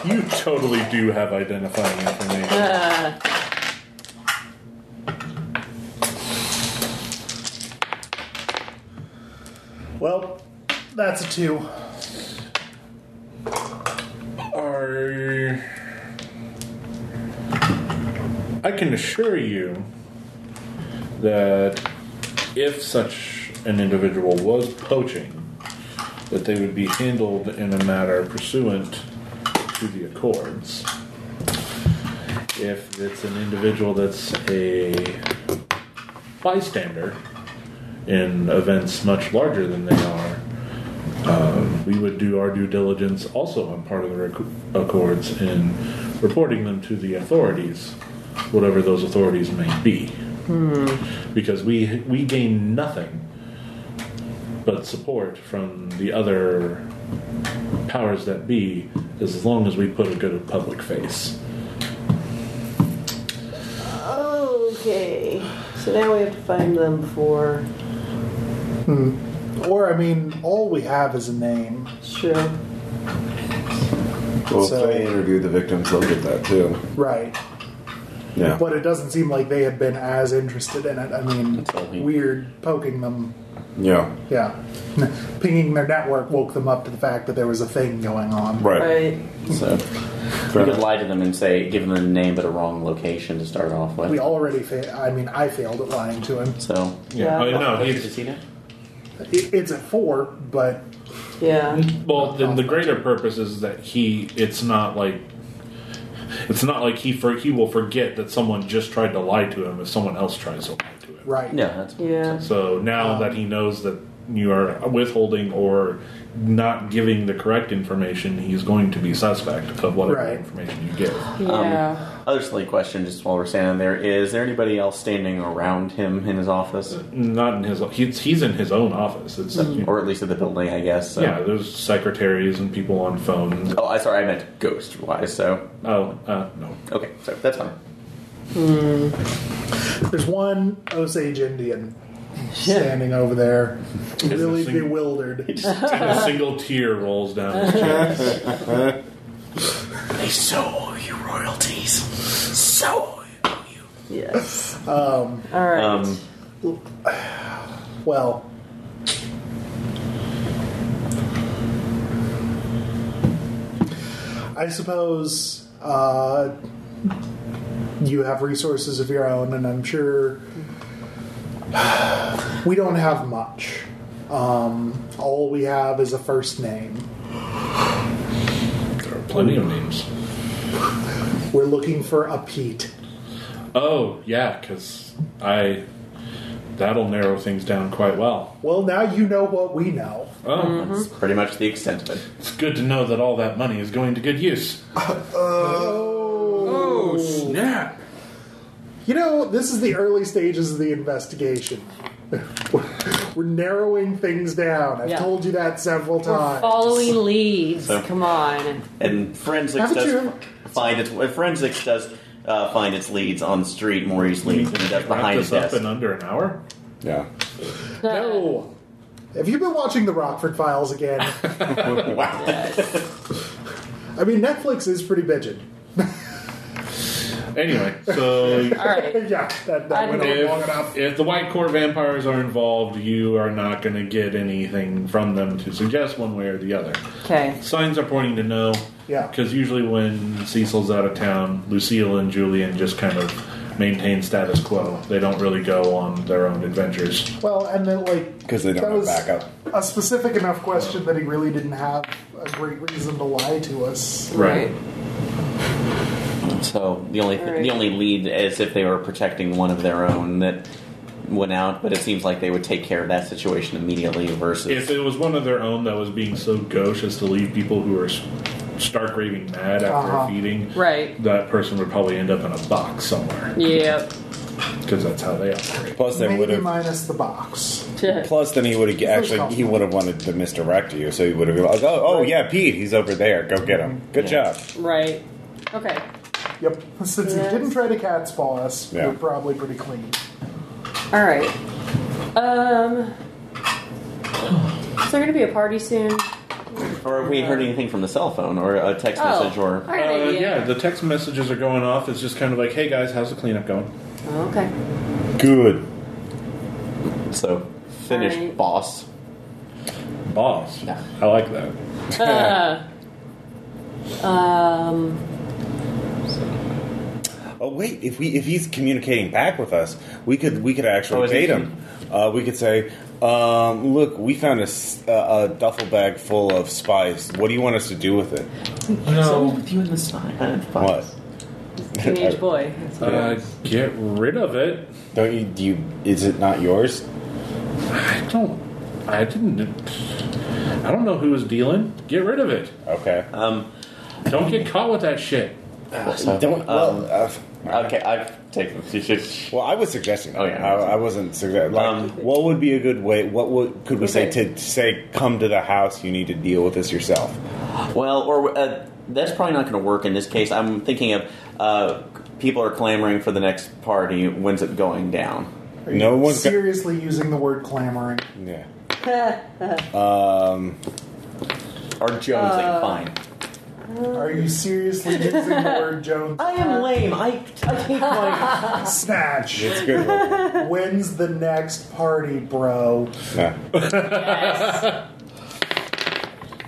You totally do have identifying information. Uh, Well, that's a two. Are I can assure you that if such an individual was poaching, that they would be handled in a manner pursuant to the accords. If it's an individual that's a bystander in events much larger than they are, we would do our due diligence also on part of the rec- accords in reporting them to the authorities, whatever those authorities may be. Because we we gain nothing but support from the other powers that be as long as we put a good public face. okay. So now we have to find them before. Or, I mean, all we have is a name. Sure. Well, So- if they interview the victims, they'll get that too. Right. Yeah. But it doesn't seem like they have been as interested in it. I mean, all we- weird poking them Yeah. Yeah. Pinging their network woke them up to the fact that there was a thing going on. Right. Right. So we could lie to them and say, give them a name but a wrong location to start off with. We already fa- I mean, I failed at lying to him. so Yeah. I know. Does he's- he know? It, it's a four, but Yeah. Well, then the greater purpose is that he. It's not like. It's not like he for, he will forget that someone just tried to lie to him if someone else tries to lie to him. right. No, that's Yeah. So now that he knows that you are withholding or not giving the correct information, he's going to be suspect of whatever Right. information you give. Yeah. Other silly question, just while we're standing there, is there anybody else standing around him in his office, Not in his. He's, he's in his own office. It's or at least at the building? I guess. So. yeah. There's secretaries and people on phones. Oh, I sorry, I meant ghost wise. So Oh uh, no. okay, so that's fine. There's one Osage Indian standing over there, really thing- bewildered. And a single tear rolls down his cheek. They so owe you royalties. So owe you. Yes. Um. All right. Um, Well, I suppose uh, you have resources of your own, and I'm sure we don't have much. Um, all we have is a first name. There are plenty of names. We're looking for a Pete. Oh yeah, because I. That'll narrow things down quite well. Well, now you know what we know. Oh, That's pretty much the extent of it. it's good to know that all that money is going to good use. Oh snap! You know, this is the early stages of the investigation. We're narrowing things down. I've Yeah. told you that several We're times. following leads. So- Come on. And forensics Haven't does you- find its uh, forensics does uh, find its leads on the street more easily than it does Wrap behind a this up desk. in under an hour. Yeah. No. Have you been watching the Rockford Files again? wow. I mean, Netflix is pretty bitchin. Anyway, so All right. yeah, that, that I went on know. long enough. if, if the White Court vampires are involved, you are not going to get anything from them to suggest one way or the other. Okay. Signs are pointing to no. Yeah. Because usually when Cecil's out of town, Lucille and Julian just kind of maintain status quo. They don't really go on their own adventures. Well, and then like 'Cause they don't that have was backup. A specific enough question that he really didn't have a great reason to lie to us. Right. So the only All right. uh, the only lead is if they were protecting one of their own that went out, but it seems like they would take care of that situation immediately versus. If it was one of their own that was being so gauche as to leave people who are s- stark raving mad after a Uh-huh. feeding, Right. that person would probably end up in a box somewhere Yep. because that's how they operate. Plus, they would Maybe have. minus the box. Plus, then he would have call. actually he would have wanted to misdirect you, so he would have been like, "Oh, oh yeah, Pete, he's over there. Go get him. Good Yeah. job." Right. Okay. Yep. Since Yes. you didn't try to cat's paw us, Yeah. you're probably pretty clean. All right. Um. Is there going to be a party soon? or have we heard anything from the cell phone or a text Oh. message All or. right. Uh, idea. yeah, the text messages are going off. It's just kind of like, hey guys, how's the cleanup going? Okay. Good. So, finished Alright. boss. Boss. Yeah. I like that. Uh, Um. Oh wait, if we if he's communicating back with us, we could we could Oh, actually is he- bait him. Uh, we could say, um, "Look, we found a, s- a- a duffel bag full of spice. What do you want us to do with it?" No. With you in the side. What? Teenage boy. Uh, get rid of it. Don't you do you? Is it not yours? I don't. I didn't. I don't know who was dealing. Get rid of it. Okay. Um, Don't get caught with that shit. so, Don't- well, um, uh, okay, I've taken. well, I was suggesting. That. Oh, yeah. I, I wasn't suggesting. Like, Um, what would be a good way? What would could we say Okay. to say? Come to the house. You need to deal with this yourself. Well, or uh, that's probably not going to work in this case. I'm thinking of uh, people are clamoring for the next party. When's it going down? Are you No one's got- seriously using the word clamoring. Yeah. um. Or Jonesing? fine. Are you seriously using the word Jones? I am lame. I, I take my. Snatch It's a good. one. wins the next party, bro. Yeah. Yes.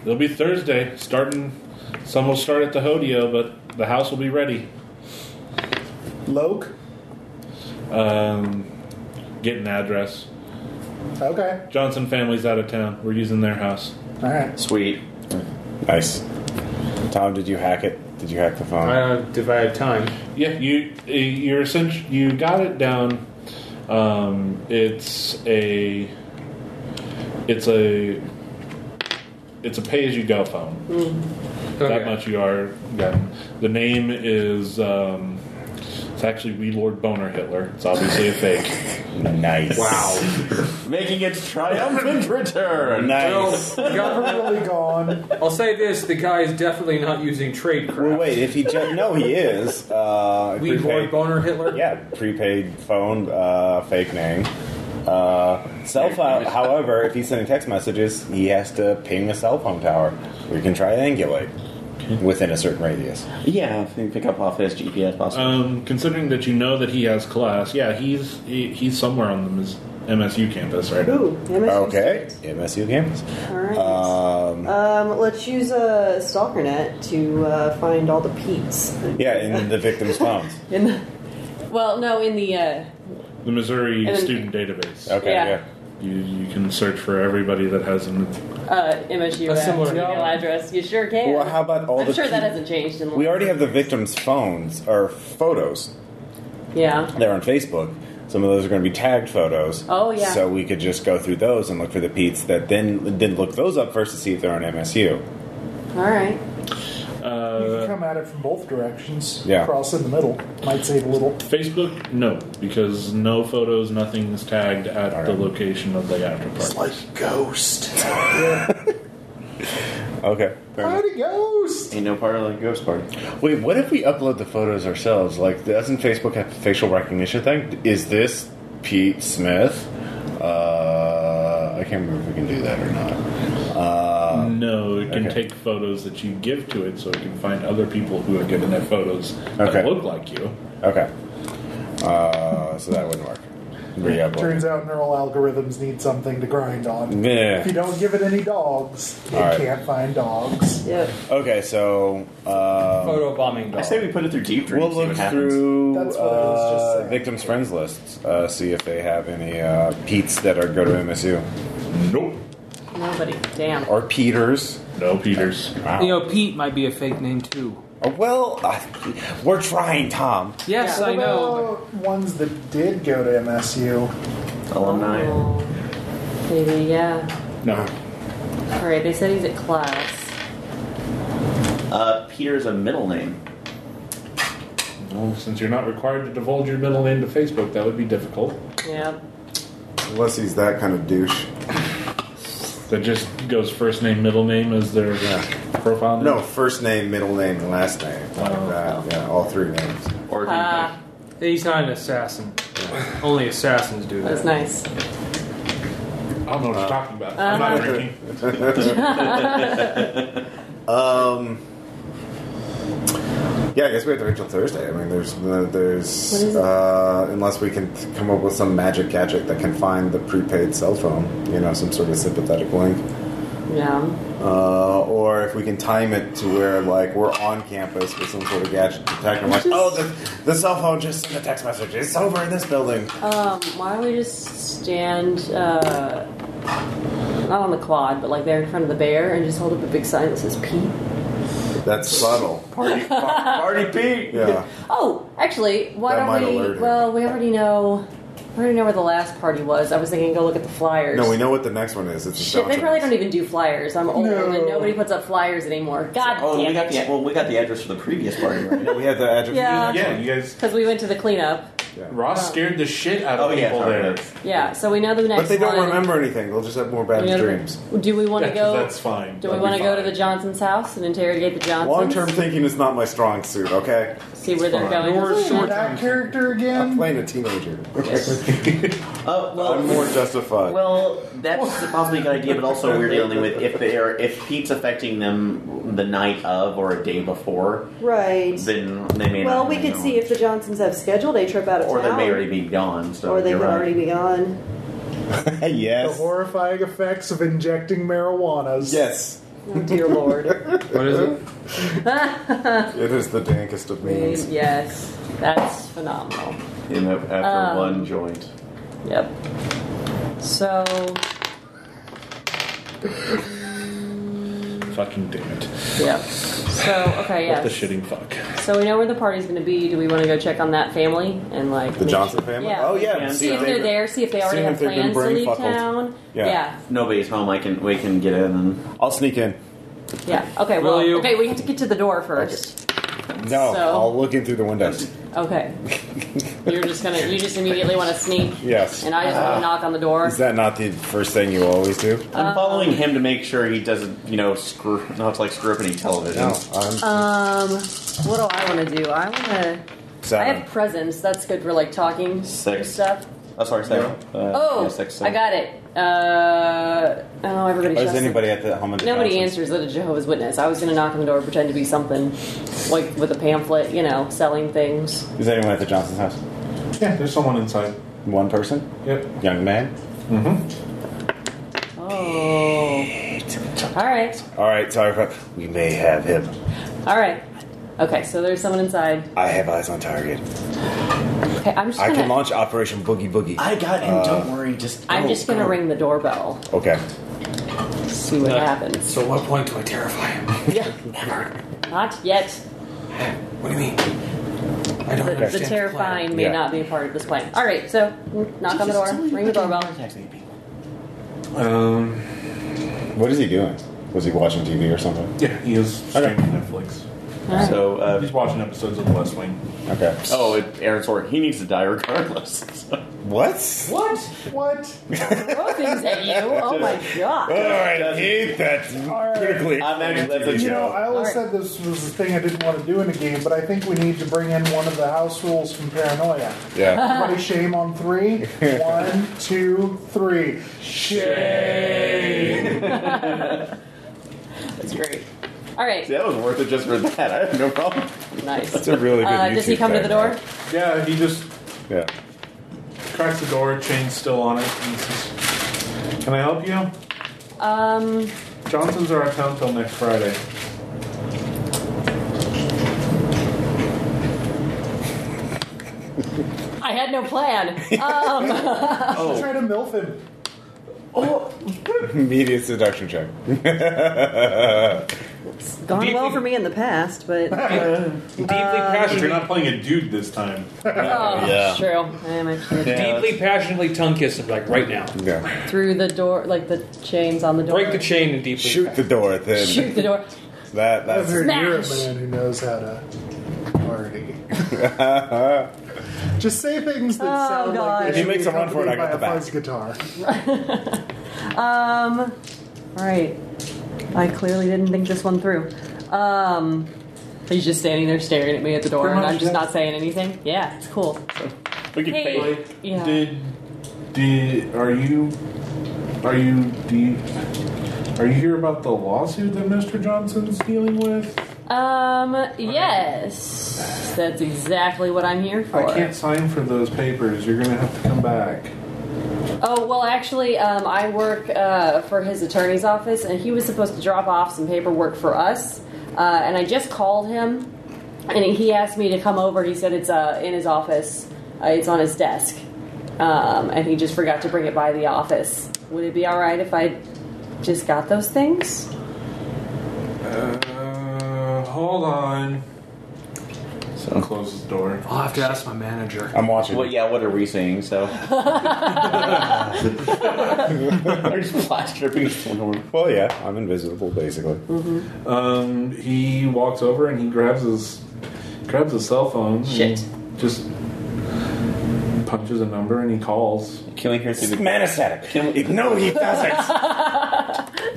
It'll be Thursday. Starting. Some will start at the Hodeo, but the house will be ready. Loke. Um, get an address. Okay. Johnson family's out of town. We're using their house. All right. Sweet. Nice. Tom, did you hack it? Did you hack the phone? I uh, if I have time. Yeah, you you're essentially you got it down. Um, it's a it's a it's a pay as you go phone. Okay. That much you are. Gotten. The name is um, it's actually We Lord Boner Hitler. It's obviously a fake. Nice. Wow. Making its triumphant return. Nice. Well, government- Really gone. I'll say this: the guy is definitely not using trade crap. Well, wait. If he ju- no, he is. Uh, We Lord Boner Hitler. yeah, prepaid phone, uh, fake name. Uh, cell phone. However, if he's sending text messages, he has to ping a cell phone tower. We can triangulate within a certain radius. Yeah, if you pick up off his GPS possibly. Um, considering that you know that he has class, yeah, he's he, he's somewhere on the Mis- MSU campus right now. Ooh. MSU Okay, students. MSU campus. All right. Um, um, let's use a stalker net to uh, find all the peats. yeah, in the victim's phones. In the, well, no, in the. Uh, The Missouri And then- student database. Okay, Yeah. yeah. You, you can search for everybody that has an uh, MSU A uh, similar- email address. You sure can. Well, how about all I'm the? sure that pe- hasn't changed in. we already have the victims' phones or photos. Yeah. they're on Facebook. Some of those are going to be tagged photos. Oh, yeah. So we could just go through those and look for the Pete's that then then look those up first to see if they're on MSU. All right. You can uh, come at it from both directions. Yeah. Cross in the middle. Might save a little. Facebook. No, because no photos, nothing is tagged at the location of the after party. ghost. Okay. fair enough. Party ghost. Ain't no part of the ghost party. Wait, what if we upload the photos ourselves? Like, doesn't Facebook have a facial recognition thing? Is this Pete Smith? Uh, I can't remember if we can do that or not. Uh, No, it can Okay. take photos that you give to it so it can find other people who have given their photos Okay. that look like you. okay. Uh, so that wouldn't work. Turns Re-upload. out neural algorithms need something to grind on. If you Yeah. don't give it any dogs, it All right. can't find dogs. Yep. Okay, so. Um, Photo bombing dog. I say we put it through deep dream. We'll see what look happens. through That's what I was just uh, saying. victims' friends lists, uh, see if they have any uh, Pete's that are go to MSU Nope. Nobody. Damn. or Peters. No, Peters. Wow. You know, Pete might be a fake name too. Uh, well, uh, we're trying, Tom. Yes, What I know. about ones that did go to MSU? Alumni. Oh. Maybe, yeah. No. Alright, they said he's at class. Uh, Peter's a middle name. Well, since you're not required to divulge your middle name to Facebook, that would be difficult. Yeah. Unless he's that kind of douche. That just goes first name, middle name as their profile name? No, first name, middle name, and last name. Like that. Yeah, all three names. Or Ah, He's not an assassin. Only assassins do that. that's nice. I don't know what you're talking about. I'm not Uh-huh. drinking. Um. Yeah, I guess we have to wait till Thursday. I mean, there's uh, What is there's it? uh, unless we can th- come up with some magic gadget that can find the prepaid cell phone, you know, some sort of sympathetic link, Yeah. uh, or if we can time it to where like we're on campus with some sort of gadget detector, like Just- oh, the, the cell phone just sent a text message. It's over in this building. Um, why don't we just stand, uh, not on the quad, but like there in front of the bear and just hold up a big sign that says Pete? That's subtle. Party, party Pete. Yeah. Oh, actually, why That might don't we? alert him. Well, we already know. We already know where the last party was. I was thinking, go look at the flyers. No, we know what the next one is. It's a Shit, they Johnson's. probably don't even do flyers. I'm old, No. and nobody puts up flyers anymore. God Oh, we damn got the it! well, we got the address for the previous party, right? Yeah, we have the address. Yeah. Yeah, you guys. Because we went to the cleanup. Ross scared the shit out of Oh yeah, people sorry. there. Yeah, so we know the next. But they don't one. remember anything. They'll just have more bad We know the- dreams. Do we want to Yeah, go? That's fine. do we That'd want to be go to fine. the Johnsons' house and interrogate the Johnsons? Long term thinking is not my strong suit, okay? See where they're fine. going. Nor is short That character I'm again? playing a teenager. Oh well, I'm more justified. Well, that's a possibly a good idea, but also we're dealing with if they are if Pete's affecting them the night of or a day before, Right. then they may Well, not. we know. could see if the Johnsons have scheduled a trip out of or they town, may already be gone. So or they you're could right. already be gone. The yes. horrifying effects of injecting marijuanas. yes, Oh dear lord. What is it? it is the dankest of memes. yes, that's phenomenal. in the, Um, after one joint. Yep. So Fucking damn it. yep. So okay, What the yes. shitting fuck. So we know where the party's going to be. Do we want to go check on that family and like The make Johnson sure- family? Yeah. Oh, yeah. Yeah. See if they're there. See if they already if have they've been plans to leave brain-fuckled. town. Yeah. yeah. Nobody's home. I can we can get in. and I'll sneak in. Yeah. Okay. Well. Will you? Okay. We have to get to the door first. No, So- I'll look in through the windows. Okay. You're just gonna. You just immediately want to sneak, Yes. and I just want to knock on the door. Is that not the first thing you always do? Um, I'm following him to make sure he doesn't, you know, screw not to like screw up any television. No, I'm Um. What do I want to do? I want to. I seven. have presence. That's good for like talking and Six. stuff. Oh, sorry, seven. Uh, Oh, yeah, six, I seven. got it. Uh, oh, everybody. Or is shuts anybody at the home of the Nobody Johnsons? answers that a Jehovah's Witness. I was going to knock on the door, pretend to be something, like with a pamphlet, you know, selling things. Is anyone at the Johnson's house? Yeah, there's someone inside. One person? Yep. Young man? Oh. All right. Alright, sorry for. We may have him. All right. Okay, so there's someone inside. I have eyes on target. Okay, I'm just I can gonna. launch Operation Boogie Boogie. I got him. don't worry. Just I'm go, just gonna go. ring the doorbell. Okay. See what happens. So, what point do I terrify him? Yeah. Not yet. What do you mean? I don't The, the understand. terrifying may Yeah. not be a part of this plan. All right, so knock on the door, ring the doorbell. Um, What is he doing? Was he watching TV or something? yeah, he is Okay. streaming Netflix. So uh, He's watching episodes of The West Wing. Okay. Oh, it, Aaron Sorkin, he needs to die regardless. What? What? What? Throw things at you? Oh my god. Alright, hate that critically. I'm actually- that's a You know, I always Alright. said this was the thing I didn't want to do in a game, but I think we need to bring in one of the house rules from Paranoia. Yeah. Everybody shame on three. One, two, three. Shame. That's great. All right, that was worth it just for that. I have no problem. nice. That's a really good Uh, does he YouTube come to thing, the door? right? Yeah, he just Yeah. cracks the door, chain's still on it, and says, Can I help you? Um, Johnson's are out of town till next Friday. I had no plan. Um, Try to milf him. Media seduction check. It's gone well for me in the past, but. Uh, passionate. You're not playing a dude this time. Yeah. Oh, True. I am actually Deeply passionately tongue kiss him, like right now. Yeah. through the door, like the chains on the door. Break the chain and deeply. Shoot the door then. Shoot the door. That I've that's heard you're a Smash. man who knows how to party. Just say things that Oh, sound God. like If they he should makes be a run for it, I accompanied got by the a back. fuzz guitar. um. Alright. I clearly didn't think this one through. Um, he's just standing there staring at me at the door, Pretty and much, I'm just yeah. not saying anything. Yeah, it's cool. We can Hey, fade. yeah. Did did are you are you do you, are you here about the lawsuit that Mr. Johnson's dealing with? Um, yes, that's exactly what I'm here for. I can't sign for those papers. You're gonna have to come back. Oh well, actually, um, I work uh, for his attorney's office, and he was supposed to drop off some paperwork for us. Uh, and I just called him, and he asked me to come over. He said it's uh, in his office, uh, it's on his desk, um, and he just forgot to bring it by the office. Would it be all right if I just got those things? Uh, hold on. So close the door. I'll have to ask my manager. I'm watching. Well, yeah. What are we seeing? So they're just plastering someone. Well, yeah, I'm invisible basically. Um, he walks over and he grabs his grabs his cell phone. Shit. Just punches a number and he calls. Killing her through the Manastatic. No, he doesn't.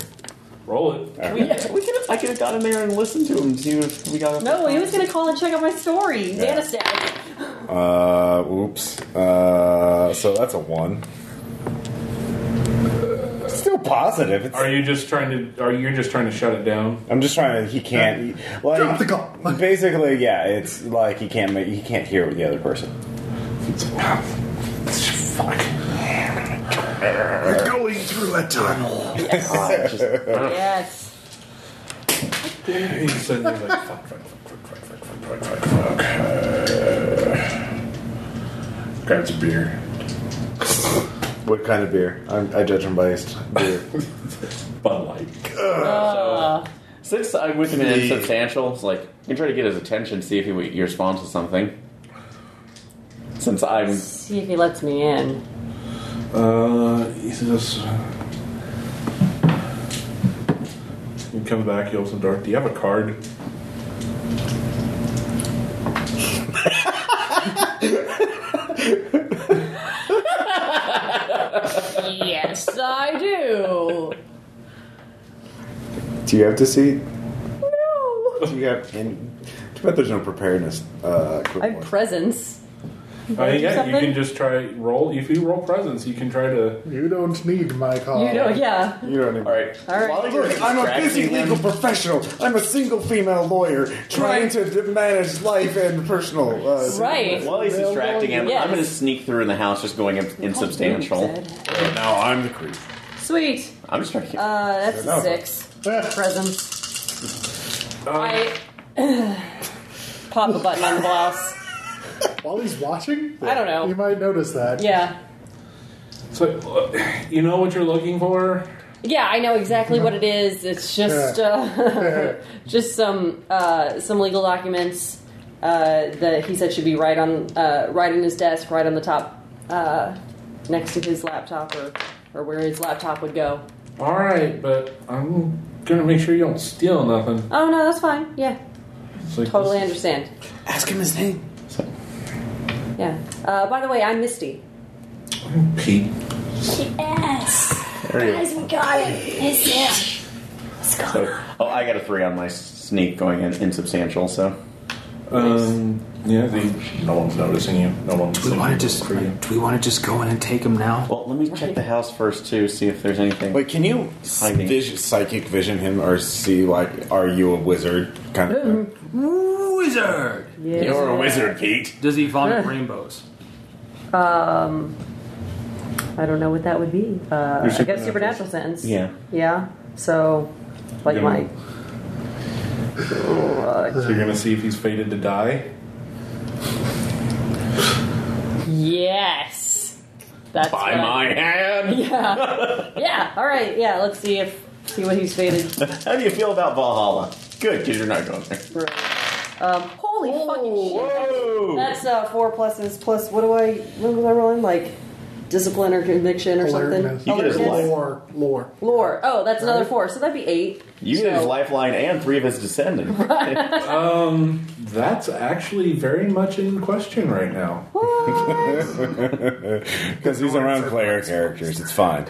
Roll it. We, we could have, I could have gotten there and listened to him. See if we got. No, he was gonna call and check out my story. Yeah. Nana static. Uh, oops. Uh, so that's a one. Still positive. It's, Are you just trying to? Are you just trying to shut it down? I'm just trying to. He can't. Like, Drop the call. Basically, yeah. It's like he can't. Make, he can't hear the other person. You're going through a tunnel. Yes. He's sitting there like, fuck, fuck, fuck, fuck, fuck, fuck, fuck, fuck, fuck, fuck. Uh, grabs a beer. What kind of beer? I'm, I judge him by his beer. Bud Light. Uh, Since I'm with him in substantial, it's like you can try to get his attention, see if he, he responds to something. Since I'm see if he lets me in. Uh, he says. He comes back. He opens the door. Do you have a card? Yes, I do. Do you have to see? No. Do you have? In, I bet there's no preparedness. Uh, I have equivalent. presence. Uh, Or yeah, you something? can just try roll. If you roll presence, you can try to. You don't need my call. You know, yeah. you don't even. all right. All right. While you're Look, I'm a busy distracting legal him- professional. I'm a single female lawyer trying to manage life and personal. Uh, Right. While he's distracting him, Yes. I'm going to sneak through in the house, just going in- insubstantial. Now I'm the creep. Sweet. I'm just trying to. Uh, that's enough. a six. Presence. Uh. I pop a button on the blouse. While he's watching, I don't know. You might notice that. Yeah. So, uh, you know what you're looking for? Yeah, I know exactly what it is. It's just uh, just some uh, some legal documents uh, that he said should be right on uh, right in his desk, right on the top, uh, next to his laptop, or or where his laptop would go. All right, but I'm gonna make sure you don't steal nothing. Oh no, that's fine. Yeah, It's like, totally this- understand. Ask him his name. Yeah. Uh, by the way, I'm Misty. Pete. Yes. Guys, we got it. It's him. Let's go. So, oh, I got a three on my s- sneak going in insubstantial. So Um, yeah, the, no one's noticing you. No one's. Do we want thinking to just? for you. Do we want to just go in and take him now? well, let me check the house first too, see if there's anything. Wait, can you Hiding. vision, psychic vision him or see, like, are you a wizard kind of thing? Wizard. You're a wizard, Pete. Does he vomit rainbows? Um, I don't know what that would be. Uh, Your I guess supernatural. supernatural sense. Yeah. Yeah. So, like Yeah. my. So you're gonna see if he's fated to die. Yes. That's By what I- my hand. Yeah. yeah. All right. Yeah. Let's see if see what he's fated. How do you feel about Valhalla? Good, because you're not going there. Um, holy fucking shit! That's uh, four pluses plus. What do I? What was I rolling? Like discipline or conviction or Alertness. something? Alertness? Lore. Lore. Lore. Oh, that's another four. So that'd be eight. You get his lifeline and three of his descendants. Um, that's actually very much in question right now. Because he's around player characters, it's fine.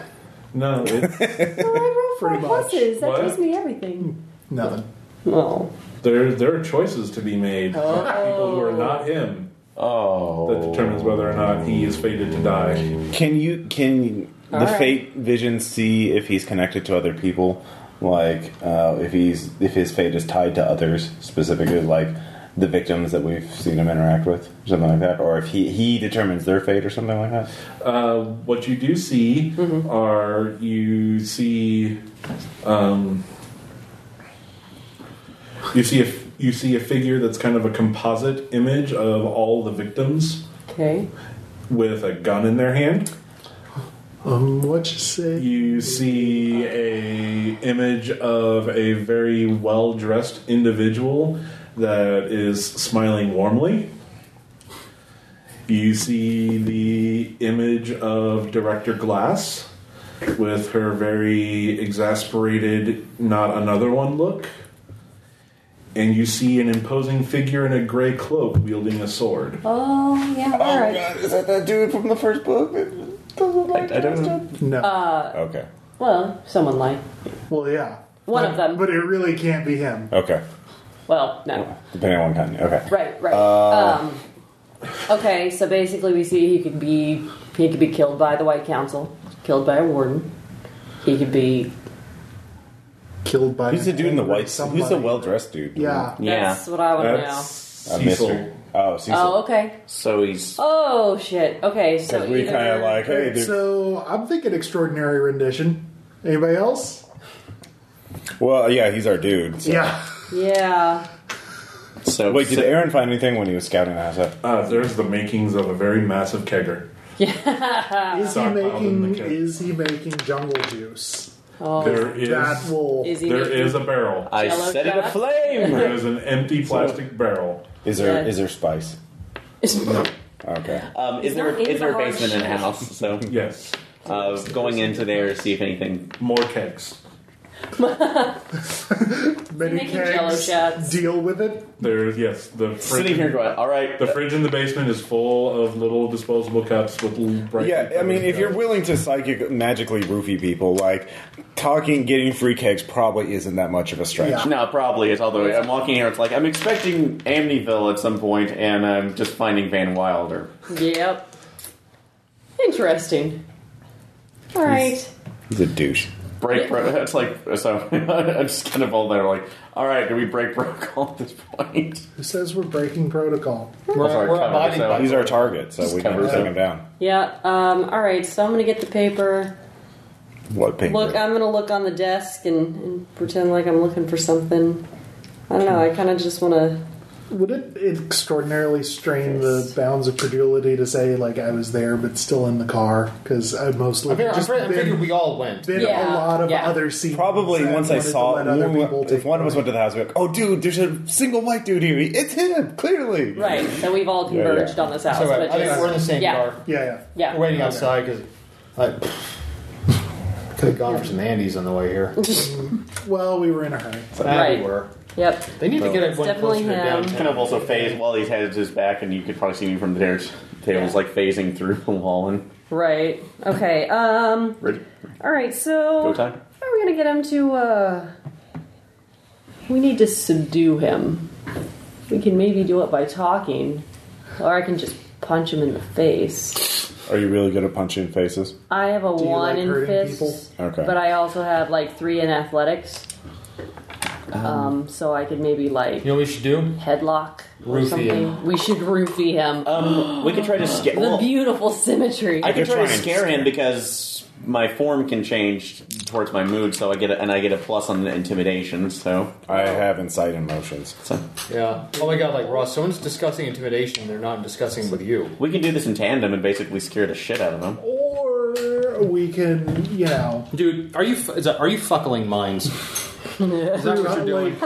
No, it's Four Pretty much. pluses. That What? gives me everything. Nothing. No. there. There are choices to be made for people who are not him that Oh. determines whether or not he is fated to die. Can you can the All right. fate vision see if he's connected to other people? Like uh, if he's if his fate is tied to others specifically, like the victims that we've seen him interact with, something like that, or if he he determines their fate or something like that. Uh, what you do see are you see, um, you see a you see a figure that's kind of a composite image of all the victims Okay. with a gun in their hand. Um, what you say? You see a image of a very well dressed individual that is smiling warmly. You see the image of Director Glass with her very exasperated, not another one look. And you see an imposing figure in a gray cloak wielding a sword. Oh yeah. All right. is that that dude from the first book? Oh, I, I don't know. No. Uh, Okay, Well, someone like well, yeah. one of them. But it really can't be him. okay. Well, no. Depending on kind. Okay. Right. Right. um, Okay. So basically, we see he could be he could be killed by the White Council, killed by a warden. he could be. Killed by. Who's the an dude in the angry white? somebody. Who's the well dressed dude? Yeah. Yeah. That's what I would That's know. Uh, Cecil. Mr. Oh, Cecil. Oh, okay. So he's. Oh shit. Okay. So Because we either- kind of like, hey, Alright, dude. so I'm thinking extraordinary rendition. Anybody else? well, yeah, he's our dude. So. Yeah. Yeah. So Wait, did so- Aaron find anything when he was scouting the house out? Ah, there's the makings of a very massive kegger. Is he Stockpiled in the making? kit. Is he making jungle juice? Oh, There is That will. Is he? there making- is a barrel. I Yellow set it shots? aflame. There is an empty plastic barrel. Is there is Yeah. there spice? Okay. Um, is there not in is there a the basement and house. house? So Yes, uh, going into there, see if anything. more kegs. Many Making jello kegs. shots. Deal with it. There is yes. The fridge. Sitting here going, all right. the fridge in the basement is full of little disposable cups with little bright. Yeah, I mean, if you're willing to psychic magically roofie people, like talking, getting free cakes probably isn't that much of a stretch. Yeah. No, probably is. Although I'm walking here, it's like I'm expecting Amityville at some point, and I'm just finding Van Wilder. Yep. Interesting. All right. He's a douche. Break. Bro- it's like so. I'm just kind of all there. Like, all right, do we break protocol at this point? Who says we're breaking protocol? Sorry, We're, we're cover, abiding so- by He's our target, so we can covers bring it. him down. Yeah. Um, all right. So I'm gonna get the paper. What pink? Look, uh, I'm gonna look on the desk and, and pretend like I'm looking for something. I don't know. I kind of just want to. Would it extraordinarily strain the bounds of credulity to say like I was there but still in the car because I mostly I'm, fair- I'm, just fair- I'm figured been, we all went. been a Yeah, lot of yeah. other scenes. Probably and once I wanted to saw let other people if take one of us part. went to the house, we'd be like, "Oh, dude, there's a single white dude here. It's him, clearly." Right. So we've all yeah. converged on this house. So but I think just- we're in the same yeah, car. yeah, yeah. Yeah. We're waiting outside because, like, could have gone for some handies on the way here. Well, we were in a hurry. Ah, Right. we were. Yep. They need to get everyone definitely closer to him. downtown. Kind of also phase while he has his back, and you could probably see me from the terrace. Tables like phasing through the wall and Right. Okay. Um. ready. All right. So. Go time. How are we gonna get him to? uh... We need to subdue him. We can maybe do it by talking, or I can just punch him in the face. Are you really good at punching faces? I have a you one like in hurting fist, people? Okay. but I also have like three in athletics. Um, so I could maybe like You know what we should do? headlock or Roofie something. him. We should roofie him. Um, we could try to scare. Uh, the beautiful symmetry. I can They're try to trying. scare him because my form can change towards my mood, so I get a, and I get a plus on the intimidation. So I have insight and motions. Yeah. Oh my god, like Ross, someone's discussing intimidation. They're not discussing with you. we can do this in tandem and basically scare the shit out of him. we can, you know, Dude, are you f- is that, are you fuckling minds? Is that what you're doing?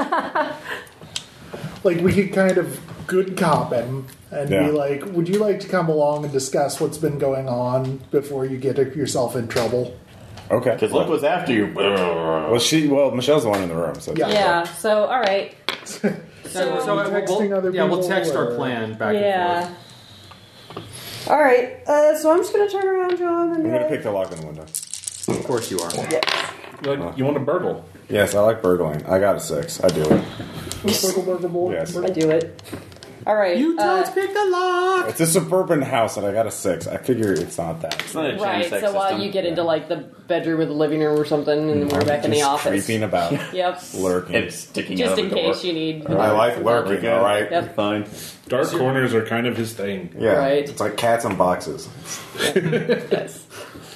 like we could kind of good cop him and Yeah. be like, "Would you like to come along and discuss what's been going on before you get yourself in trouble?" Okay. Because look what's after you. Well, she. Well, Michelle's the one in the room. So Yeah. Yeah. So all right. So, so we'll- Texting other yeah, we'll people text our or- plan back Yeah. All right. Uh, so I'm just gonna turn around, John, and I'm be gonna like, pick the lock on the window. Of course you are. you want to burgle? Yes, I like burgling. I got a six. I do it. Yes. I do it. All right. You uh, pick the lock. It's a suburban house, and I got a six. I figure it's not that. It's not Right. So while you get into like the bedroom or the living room or something, and then we're back in the office. creeping about, Yep. lurking, It's sticking Just out in of the door. case you need. I like lurking. All right, Yep. Fine. Dark corners are kind of his thing. yeah, Right. it's like cats in boxes.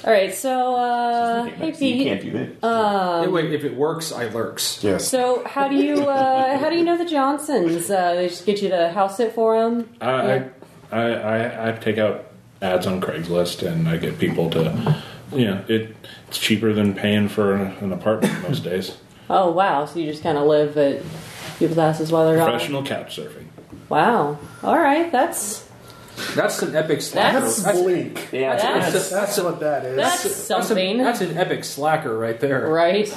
All right. So uh, hey Pete. that. Um, Yeah, wait, if it works, I lurks. Yes. So how do you uh, how do you know the Johnsons? Uh, they just get you to house sit for them. I, I, I, I, I take out ads on Craigslist and I get people to, you know, it, it's cheaper than paying for an apartment most days. Oh wow! So you just kind of live at people's houses while they're gone. Professional couch surfing. Wow. All right. That's That's some epic slacker. That's bleak. Yeah, That's- that's, That's, what that is. that's, that's a- something, that's an epic slacker right there. right?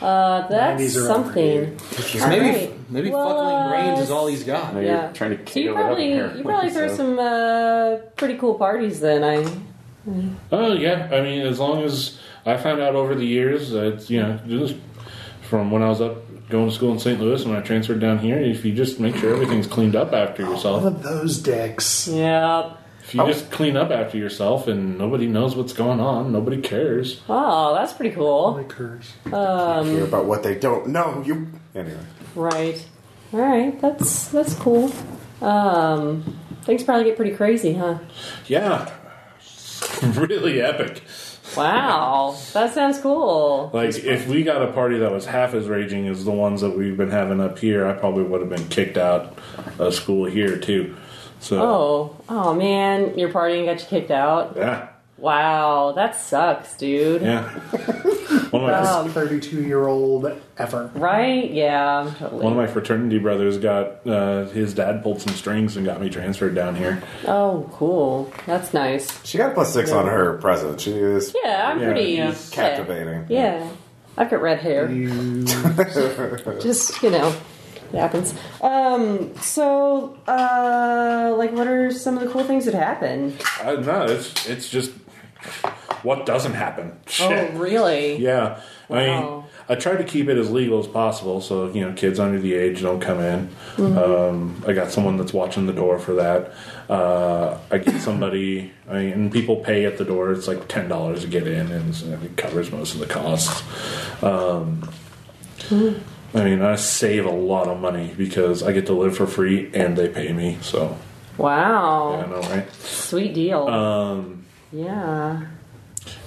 Uh, that's 90s are something. So maybe Alright. maybe Well, fuckling uh, brains is all he's got. you're yeah. trying to So you probably you probably throw some uh, pretty cool parties then. I Oh yeah, I mean, as long as I found out over the years that you know, just from when I was up going to school in St. Louis and when I transferred down here, if you just make sure everything's cleaned up after One yourself, of those dicks. Yeah. if you just clean up after yourself and nobody knows what's going on, nobody cares. Oh, that's pretty cool. Um, Hear about what they don't know. You anyway. right. All right. That's that's cool. Um, things probably get pretty crazy, huh? Yeah, really epic. Wow, that sounds cool. Like if we got a party that was half as raging as the ones that we've been having up here, I probably would have been kicked out of school here too. So Oh, oh man, your party and got you kicked out. yeah, Wow, that sucks, dude. yeah. One of my Um. Best 32 year old ever. Right? Yeah, totally. One of my fraternity brothers got uh, his dad pulled some strings and got me transferred down here. oh, cool. That's nice. She got a plus six on her present. She is Yeah, I'm Yeah, pretty yeah. he's captivating. Yeah, I've got red hair. Just you know, it happens. Um, so uh, like, what are some of the cool things that happen? Uh, no, it's it's just what doesn't happen. Oh, really? Yeah, I mean, Wow. I try to keep it as legal as possible, so you know, kids under the age don't come in. Mhm. Um, I got someone that's watching the door for that. Uh, I get somebody, I mean, and people pay at the door. It's like ten dollars to get in, and so it covers most of the costs. Um, I mean, I save a lot of money because I get to live for free and they pay me. So Wow, yeah, I know, right? sweet deal. Um, yeah.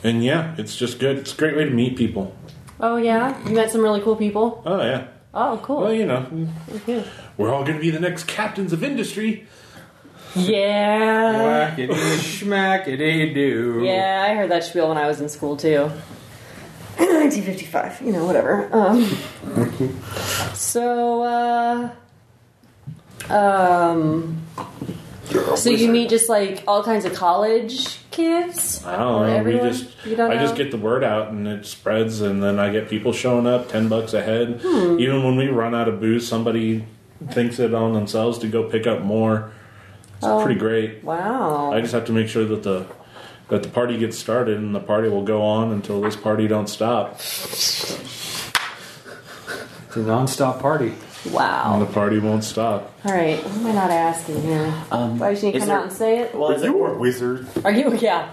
and yeah, it's just good. It's a great way to meet people. Oh yeah, you met some really cool people. Oh yeah. Oh, cool. Well, you know, Okay. we're all going to be the next captains of industry. Yeah. Whackity schmackity do. Yeah, I heard that spiel when I was in school too. 1955, you know, whatever. Um, so, uh, um, so you meet just like all kinds of college kids? I don't know. Everyone? We just You don't I know? just get the word out and it spreads, and then I get people showing up, ten bucks a head. Hmm. Even when we run out of booze, somebody thinks it on themselves to go pick up more. It's Oh. pretty great. Wow. I just have to make sure that the that the party gets started and the party will go on until this party don't stop. It's a non-stop party. Wow. And the party won't stop. All right, what am I not asking here? Um, Do I just need to is come there- out and say it? Well, is it, a wizard. Are you? Yeah.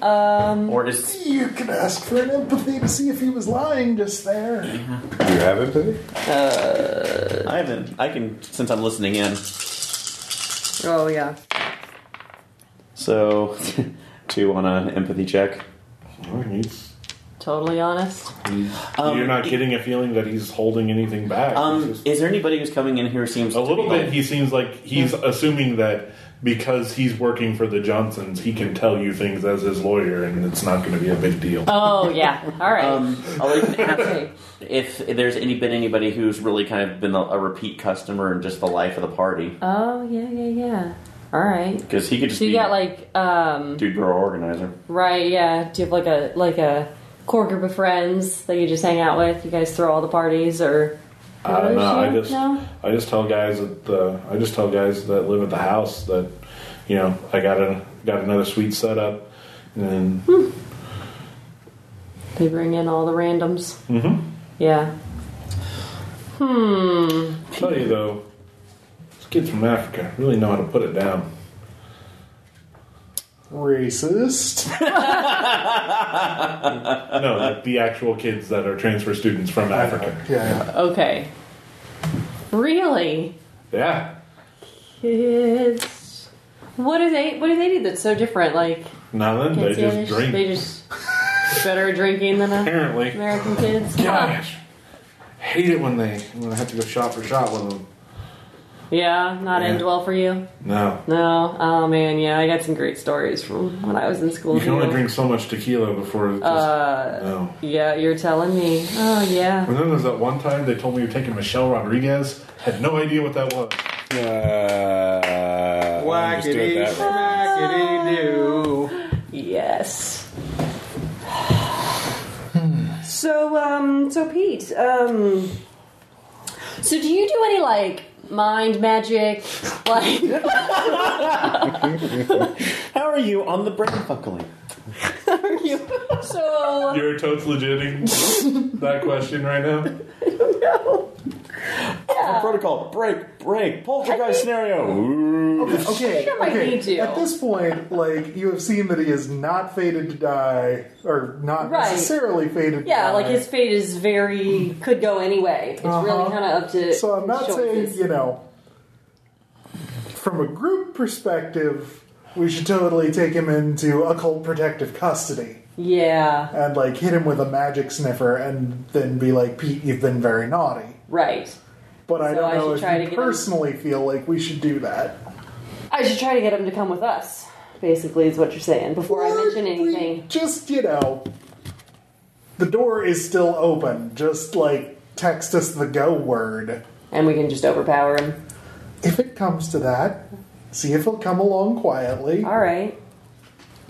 Um, or is You could ask for an empathy to see if he was lying just there. Do you have empathy? uh, I haven't. I can since I'm listening in. oh, yeah. So two on an empathy check. Totally honest. Um, You're not getting a feeling that he's holding anything back. Um, is there anybody who's coming in here who seems A little bit. He seems like he's assuming that because he's working for the Johnsons, he can tell you things as his lawyer, and it's not going to be a big deal. Oh yeah. All right. Um, I'll even ask if there's any been anybody who's really kind of been a, a repeat customer and just the life of the party oh yeah, yeah, yeah. All right. because he could just So you be got like um dude bureau organizer. right, yeah. Do you have like a like a core group of friends that you just hang out with? You guys throw all the parties or Uh, I don't know. I No? just I just tell guys at the I just tell guys that live at the house that you know I got a got another suite set up, and They bring in all the randoms. Mhm. Yeah. Hmm. tell you though, these kids from Africa really know how to put it down. Racist. no, like the actual kids that are transfer students from Africa. Yeah. Okay. Really? Yeah, Kids. What do they what do they do that's so different? Like now then they kids just Spanish? drink. They just better at drinking than us Apparently. American kids. Huh. Gosh, hate it when they when I have to go shot for shot with them. Yeah, not Yeah. end well for you. No, No. Oh man, yeah, I got some great stories from when I was in school. you can only too. drink so much tequila before. It just, Uh, no. yeah, you're telling me. Oh yeah. And then there's that one time they told me you're taking Michelle Rodriguez. Had no idea what that was. Uh, let's do it that way. Yes. So, um, so Pete, um, So do you do any like mind magic? Like How are you on the brain buckling? so You're totes legitting that question right now. Protocol break break poltergeist scenario. Ooh. Okay. I might okay. need to. At this point, like you have seen that he is not fated to die, or not Right. necessarily fated. to yeah, die. like his fate is very could go any way. It's really Uh-huh. kind of up to. So I'm not saying choices. you know. From a group perspective, we should totally take him into occult protective custody. Yeah. and like hit him with a magic sniffer and then be like, Pete, you've been very naughty. Right. But I So don't I know should try to if get you him- personally feel like we should do that. I should try to get him to come with us. Basically, is what you're saying. Before I Or mention we anything. Just, you know, the door is still open. Just like text us the go word. and we can just overpower him. If it comes to that, see if he'll come along quietly. All right.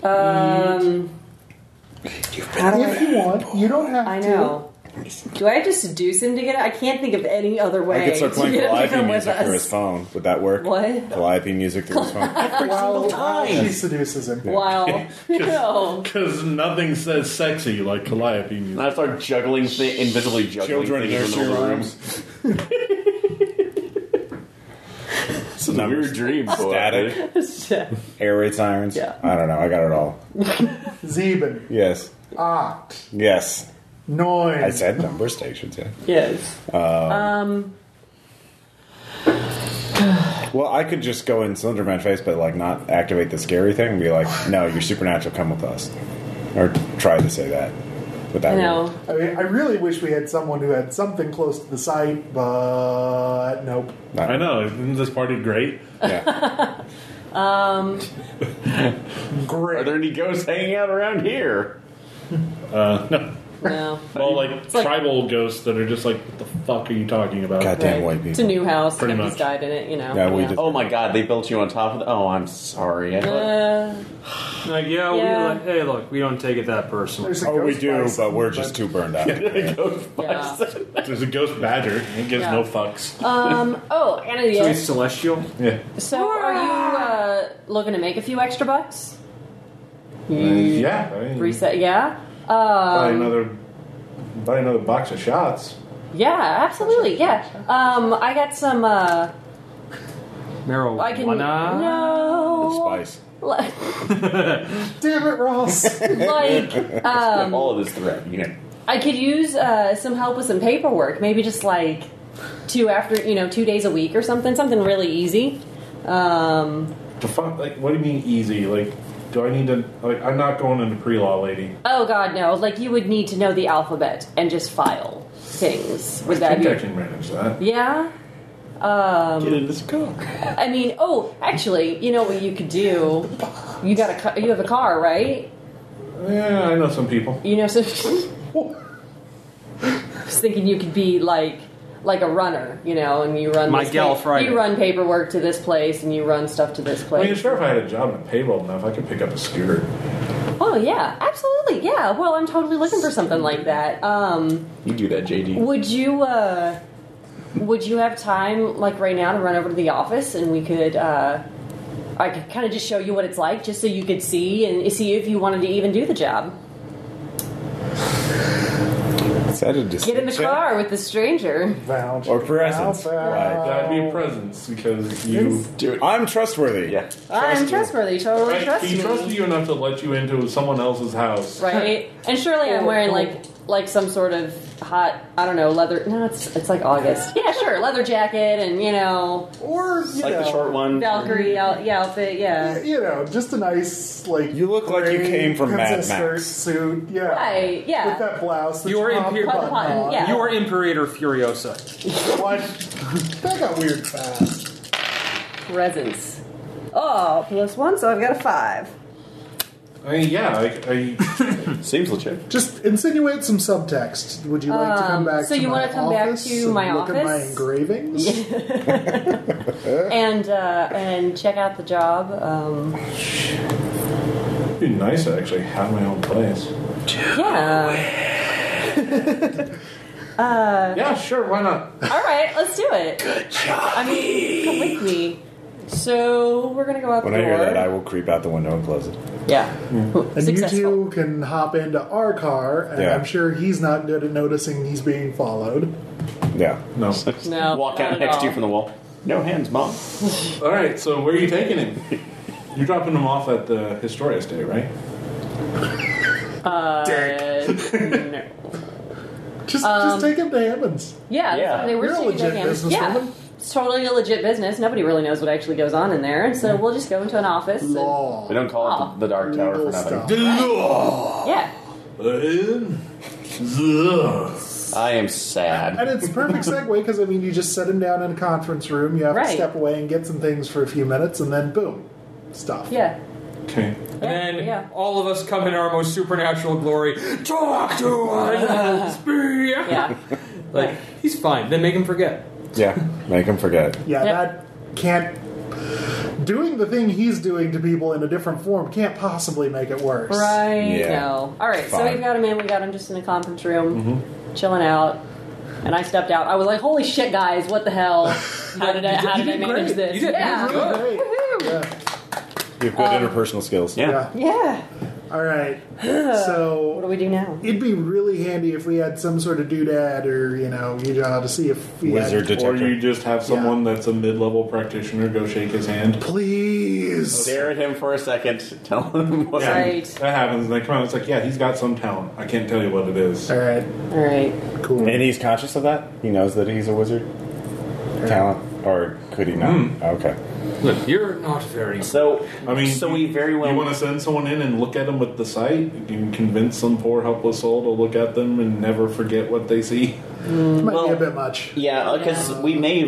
Um, how do I, If you want, you don't have I to. know. Do I have to seduce him to get it? I can't think of any other way I could start to playing get him to Calliope come with music through his us. phone. Would that work? What? Calliope music through his phone. While, while she seduces him. Wow. no. Because nothing says sexy like Calliope music. I start juggling thi- invisibly juggling Children in things the nursery middle of the rooms. It's a weird dream, boy. Static. Yeah. Air raid sirens. Yeah. I don't know. I got it all. Zeben, Yes. Oct, Yes. I Noise. said number stations. Yeah. Yes. Well, I could just go in Slenderman face, but like not activate the scary thing and be like, "No, you're supernatural. Come with us," or try to say that. But that I wouldn't. know. I mean, I really wish we had someone who had something close to the site, but nope. Not- I know. Isn't this party great? Yeah. Are Great. there any ghosts hanging out around here? Uh, no. No. Well, like like- tribal ghosts that are just like, what the fuck are you talking about? Goddamn Right. white people. It's a new house. Pretty Nobody's much. died in it, you know. Yeah, we just- Oh my god, they built you on top of the. Oh, I'm sorry. I thought- Uh, Like, Yeah. yeah, We, like, hey, look, we don't take it that personally. There's a Oh, we ghost do, bison, but we're just too burned out. yeah. There's a ghost badger. He gives Yeah. no fucks. Um. Oh, and So yeah. he's celestial. Yeah. So, are you uh, looking to make a few extra bucks? Yeah. I mean, Hmm. Reset. Yeah. buy Um, another buy another box of shots. yeah. Absolutely. Yeah. Um. I got some. Uh, Marijuana. I can. No. Spice. Like, Damn it, Ross. like um, all of this threat, you know. I could use uh, some help with some paperwork. Maybe just like two after you know two days a week or something. Something really easy. Um. The fuck? Like, what do you mean easy? Like, do I need to? Like, I'm not going into pre-law, lady. Oh God, no! Like you would need to know the alphabet and just file things. Would I that think I be? can manage that. Yeah. Um, Get in this car. I mean, oh, actually, you know what you could do? You got a ca- you have a car, right? Yeah, I know some people. You know, so I was thinking you could be like like a runner, you know, and you run My this gal pa- Friday. You run paperwork to this place, and you run stuff to this I place. mean, sure, if I had a job and paid well enough, I could pick up a scooter. Oh yeah, absolutely, yeah. Well, I'm totally looking for something like that. Um, You do that, JD. would you uh, would you have time like right now to run over to the office and we could uh, I could kind of just show you what it's like, just so you could see and see if you wanted to even do the job. Is that a Get in the car with the stranger. Or presents. Right. That'd Oh. be presents because you do it. I'm trustworthy. Yeah. I'm trustworthy. Totally Right? trust he me. trusted you enough to let you into someone else's house. right? And surely I'm wearing like like some sort of hot I don't know leather. No, it's it's like August. Yeah, sure, leather jacket and you know or you Like the know, short one. Valkyrie out, yeah outfit. Yeah, You know, just a nice like. You look like you came from Mad Max. Skirt, suit, yeah. Right, yeah. With that blouse. You are, Imper- Pop- pop- yeah. you are Imperator Furiosa. What? That got weird fast. presents. Oh, plus one, so I've got a five. I mean, yeah, I, I seems legit. Just insinuate some subtext. Would you like to come Um, back? so to you want to wanna come back office to and my look at my office? engravings? and uh, and check out the job. Um, It'd be nice to actually have my own place. yeah. uh, Yeah, sure, why not? All right, let's do it. Good job. I mean, come with me. So we're gonna go out When the I door. hear that, I will creep out the window and close it. Yeah. And you two can hop into our car, and Yeah. I'm sure he's not good at noticing he's being followed. Yeah. No. No. Walk not out at next to you all. from the wall. No hands, mom. All right, so where are you taking him? You're dropping him off at the Historia Day, right? Uh, no. Just, Um, just take him to Hammond's. Yeah, Yeah. They were You're a taking legit their hands. Yeah, businesswoman. it's totally a legit business. Nobody really knows what actually goes on in there, so we'll just go into an office. and- Law. We don't call it the, the Dark Tower for nothing. yeah. I am sad. And it's a perfect segue because I mean, you just set him down in a conference room. You have to Right. step away and get some things for a few minutes, and then boom, stuff. Yeah. Okay. And then yeah. all of us come in our most supernatural glory. Talk to us! Speak! Yeah. Like, he's fine. Then make him forget. Yeah. Make him forget. Yeah, Yeah. that can't. Doing the thing he's doing to people in a different form can't possibly make it worse. Right. Yeah. No. All right. So Fine. we've got him in. We got him just in a conference room, chilling out. And I stepped out. I was like, "Holy shit, guys! What the hell? How did I? How did I manage great. this? You did yeah. really good. Great. Yeah. You have good interpersonal skills. Yeah. yeah. Yeah. All right. What So do we do now? it'd be really handy if we had some sort of doodad or you know you know how to see if we Wizard Had, Or detector. you just have someone that's a mid-level practitioner go shake his hand. please. Stare at him for a second. Tell him what. Yeah, Right. That happens, and they come out. It's like, yeah, he's got some talent. I can't tell you what it is. All right. All right. Cool. And he's conscious of that? He knows that he's a wizard? Talent? Or could he not? Okay. Look, you're not very. So I mean, so you- we very well. You want to send someone in and look at them with the sight? You can convince some poor helpless soul to look at them and never forget what they see. Might be well- a bit much. yeah, because we may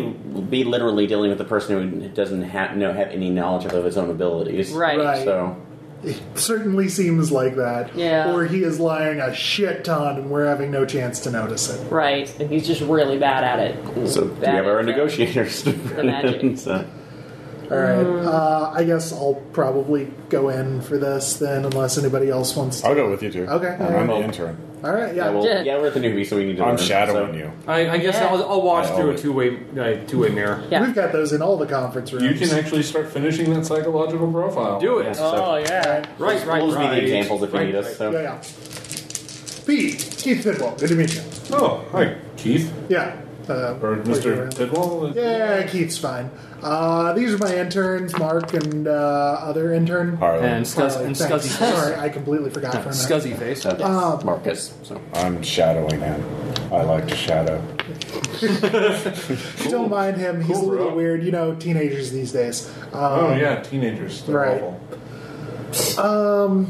be literally dealing with a person who doesn't ha- know have any knowledge of his own abilities. Right. Right. So It certainly seems like that. Yeah. Or he is lying a shit ton and we're having no chance to notice it. Right. And he's just really bad at it. so we bad have our at negotiators. magic. So- All right. Mm-hmm. Uh, I guess I'll probably go in for this then, unless anybody else wants to. I'll go with you too. Okay. I'm Alright. the intern. All right. Yeah. yeah, well, yeah, we're at the newbie, so we need to. I'm learn, shadowing so- you. I, I guess Yeah. I'll, I'll watch through I a always- two way uh, two way mirror. Yeah. We've got those in all the conference rooms. You can actually start finishing that psychological profile. Do it. So- Oh, yeah. right, right, We'll just be right. the examples if you Right, need us. Yeah, yeah. So. Pete, Keith Tidwell. Good to meet you. Oh, hi, Keith Yeah. Uh, or Mister Tidwell. Yeah, Keith's fine. Uh, these are my interns, Mark and uh, other intern. Harlan. And Scuzz Harley, and thanks. Scuzzy Sorry, face. I completely forgot for a minute. Scuzzy face. so Um, Marcus. So. I'm shadowing him. I like to shadow. Don't mind him. He's Cool, a little bro. weird. You know, teenagers these days. Um, Oh yeah, teenagers. They're Right. awful.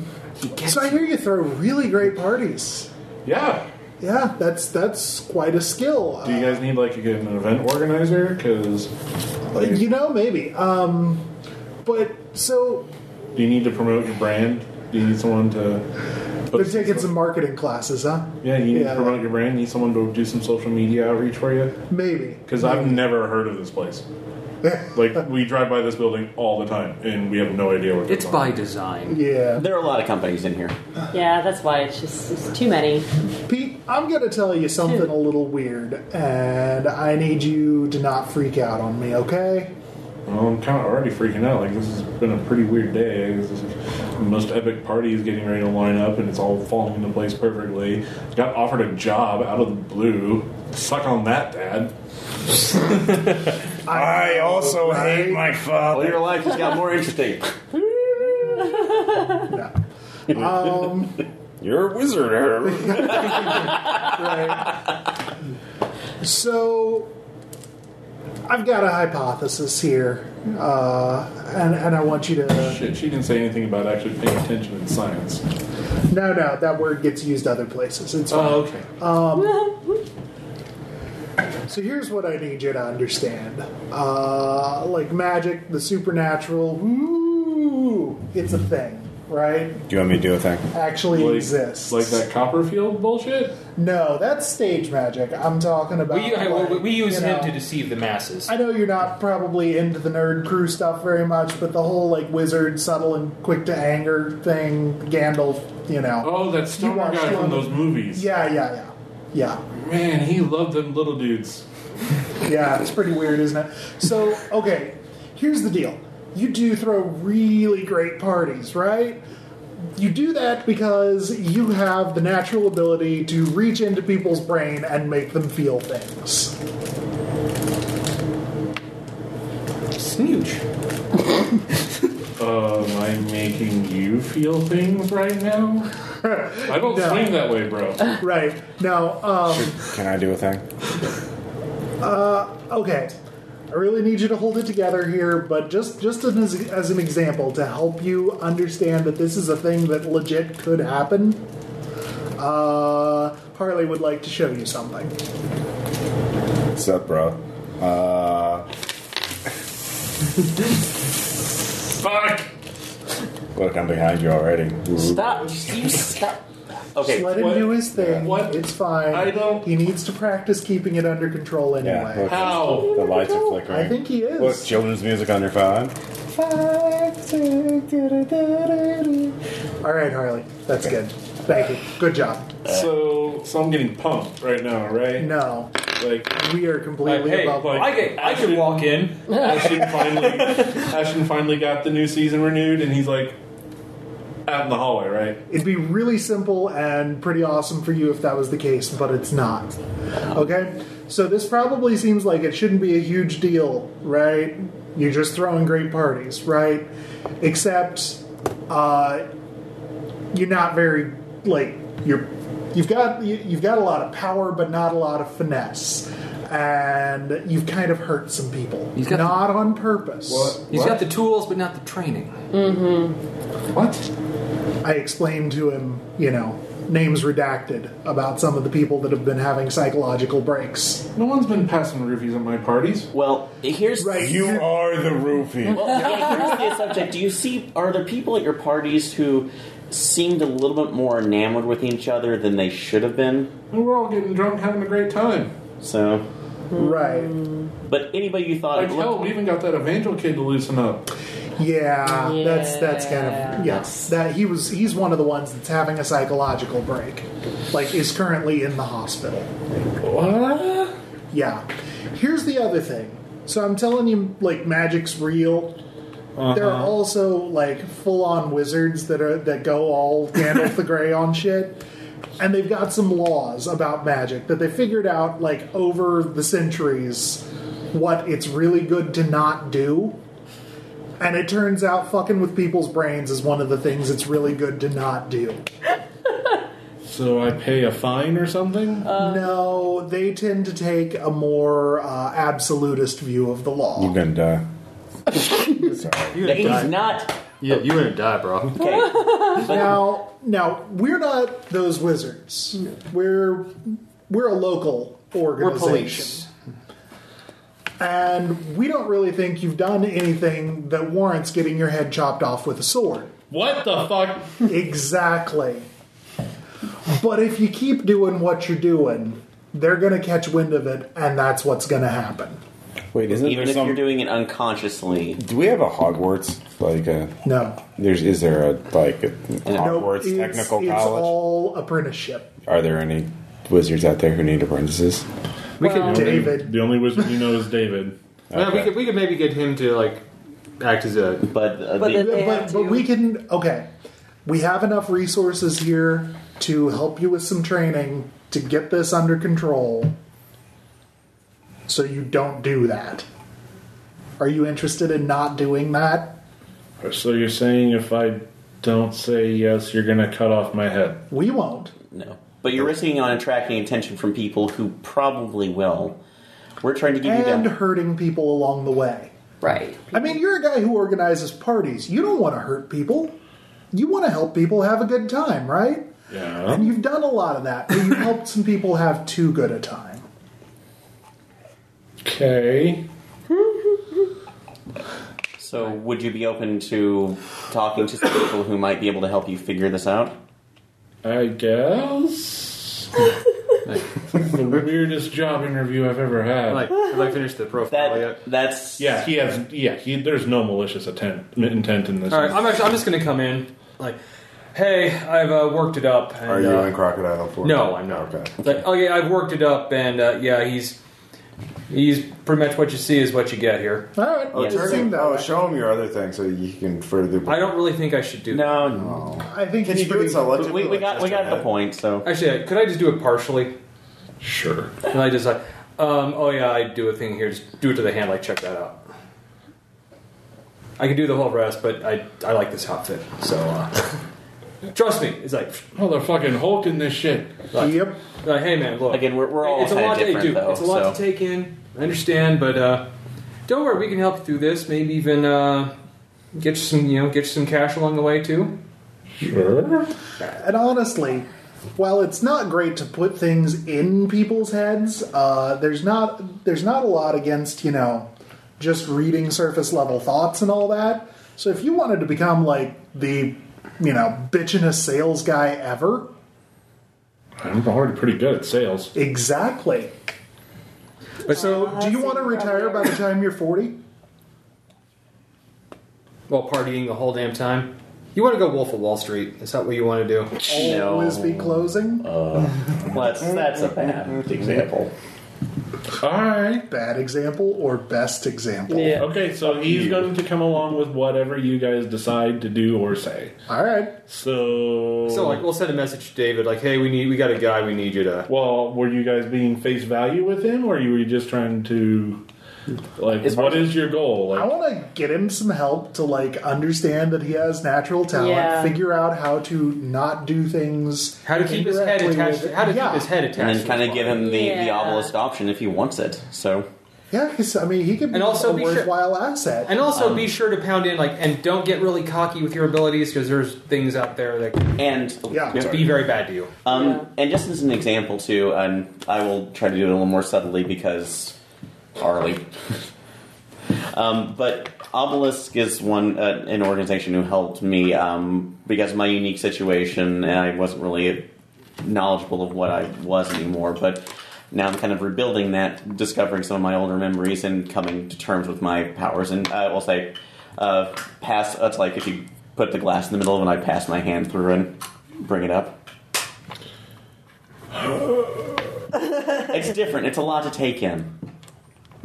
So I hear you throw really great parties. Yeah, Yeah, that's that's quite a skill. Do you guys need like a, an event organizer? Because like, Uh, You know, maybe. Um, but so do you need to promote your brand? Do you need someone to? they're taking some marketing classes, huh? Yeah, you need Yeah. to promote your brand. Need someone to do some social media outreach for you. Maybe. Because I've Mm-hmm. never heard of this place. like we drive by this building all the time, and we have no idea what It's by design. Yeah, there are a lot of companies in here. Yeah, that's why it's just it's too many. Pete, I'm gonna tell you something a little weird, and I need you to not freak out on me, okay? Well, I'm kind of already freaking out. Like this has been a pretty weird day. This is, the most epic party is getting ready to line up, and it's all falling into place perfectly. Got offered a job out of the blue. Suck on that, Dad. I also hate my father. Well, your life has got more interesting. Um, You're a wizard, Herb. so I've got a hypothesis here, uh, and and I want you to. Shit, she didn't say anything about actually paying attention in science. No, no, that word gets used other places. It's fine. Oh, okay. Um, Uh-huh. so here's what I need you to understand. Uh, like magic, the supernatural, woo, it's a thing, right? Do you want me to do a thing? Actually Like- exists. Like that Copperfield bullshit? No, that's stage magic. I'm talking about. We, I- we- like, we use you him know, to deceive the masses. I know you're not probably into the nerd crew stuff very much, but the whole like wizard, subtle and quick to anger thing, Gandalf, you know. Oh, that stoner watched guy one- from those movies. Yeah, yeah, yeah. Yeah. Man, he loved them little dudes. yeah, it's pretty weird, isn't it? So, okay, here's the deal. You do throw really great parties, right? You do that because you have the natural ability to reach into people's brain and make them feel things. Snooch. Um, I'm making you feel things right now. I don't No. swing that way, bro. Right. Now, um, Can I do a thing? uh, okay. I really need you to hold it together here, but just just as, as an example to help you understand that this is a thing that legit could happen, uh, Harley would like to show you something. What's up, bro? Uh, Fuck! look, I'm behind you already. Stop. You stop. Okay. Just let him what- do his thing. It's fine. I don't- He needs to practice keeping it under control anyway. Yeah, look, How? The lights are flickering. I think he is. Look, children's music on your phone. All right, Harley. That's good. Thank you. Good job. So, so I'm getting pumped right now, right? No, Like, we are completely Hey, above. like, I could, I could walk in. Ashton finally, Ashton finally got the new season renewed, and he's like out in the hallway, right? It'd be really simple and pretty awesome for you if that was the case, but it's not. Okay? So this probably seems like it shouldn't be a huge deal, right? You're just throwing great parties, right? Except uh, you're not very like you're you've got you, you've got a lot of power but not a lot of finesse. And you've kind of hurt some people. He's got the- not on purpose. He's got the tools, but not the training. What? I explained to him, you know, names redacted about some of the people that have been having psychological breaks. No one's been passing reviews at my parties. Well, here's Right. You are the roofie. Well, yeah, here's the subject. Do you see? Are there people at your parties who seemed a little bit more enamored with each other than they should have been? And we're all getting drunk, having a great time. So, Right. but anybody you thought Like hell, we even got that Evangel kid to loosen up. Yeah, that's that's kind of yes. That he was he's one of the ones that's having a psychological break. Like is currently in the hospital. What? Yeah. Here's the other thing. So I'm telling you like magic's real. There are also like full-on wizards that are that go all Gandalf the Grey on shit, and they've got some laws about magic that they figured out like over the centuries what it's really good to not do. And it turns out fucking with people's brains is one of the things it's really good to not do. So I pay a fine or something? no, they tend to take a more uh, absolutist view of the law. You're gonna die. You He's not. Yeah, you gonna die, bro. now, now we're not those wizards. We're we're a local We're organization, police. and we don't really think you've done anything that warrants getting your head chopped off with a sword. What the fuck? Exactly. But if you keep doing what you're doing, they're going to catch wind of it, and that's what's going to happen. Wait, isn't Even there if some? you're doing it unconsciously. do we have a Hogwarts like a? No. There's is there a like a Hogwarts it's, technical it's college? all apprenticeship. Are there any wizards out there who need apprentices? We Um, could- Well, David. The only wizard you know is David. Well, we could we could maybe get him to like act as a But, uh, But the- then- Yeah, They but, but we can okay we have enough resources here to help you with some training to get this under control so you don't do that are you interested in not doing that So you're saying if I don't say yes, you're gonna cut off my head? we won't No. But you're risking on attracting attention from people who probably will. We're trying to give you and that. hurting people along the way Right. i mean you're a guy who organizes parties you don't want to hurt people you want to help people have a good time right Yeah. and you've done a lot of that but you've helped some people have too good a time Okay. So, would you be open to talking to some people who might be able to help you figure this out? I guess. the weirdest job interview I've ever had. Like, have I finished the profile yet? That's yeah, he has. Yeah, he, there's no malicious intent, intent in this. All right, I'm actually, I'm just gonna come in like, hey, I've uh, worked it up. And, Are you uh, in crocodile form? No, I'm not. Okay. Like, oh yeah, I've worked it up, and uh, yeah, he's he's pretty much what you see is what you get here. all right Oh, Yeah. just turn seem him- that oh, way. show him your other thing so you can further. I don't really think I should do. that. No, no. i think Can it's you do pretty it so But we, we got we got the point. So Actually, could I just do it partially? Sure. And I just like, um, oh yeah, I do a thing here. Just do it to the hand. Like, check that out. I can do the whole rest, but I I like this outfit. So uh, trust me, it's like, Motherfucking Hulk in this shit. like, yep like, hey man, look. again, we're, we're all it's a kind lot to of different, do. though. it's a lot so to take in. I understand, but uh, don't worry, we can help you through this. Maybe even uh, get you some, you know, get you some cash along the way too. Sure. And honestly, while it's not great to put things in people's heads, uh, there's not there's not a lot against you know just reading surface level thoughts and all that. So if you wanted to become like the you know bitchinest sales guy ever, I'm already pretty good at sales. exactly. But So do you want to retire by the time you're forty? While partying the whole damn time, you want to go Wolf of Wall Street? Is that what you want to do? No. Always be closing. Let's- that's a bad example. All right. Bad example or best example? Yeah. Okay, so he's going to come along with whatever you guys decide to do or say. All right. So, So like, we'll send a message to David, like, hey, we need, we got a guy, we need you to. well, were you guys being face value with him, or were you just trying to, like, As far what as- is your goal? I Like, want to get him some help to like understand that he has natural talent, Yeah. figure out how to not do things, How to keep his head incorrectly attached? with- How to yeah. keep his head attached? and to then the kind of body. give him the, the Yeah. obelisk option if he wants it. So Yeah, because I mean, he could be And also a be sure- worthwhile asset. And also um, be sure to pound in like, and don't get really cocky with your abilities because there's things out there that can and Yeah. be very bad to you. Um, Yeah. And just as an example, too, and I will try to do it a little more subtly because Harley. um, but Obelisk is one uh, an organization who helped me um, because of my unique situation, and I wasn't really knowledgeable of what I was anymore. But now I'm kind of rebuilding that, discovering some of my older memories, and coming to terms with my powers. And I will say, uh, pass. It's like if you put the glass in the middle of it, I pass my hand through and bring it up. It's different. It's a lot to take in.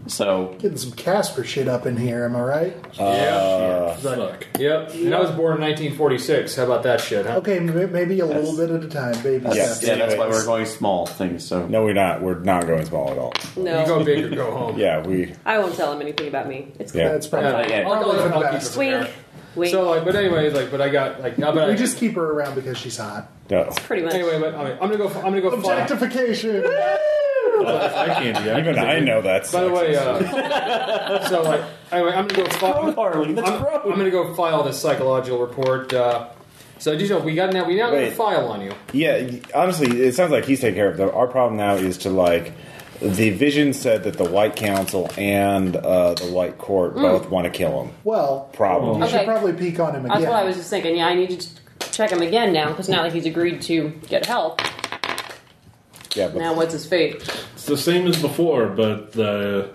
So Getting some Casper shit up in here, am I right? Uh, fuck. Yep. And I was born in 1946. How about that shit, huh? Okay, m- maybe a little bit at a time, baby Yes. steps. yeah, that's why we're going small things. So No, we're not. We're not going small at all. You go No. big or go home. Yeah, we. I won't tell him anything about me. It's Yeah. That's probably. Yeah, yeah. I'll- I'll- Probably for the I'll keep best. it from Wink. there. Wink. So, like, but anyways, like, but I got like, uh, but I We just keep her around because she's hot. No. Pretty much. anyway, but I mean, I'm gonna go. I'm gonna go. Fly. Objectification. I candy. I Even can I do. know that's. By the way, uh, so like, anyway, I'm gonna go file. I'm, I'm gonna go file this psychological report. Uh, so do you know we got now we now got a Wait. file on you. Yeah, honestly, it sounds like he's taking care of them. Our problem now is to like. The vision said that the White Council and uh, the White Court Mm. both want to kill him. Well, Problem. you Okay. should probably peek on him That's again. what I was just thinking. Yeah, I need to check him again now because now that he's agreed to get help, Yeah, now what's his fate? It's the same as before, but the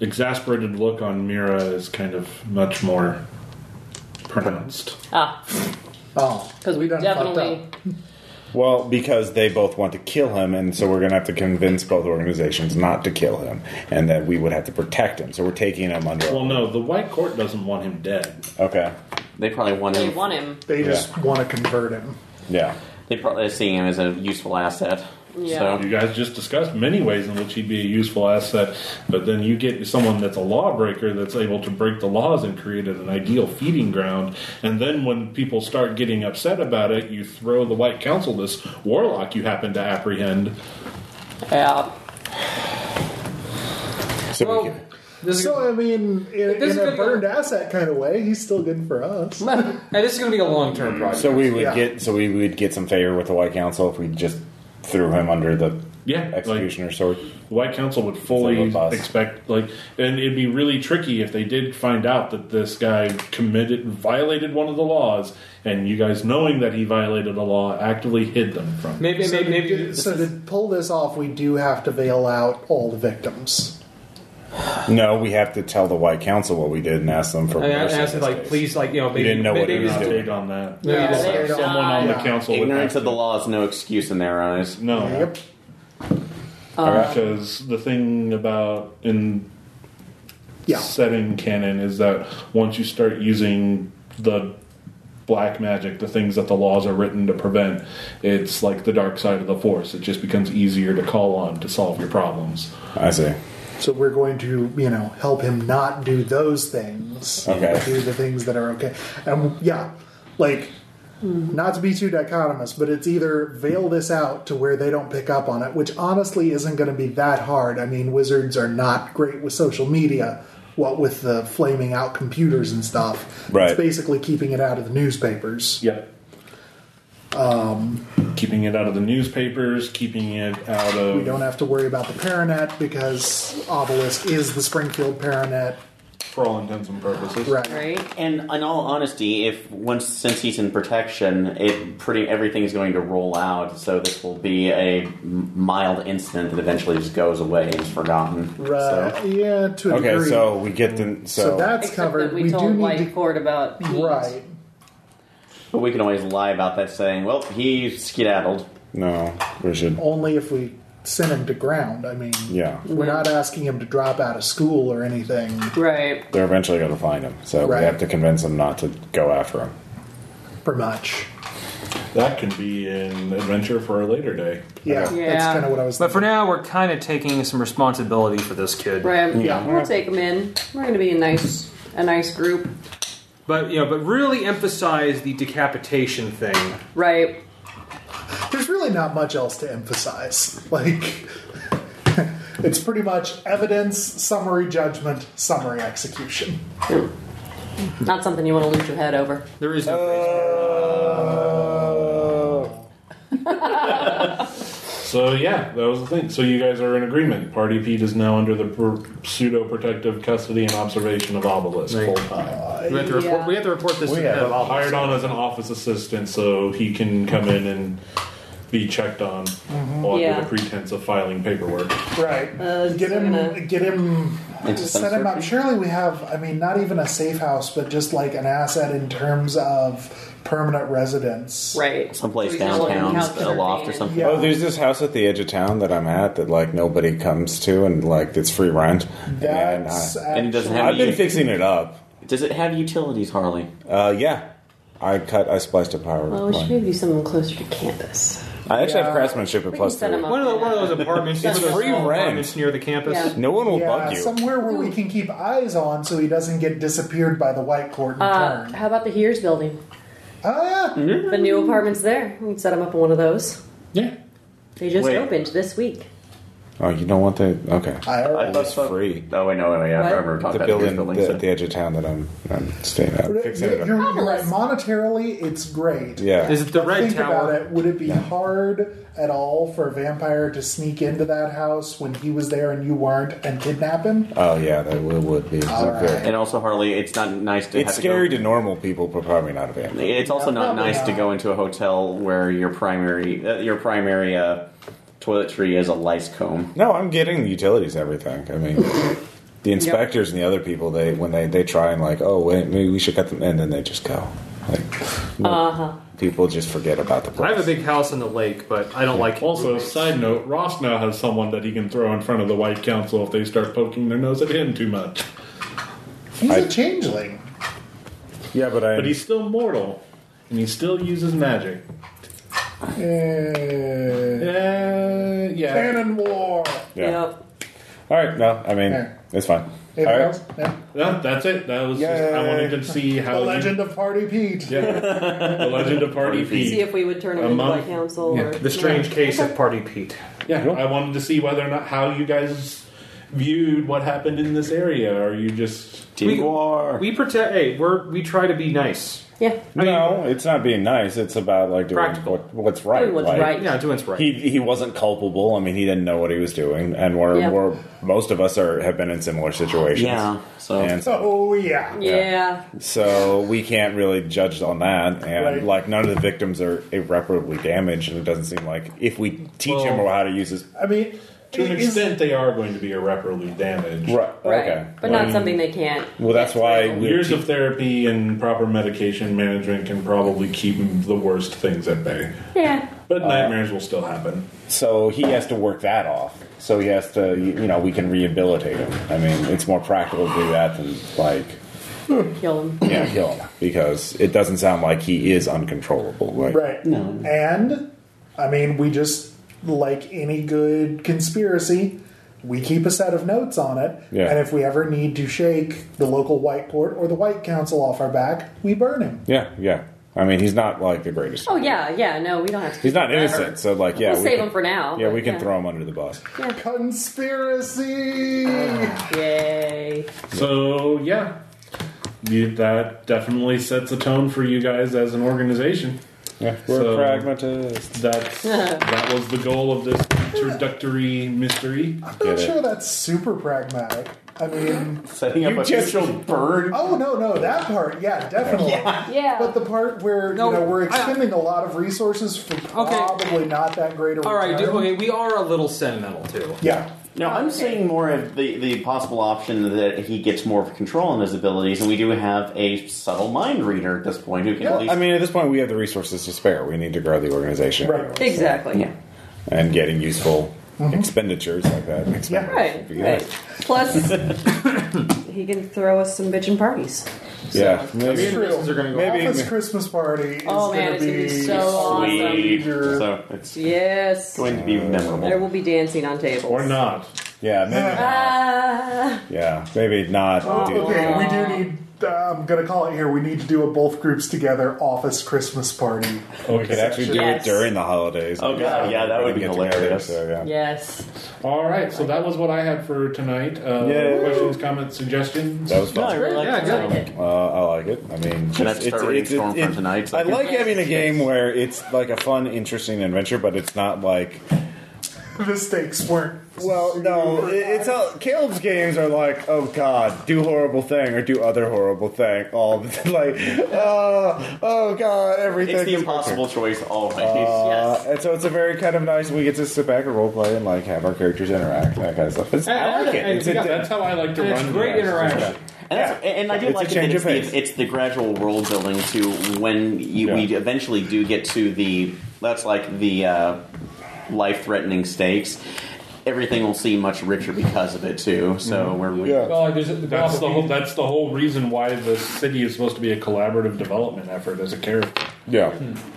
exasperated look on Mira is kind of much more pronounced. Ah, oh, because we definitely Well, because they both want to kill him, and so we're going to have to convince both organizations not to kill him, and that we would have to protect him. So we're taking him under. Well, no, the White Court doesn't want him dead. Okay. They probably want they him. want him. They just want to convert him. Yeah. They probably are seeing him as a useful asset. Yeah. So You guys just discussed many ways in which he'd be a useful asset, but then you get someone that's a lawbreaker that's able to break the laws and create an ideal feeding ground. And then when people start getting upset about it, you throw the White Council this warlock you happen to apprehend. Yeah. So well, this is So I mean, in, This is in a gonna go- burned asset kind of way, he's still good for us. and this is gonna be a long term project. Mm, So we would Yeah. get so we would get some favor with the White Council if we just threw him under the Yeah, like- executioner sword. The White Council would It's a fully little boss. expect like, and it'd be really tricky if they did find out that this guy committed violated one of the laws, and you guys knowing that he violated a law actively hid them from. it. maybe so, maybe, maybe to, so to pull this off, we do have to bail out all the victims. No, we have to tell the White Council what we did and ask them for. I, I mercy in asked him, this like case. please like you know maybe didn't know what maybe it was just- doing. Big on that. maybe Yeah, just- they are Someone on the not. council would ignorance have of the to- law is no excuse in their eyes. No, Yep. Uh, because the thing about in Yeah. setting canon is that once you start using the black magic, the things that the laws are written to prevent, it's like the dark side of the force. It just becomes easier to call on to solve your problems. I see. So we're going to, you know, help him not do those things. Okay. Do the things that are okay. And yeah, like not to be too dichotomous, but it's either veil this out to where they don't pick up on it, which honestly isn't going to be that hard. I mean, wizards are not great with social media, what with the flaming out computers and stuff. Right. It's basically keeping it out of the newspapers. Yep. Um, keeping it out of the newspapers, keeping it out We of don't have to worry about the Paranet because Obelisk is the Springfield Paranet. for all intents and purposes. Right. Right. And in all honesty, if once since he's in protection, it pretty everything is going to roll out. So this will be a m- mild incident that eventually just goes away and is forgotten. Right. So, Yeah, to a Okay, degree. so we get the so, So that's Except covered. that we, we do told need White to Court about Pete. right. but we can always lie about that, saying, "Well, he skedaddled." no, we should Only if we send him to ground. I mean, yeah. we're not asking him to drop out of school or anything. Right. They're eventually going to find him, so Right. we have to convince them not to go after him. Pretty much. That can be an adventure for a later day. Yeah, Okay. that's Yeah. kind of what I was. But for now, we're kind of taking some responsibility for this kid. Right. Yeah. We'll take him in. We're going to be a nice, a nice group. But you know, but really emphasize the decapitation thing. Right. There's really not much else to emphasize. Like, it's pretty much evidence, summary judgment, summary execution. Not something you want to lose your head over. There is Uh, no phrase. So yeah, that was the thing. So you guys are in agreement. Party Pete is now under the pr- pseudo protective custody and observation of Obelisk Right. full time. We have to report. We have to report this. to the head of office. Hired on as an office assistant, so he can come in and be checked on Mm-hmm. under Yeah. the pretense of filing paperwork. Right. Uh, get him. gonna- Get him. Into some Set him up. sort of- Surely we have. I mean, not even a safe house, but just like an asset in terms of permanent residence. Right. Someplace So he's just looking downtown, house a loft or surveying. something. Yeah. Oh, there's this house at the edge of town that I'm at that like nobody comes to and like it's free rent. That's and And it doesn't I, have I've any. been fixing it up. Does it have utilities, Harley? Uh, yeah, I cut, I spliced a power Well, we should line. maybe do something closer to campus. I actually Yeah. have craftsmanship at We plus can set three. him up. One of, the, one of those apartments. one It's of those free small rent. apartments near the campus. Yeah. No one will yeah, bug you. somewhere where we can keep eyes on so he doesn't get disappeared by the white court in Uh, turn. how about the Hears building? Oh yeah, The new apartment's there. We can set him up in one of those. Yeah. They just Wait. opened this week. Oh, you don't want the okay. I already- It's free. Oh, wait, no, wait, wait, I What? remember The talking about building, building building the, so- at the edge of town that I'm I'm staying at. You're, Fixing it up. you're right. Monetarily, it's great. Yeah. Is it the But red think tower? about it. Would it be hard at all for a vampire to sneak into that house when he was there and you weren't and kidnap him? Oh yeah, that would, would be. And also, Harley, it's not nice to. It's have scary to, to normal people, but probably not a go, vampire. It's also not nice to go into a hotel where your primary uh, your primary uh, toiletry is a lice comb. No, I'm getting the utilities, everything. I mean, the inspectors and the other people, they when they they try and like, oh wait, maybe we should cut them, and then they just go. Uh huh. People just forget about the I place. have a big house on the lake, but I don't like. Also, side note: Ross now has someone that he can throw in front of the White Council if they start poking their nose at him too much. He's a a changeling. Yeah, but I. But he's still mortal, and he still uses magic. Yeah. Uh, yeah. Cannon war. Yeah. All right. No, I mean, Yeah. it's fine. Anything All right. else? Yeah. Yeah, that's it. That was. Just, I wanted to see how The you- legend of Party Pete. the Legend of Party Pete. See if we would turn A him into month? White Council. Or, The strange case of Party Pete. Yeah, I wanted to see whether or not how you guys viewed what happened in this area. Or you just We- war. We pretend. Hey, we're we try to be nice. Yeah. No, it's not being nice. It's about like doing what, what's right. Doing what's like, right. Yeah, doing what's right. He he wasn't culpable. I mean, he didn't know what he was doing, and we're, Yeah. we're most of us are have been in similar situations. Yeah, so- and so, Oh yeah. Yeah. so we can't really judge on that, and Right. like none of the victims are irreparably damaged, and it doesn't seem like if we teach him how to use his I mean, to an is- extent, they are going to be irreparably damaged. right, Right. okay, But Um, not something they can't. well, that's why we Years of therapy and proper medication management can probably keep the worst things at bay. Yeah. But nightmares will still happen. So he has to work that off. So he has to, you you know, we can rehabilitate him. I mean, it's more practical to do that than like, Kill him. yeah, kill him because it doesn't sound like he is uncontrollable. Right? Right. And I mean, we just like any good conspiracy, we keep a set of notes on it. Yeah. And if we ever need to shake the local white court or the white council off our back, we burn him. Yeah, yeah. I mean, he's not like the greatest. Oh yeah, yeah. No, we don't have to. He's not forever. innocent. So like, yeah, we'll we save can, him for now. Yeah, but we can throw him under the bus. Conspiracy. Yay. So yeah, You- that definitely sets a tone for you guys as an organization. Yeah, we're So- pragmatists. That's that was the goal of this introductory mystery. I'm not sure that's super pragmatic. I mean, Setting up You a just- official bird. Oh no, no, that part, yeah, definitely. Yeah, But the part where No, you know we're I- expending a lot of resources for probably not that great a return. All right. Dude, okay, we are a little sentimental too. Yeah. No, I'm seeing more of the, the possible option that he gets more control on his abilities, and we do have a subtle mind reader at this point who can at Well, least. I mean, at this point, we have the resources to spare. We need to grow the organization Right. anyway, so- Exactly. Yeah. and getting useful expenditures like that. Expenditures would Right. be good. Right. Plus, he can throw us some bitchin' parties. Yeah, Me and Mrs. are gonna go. Maybe- Office Christmas party is Oh, man, gonna it's gonna be be so Sweet. major- So it's Yes. going to be memorable. There will be dancing on tables. Or not. Yeah, maybe. Ah. Yeah, maybe not. Oh, do okay, we do need. Uh, I'm gonna call it here. We need to do a both groups together office Christmas party. Oh, We could actually do Yes. it during the holidays. Oh, God, yeah, that would be Get together, hilarious. so, yeah. yes. All right, so that was what I had for tonight. Uh, Yay. questions, comments, suggestions. That was fun. yeah, good. Uh, I like it. I mean, Can I start reading Stormfront tonight? I like having a game where it's like a fun, interesting adventure, but it's not like. the stakes weren't. Well, no, it- it's all, Caleb's games are like, oh god, do horrible thing or do other horrible thing. All the- like, oh, oh god, everything. It's the is- impossible choice always. Uh, And so it's a very kind of nice. We get to sit back and role play and like have our characters interact, that kind of stuff. It's, I like it. It's, a- That's how I like to And run. it's great the rest. interaction. And, that's, and I do It's a like it that change it's of the, pace. it's the gradual world building to when you, we eventually do get to the that's like the uh, life threatening stakes. Everything will seem much richer because of it too. So we're Mm-hmm. Yeah. Well, there's the That's boss. the whole. That's the whole reason why the city is supposed to be a collaborative development effort as a character. yeah.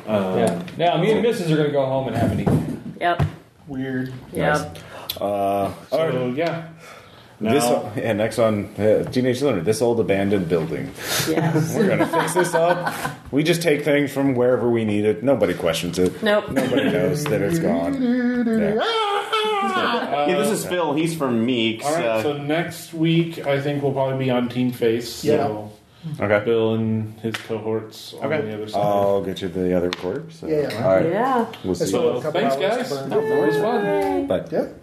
Yeah. Now, me and Mrs. are gonna go home and have an evening. Yep. Weird. Yep. Uh, all right. So yeah, Now- This yeah, next one, uh, teenage learner. This old abandoned building. Yes. We're gonna fix this up. We just take things from wherever we need it. Nobody questions it. Nope. Nobody knows that it's gone. Yeah. uh, yeah, this is Phil. He's from Uh, Meek. All right, so next week I think we'll probably be on Team Face. So Okay. Uh, Bill and his cohorts on the other side. I'll get you the other corpse. Yeah. All right. Yeah. We'll see. So, thanks, guys. That was fun. But yeah.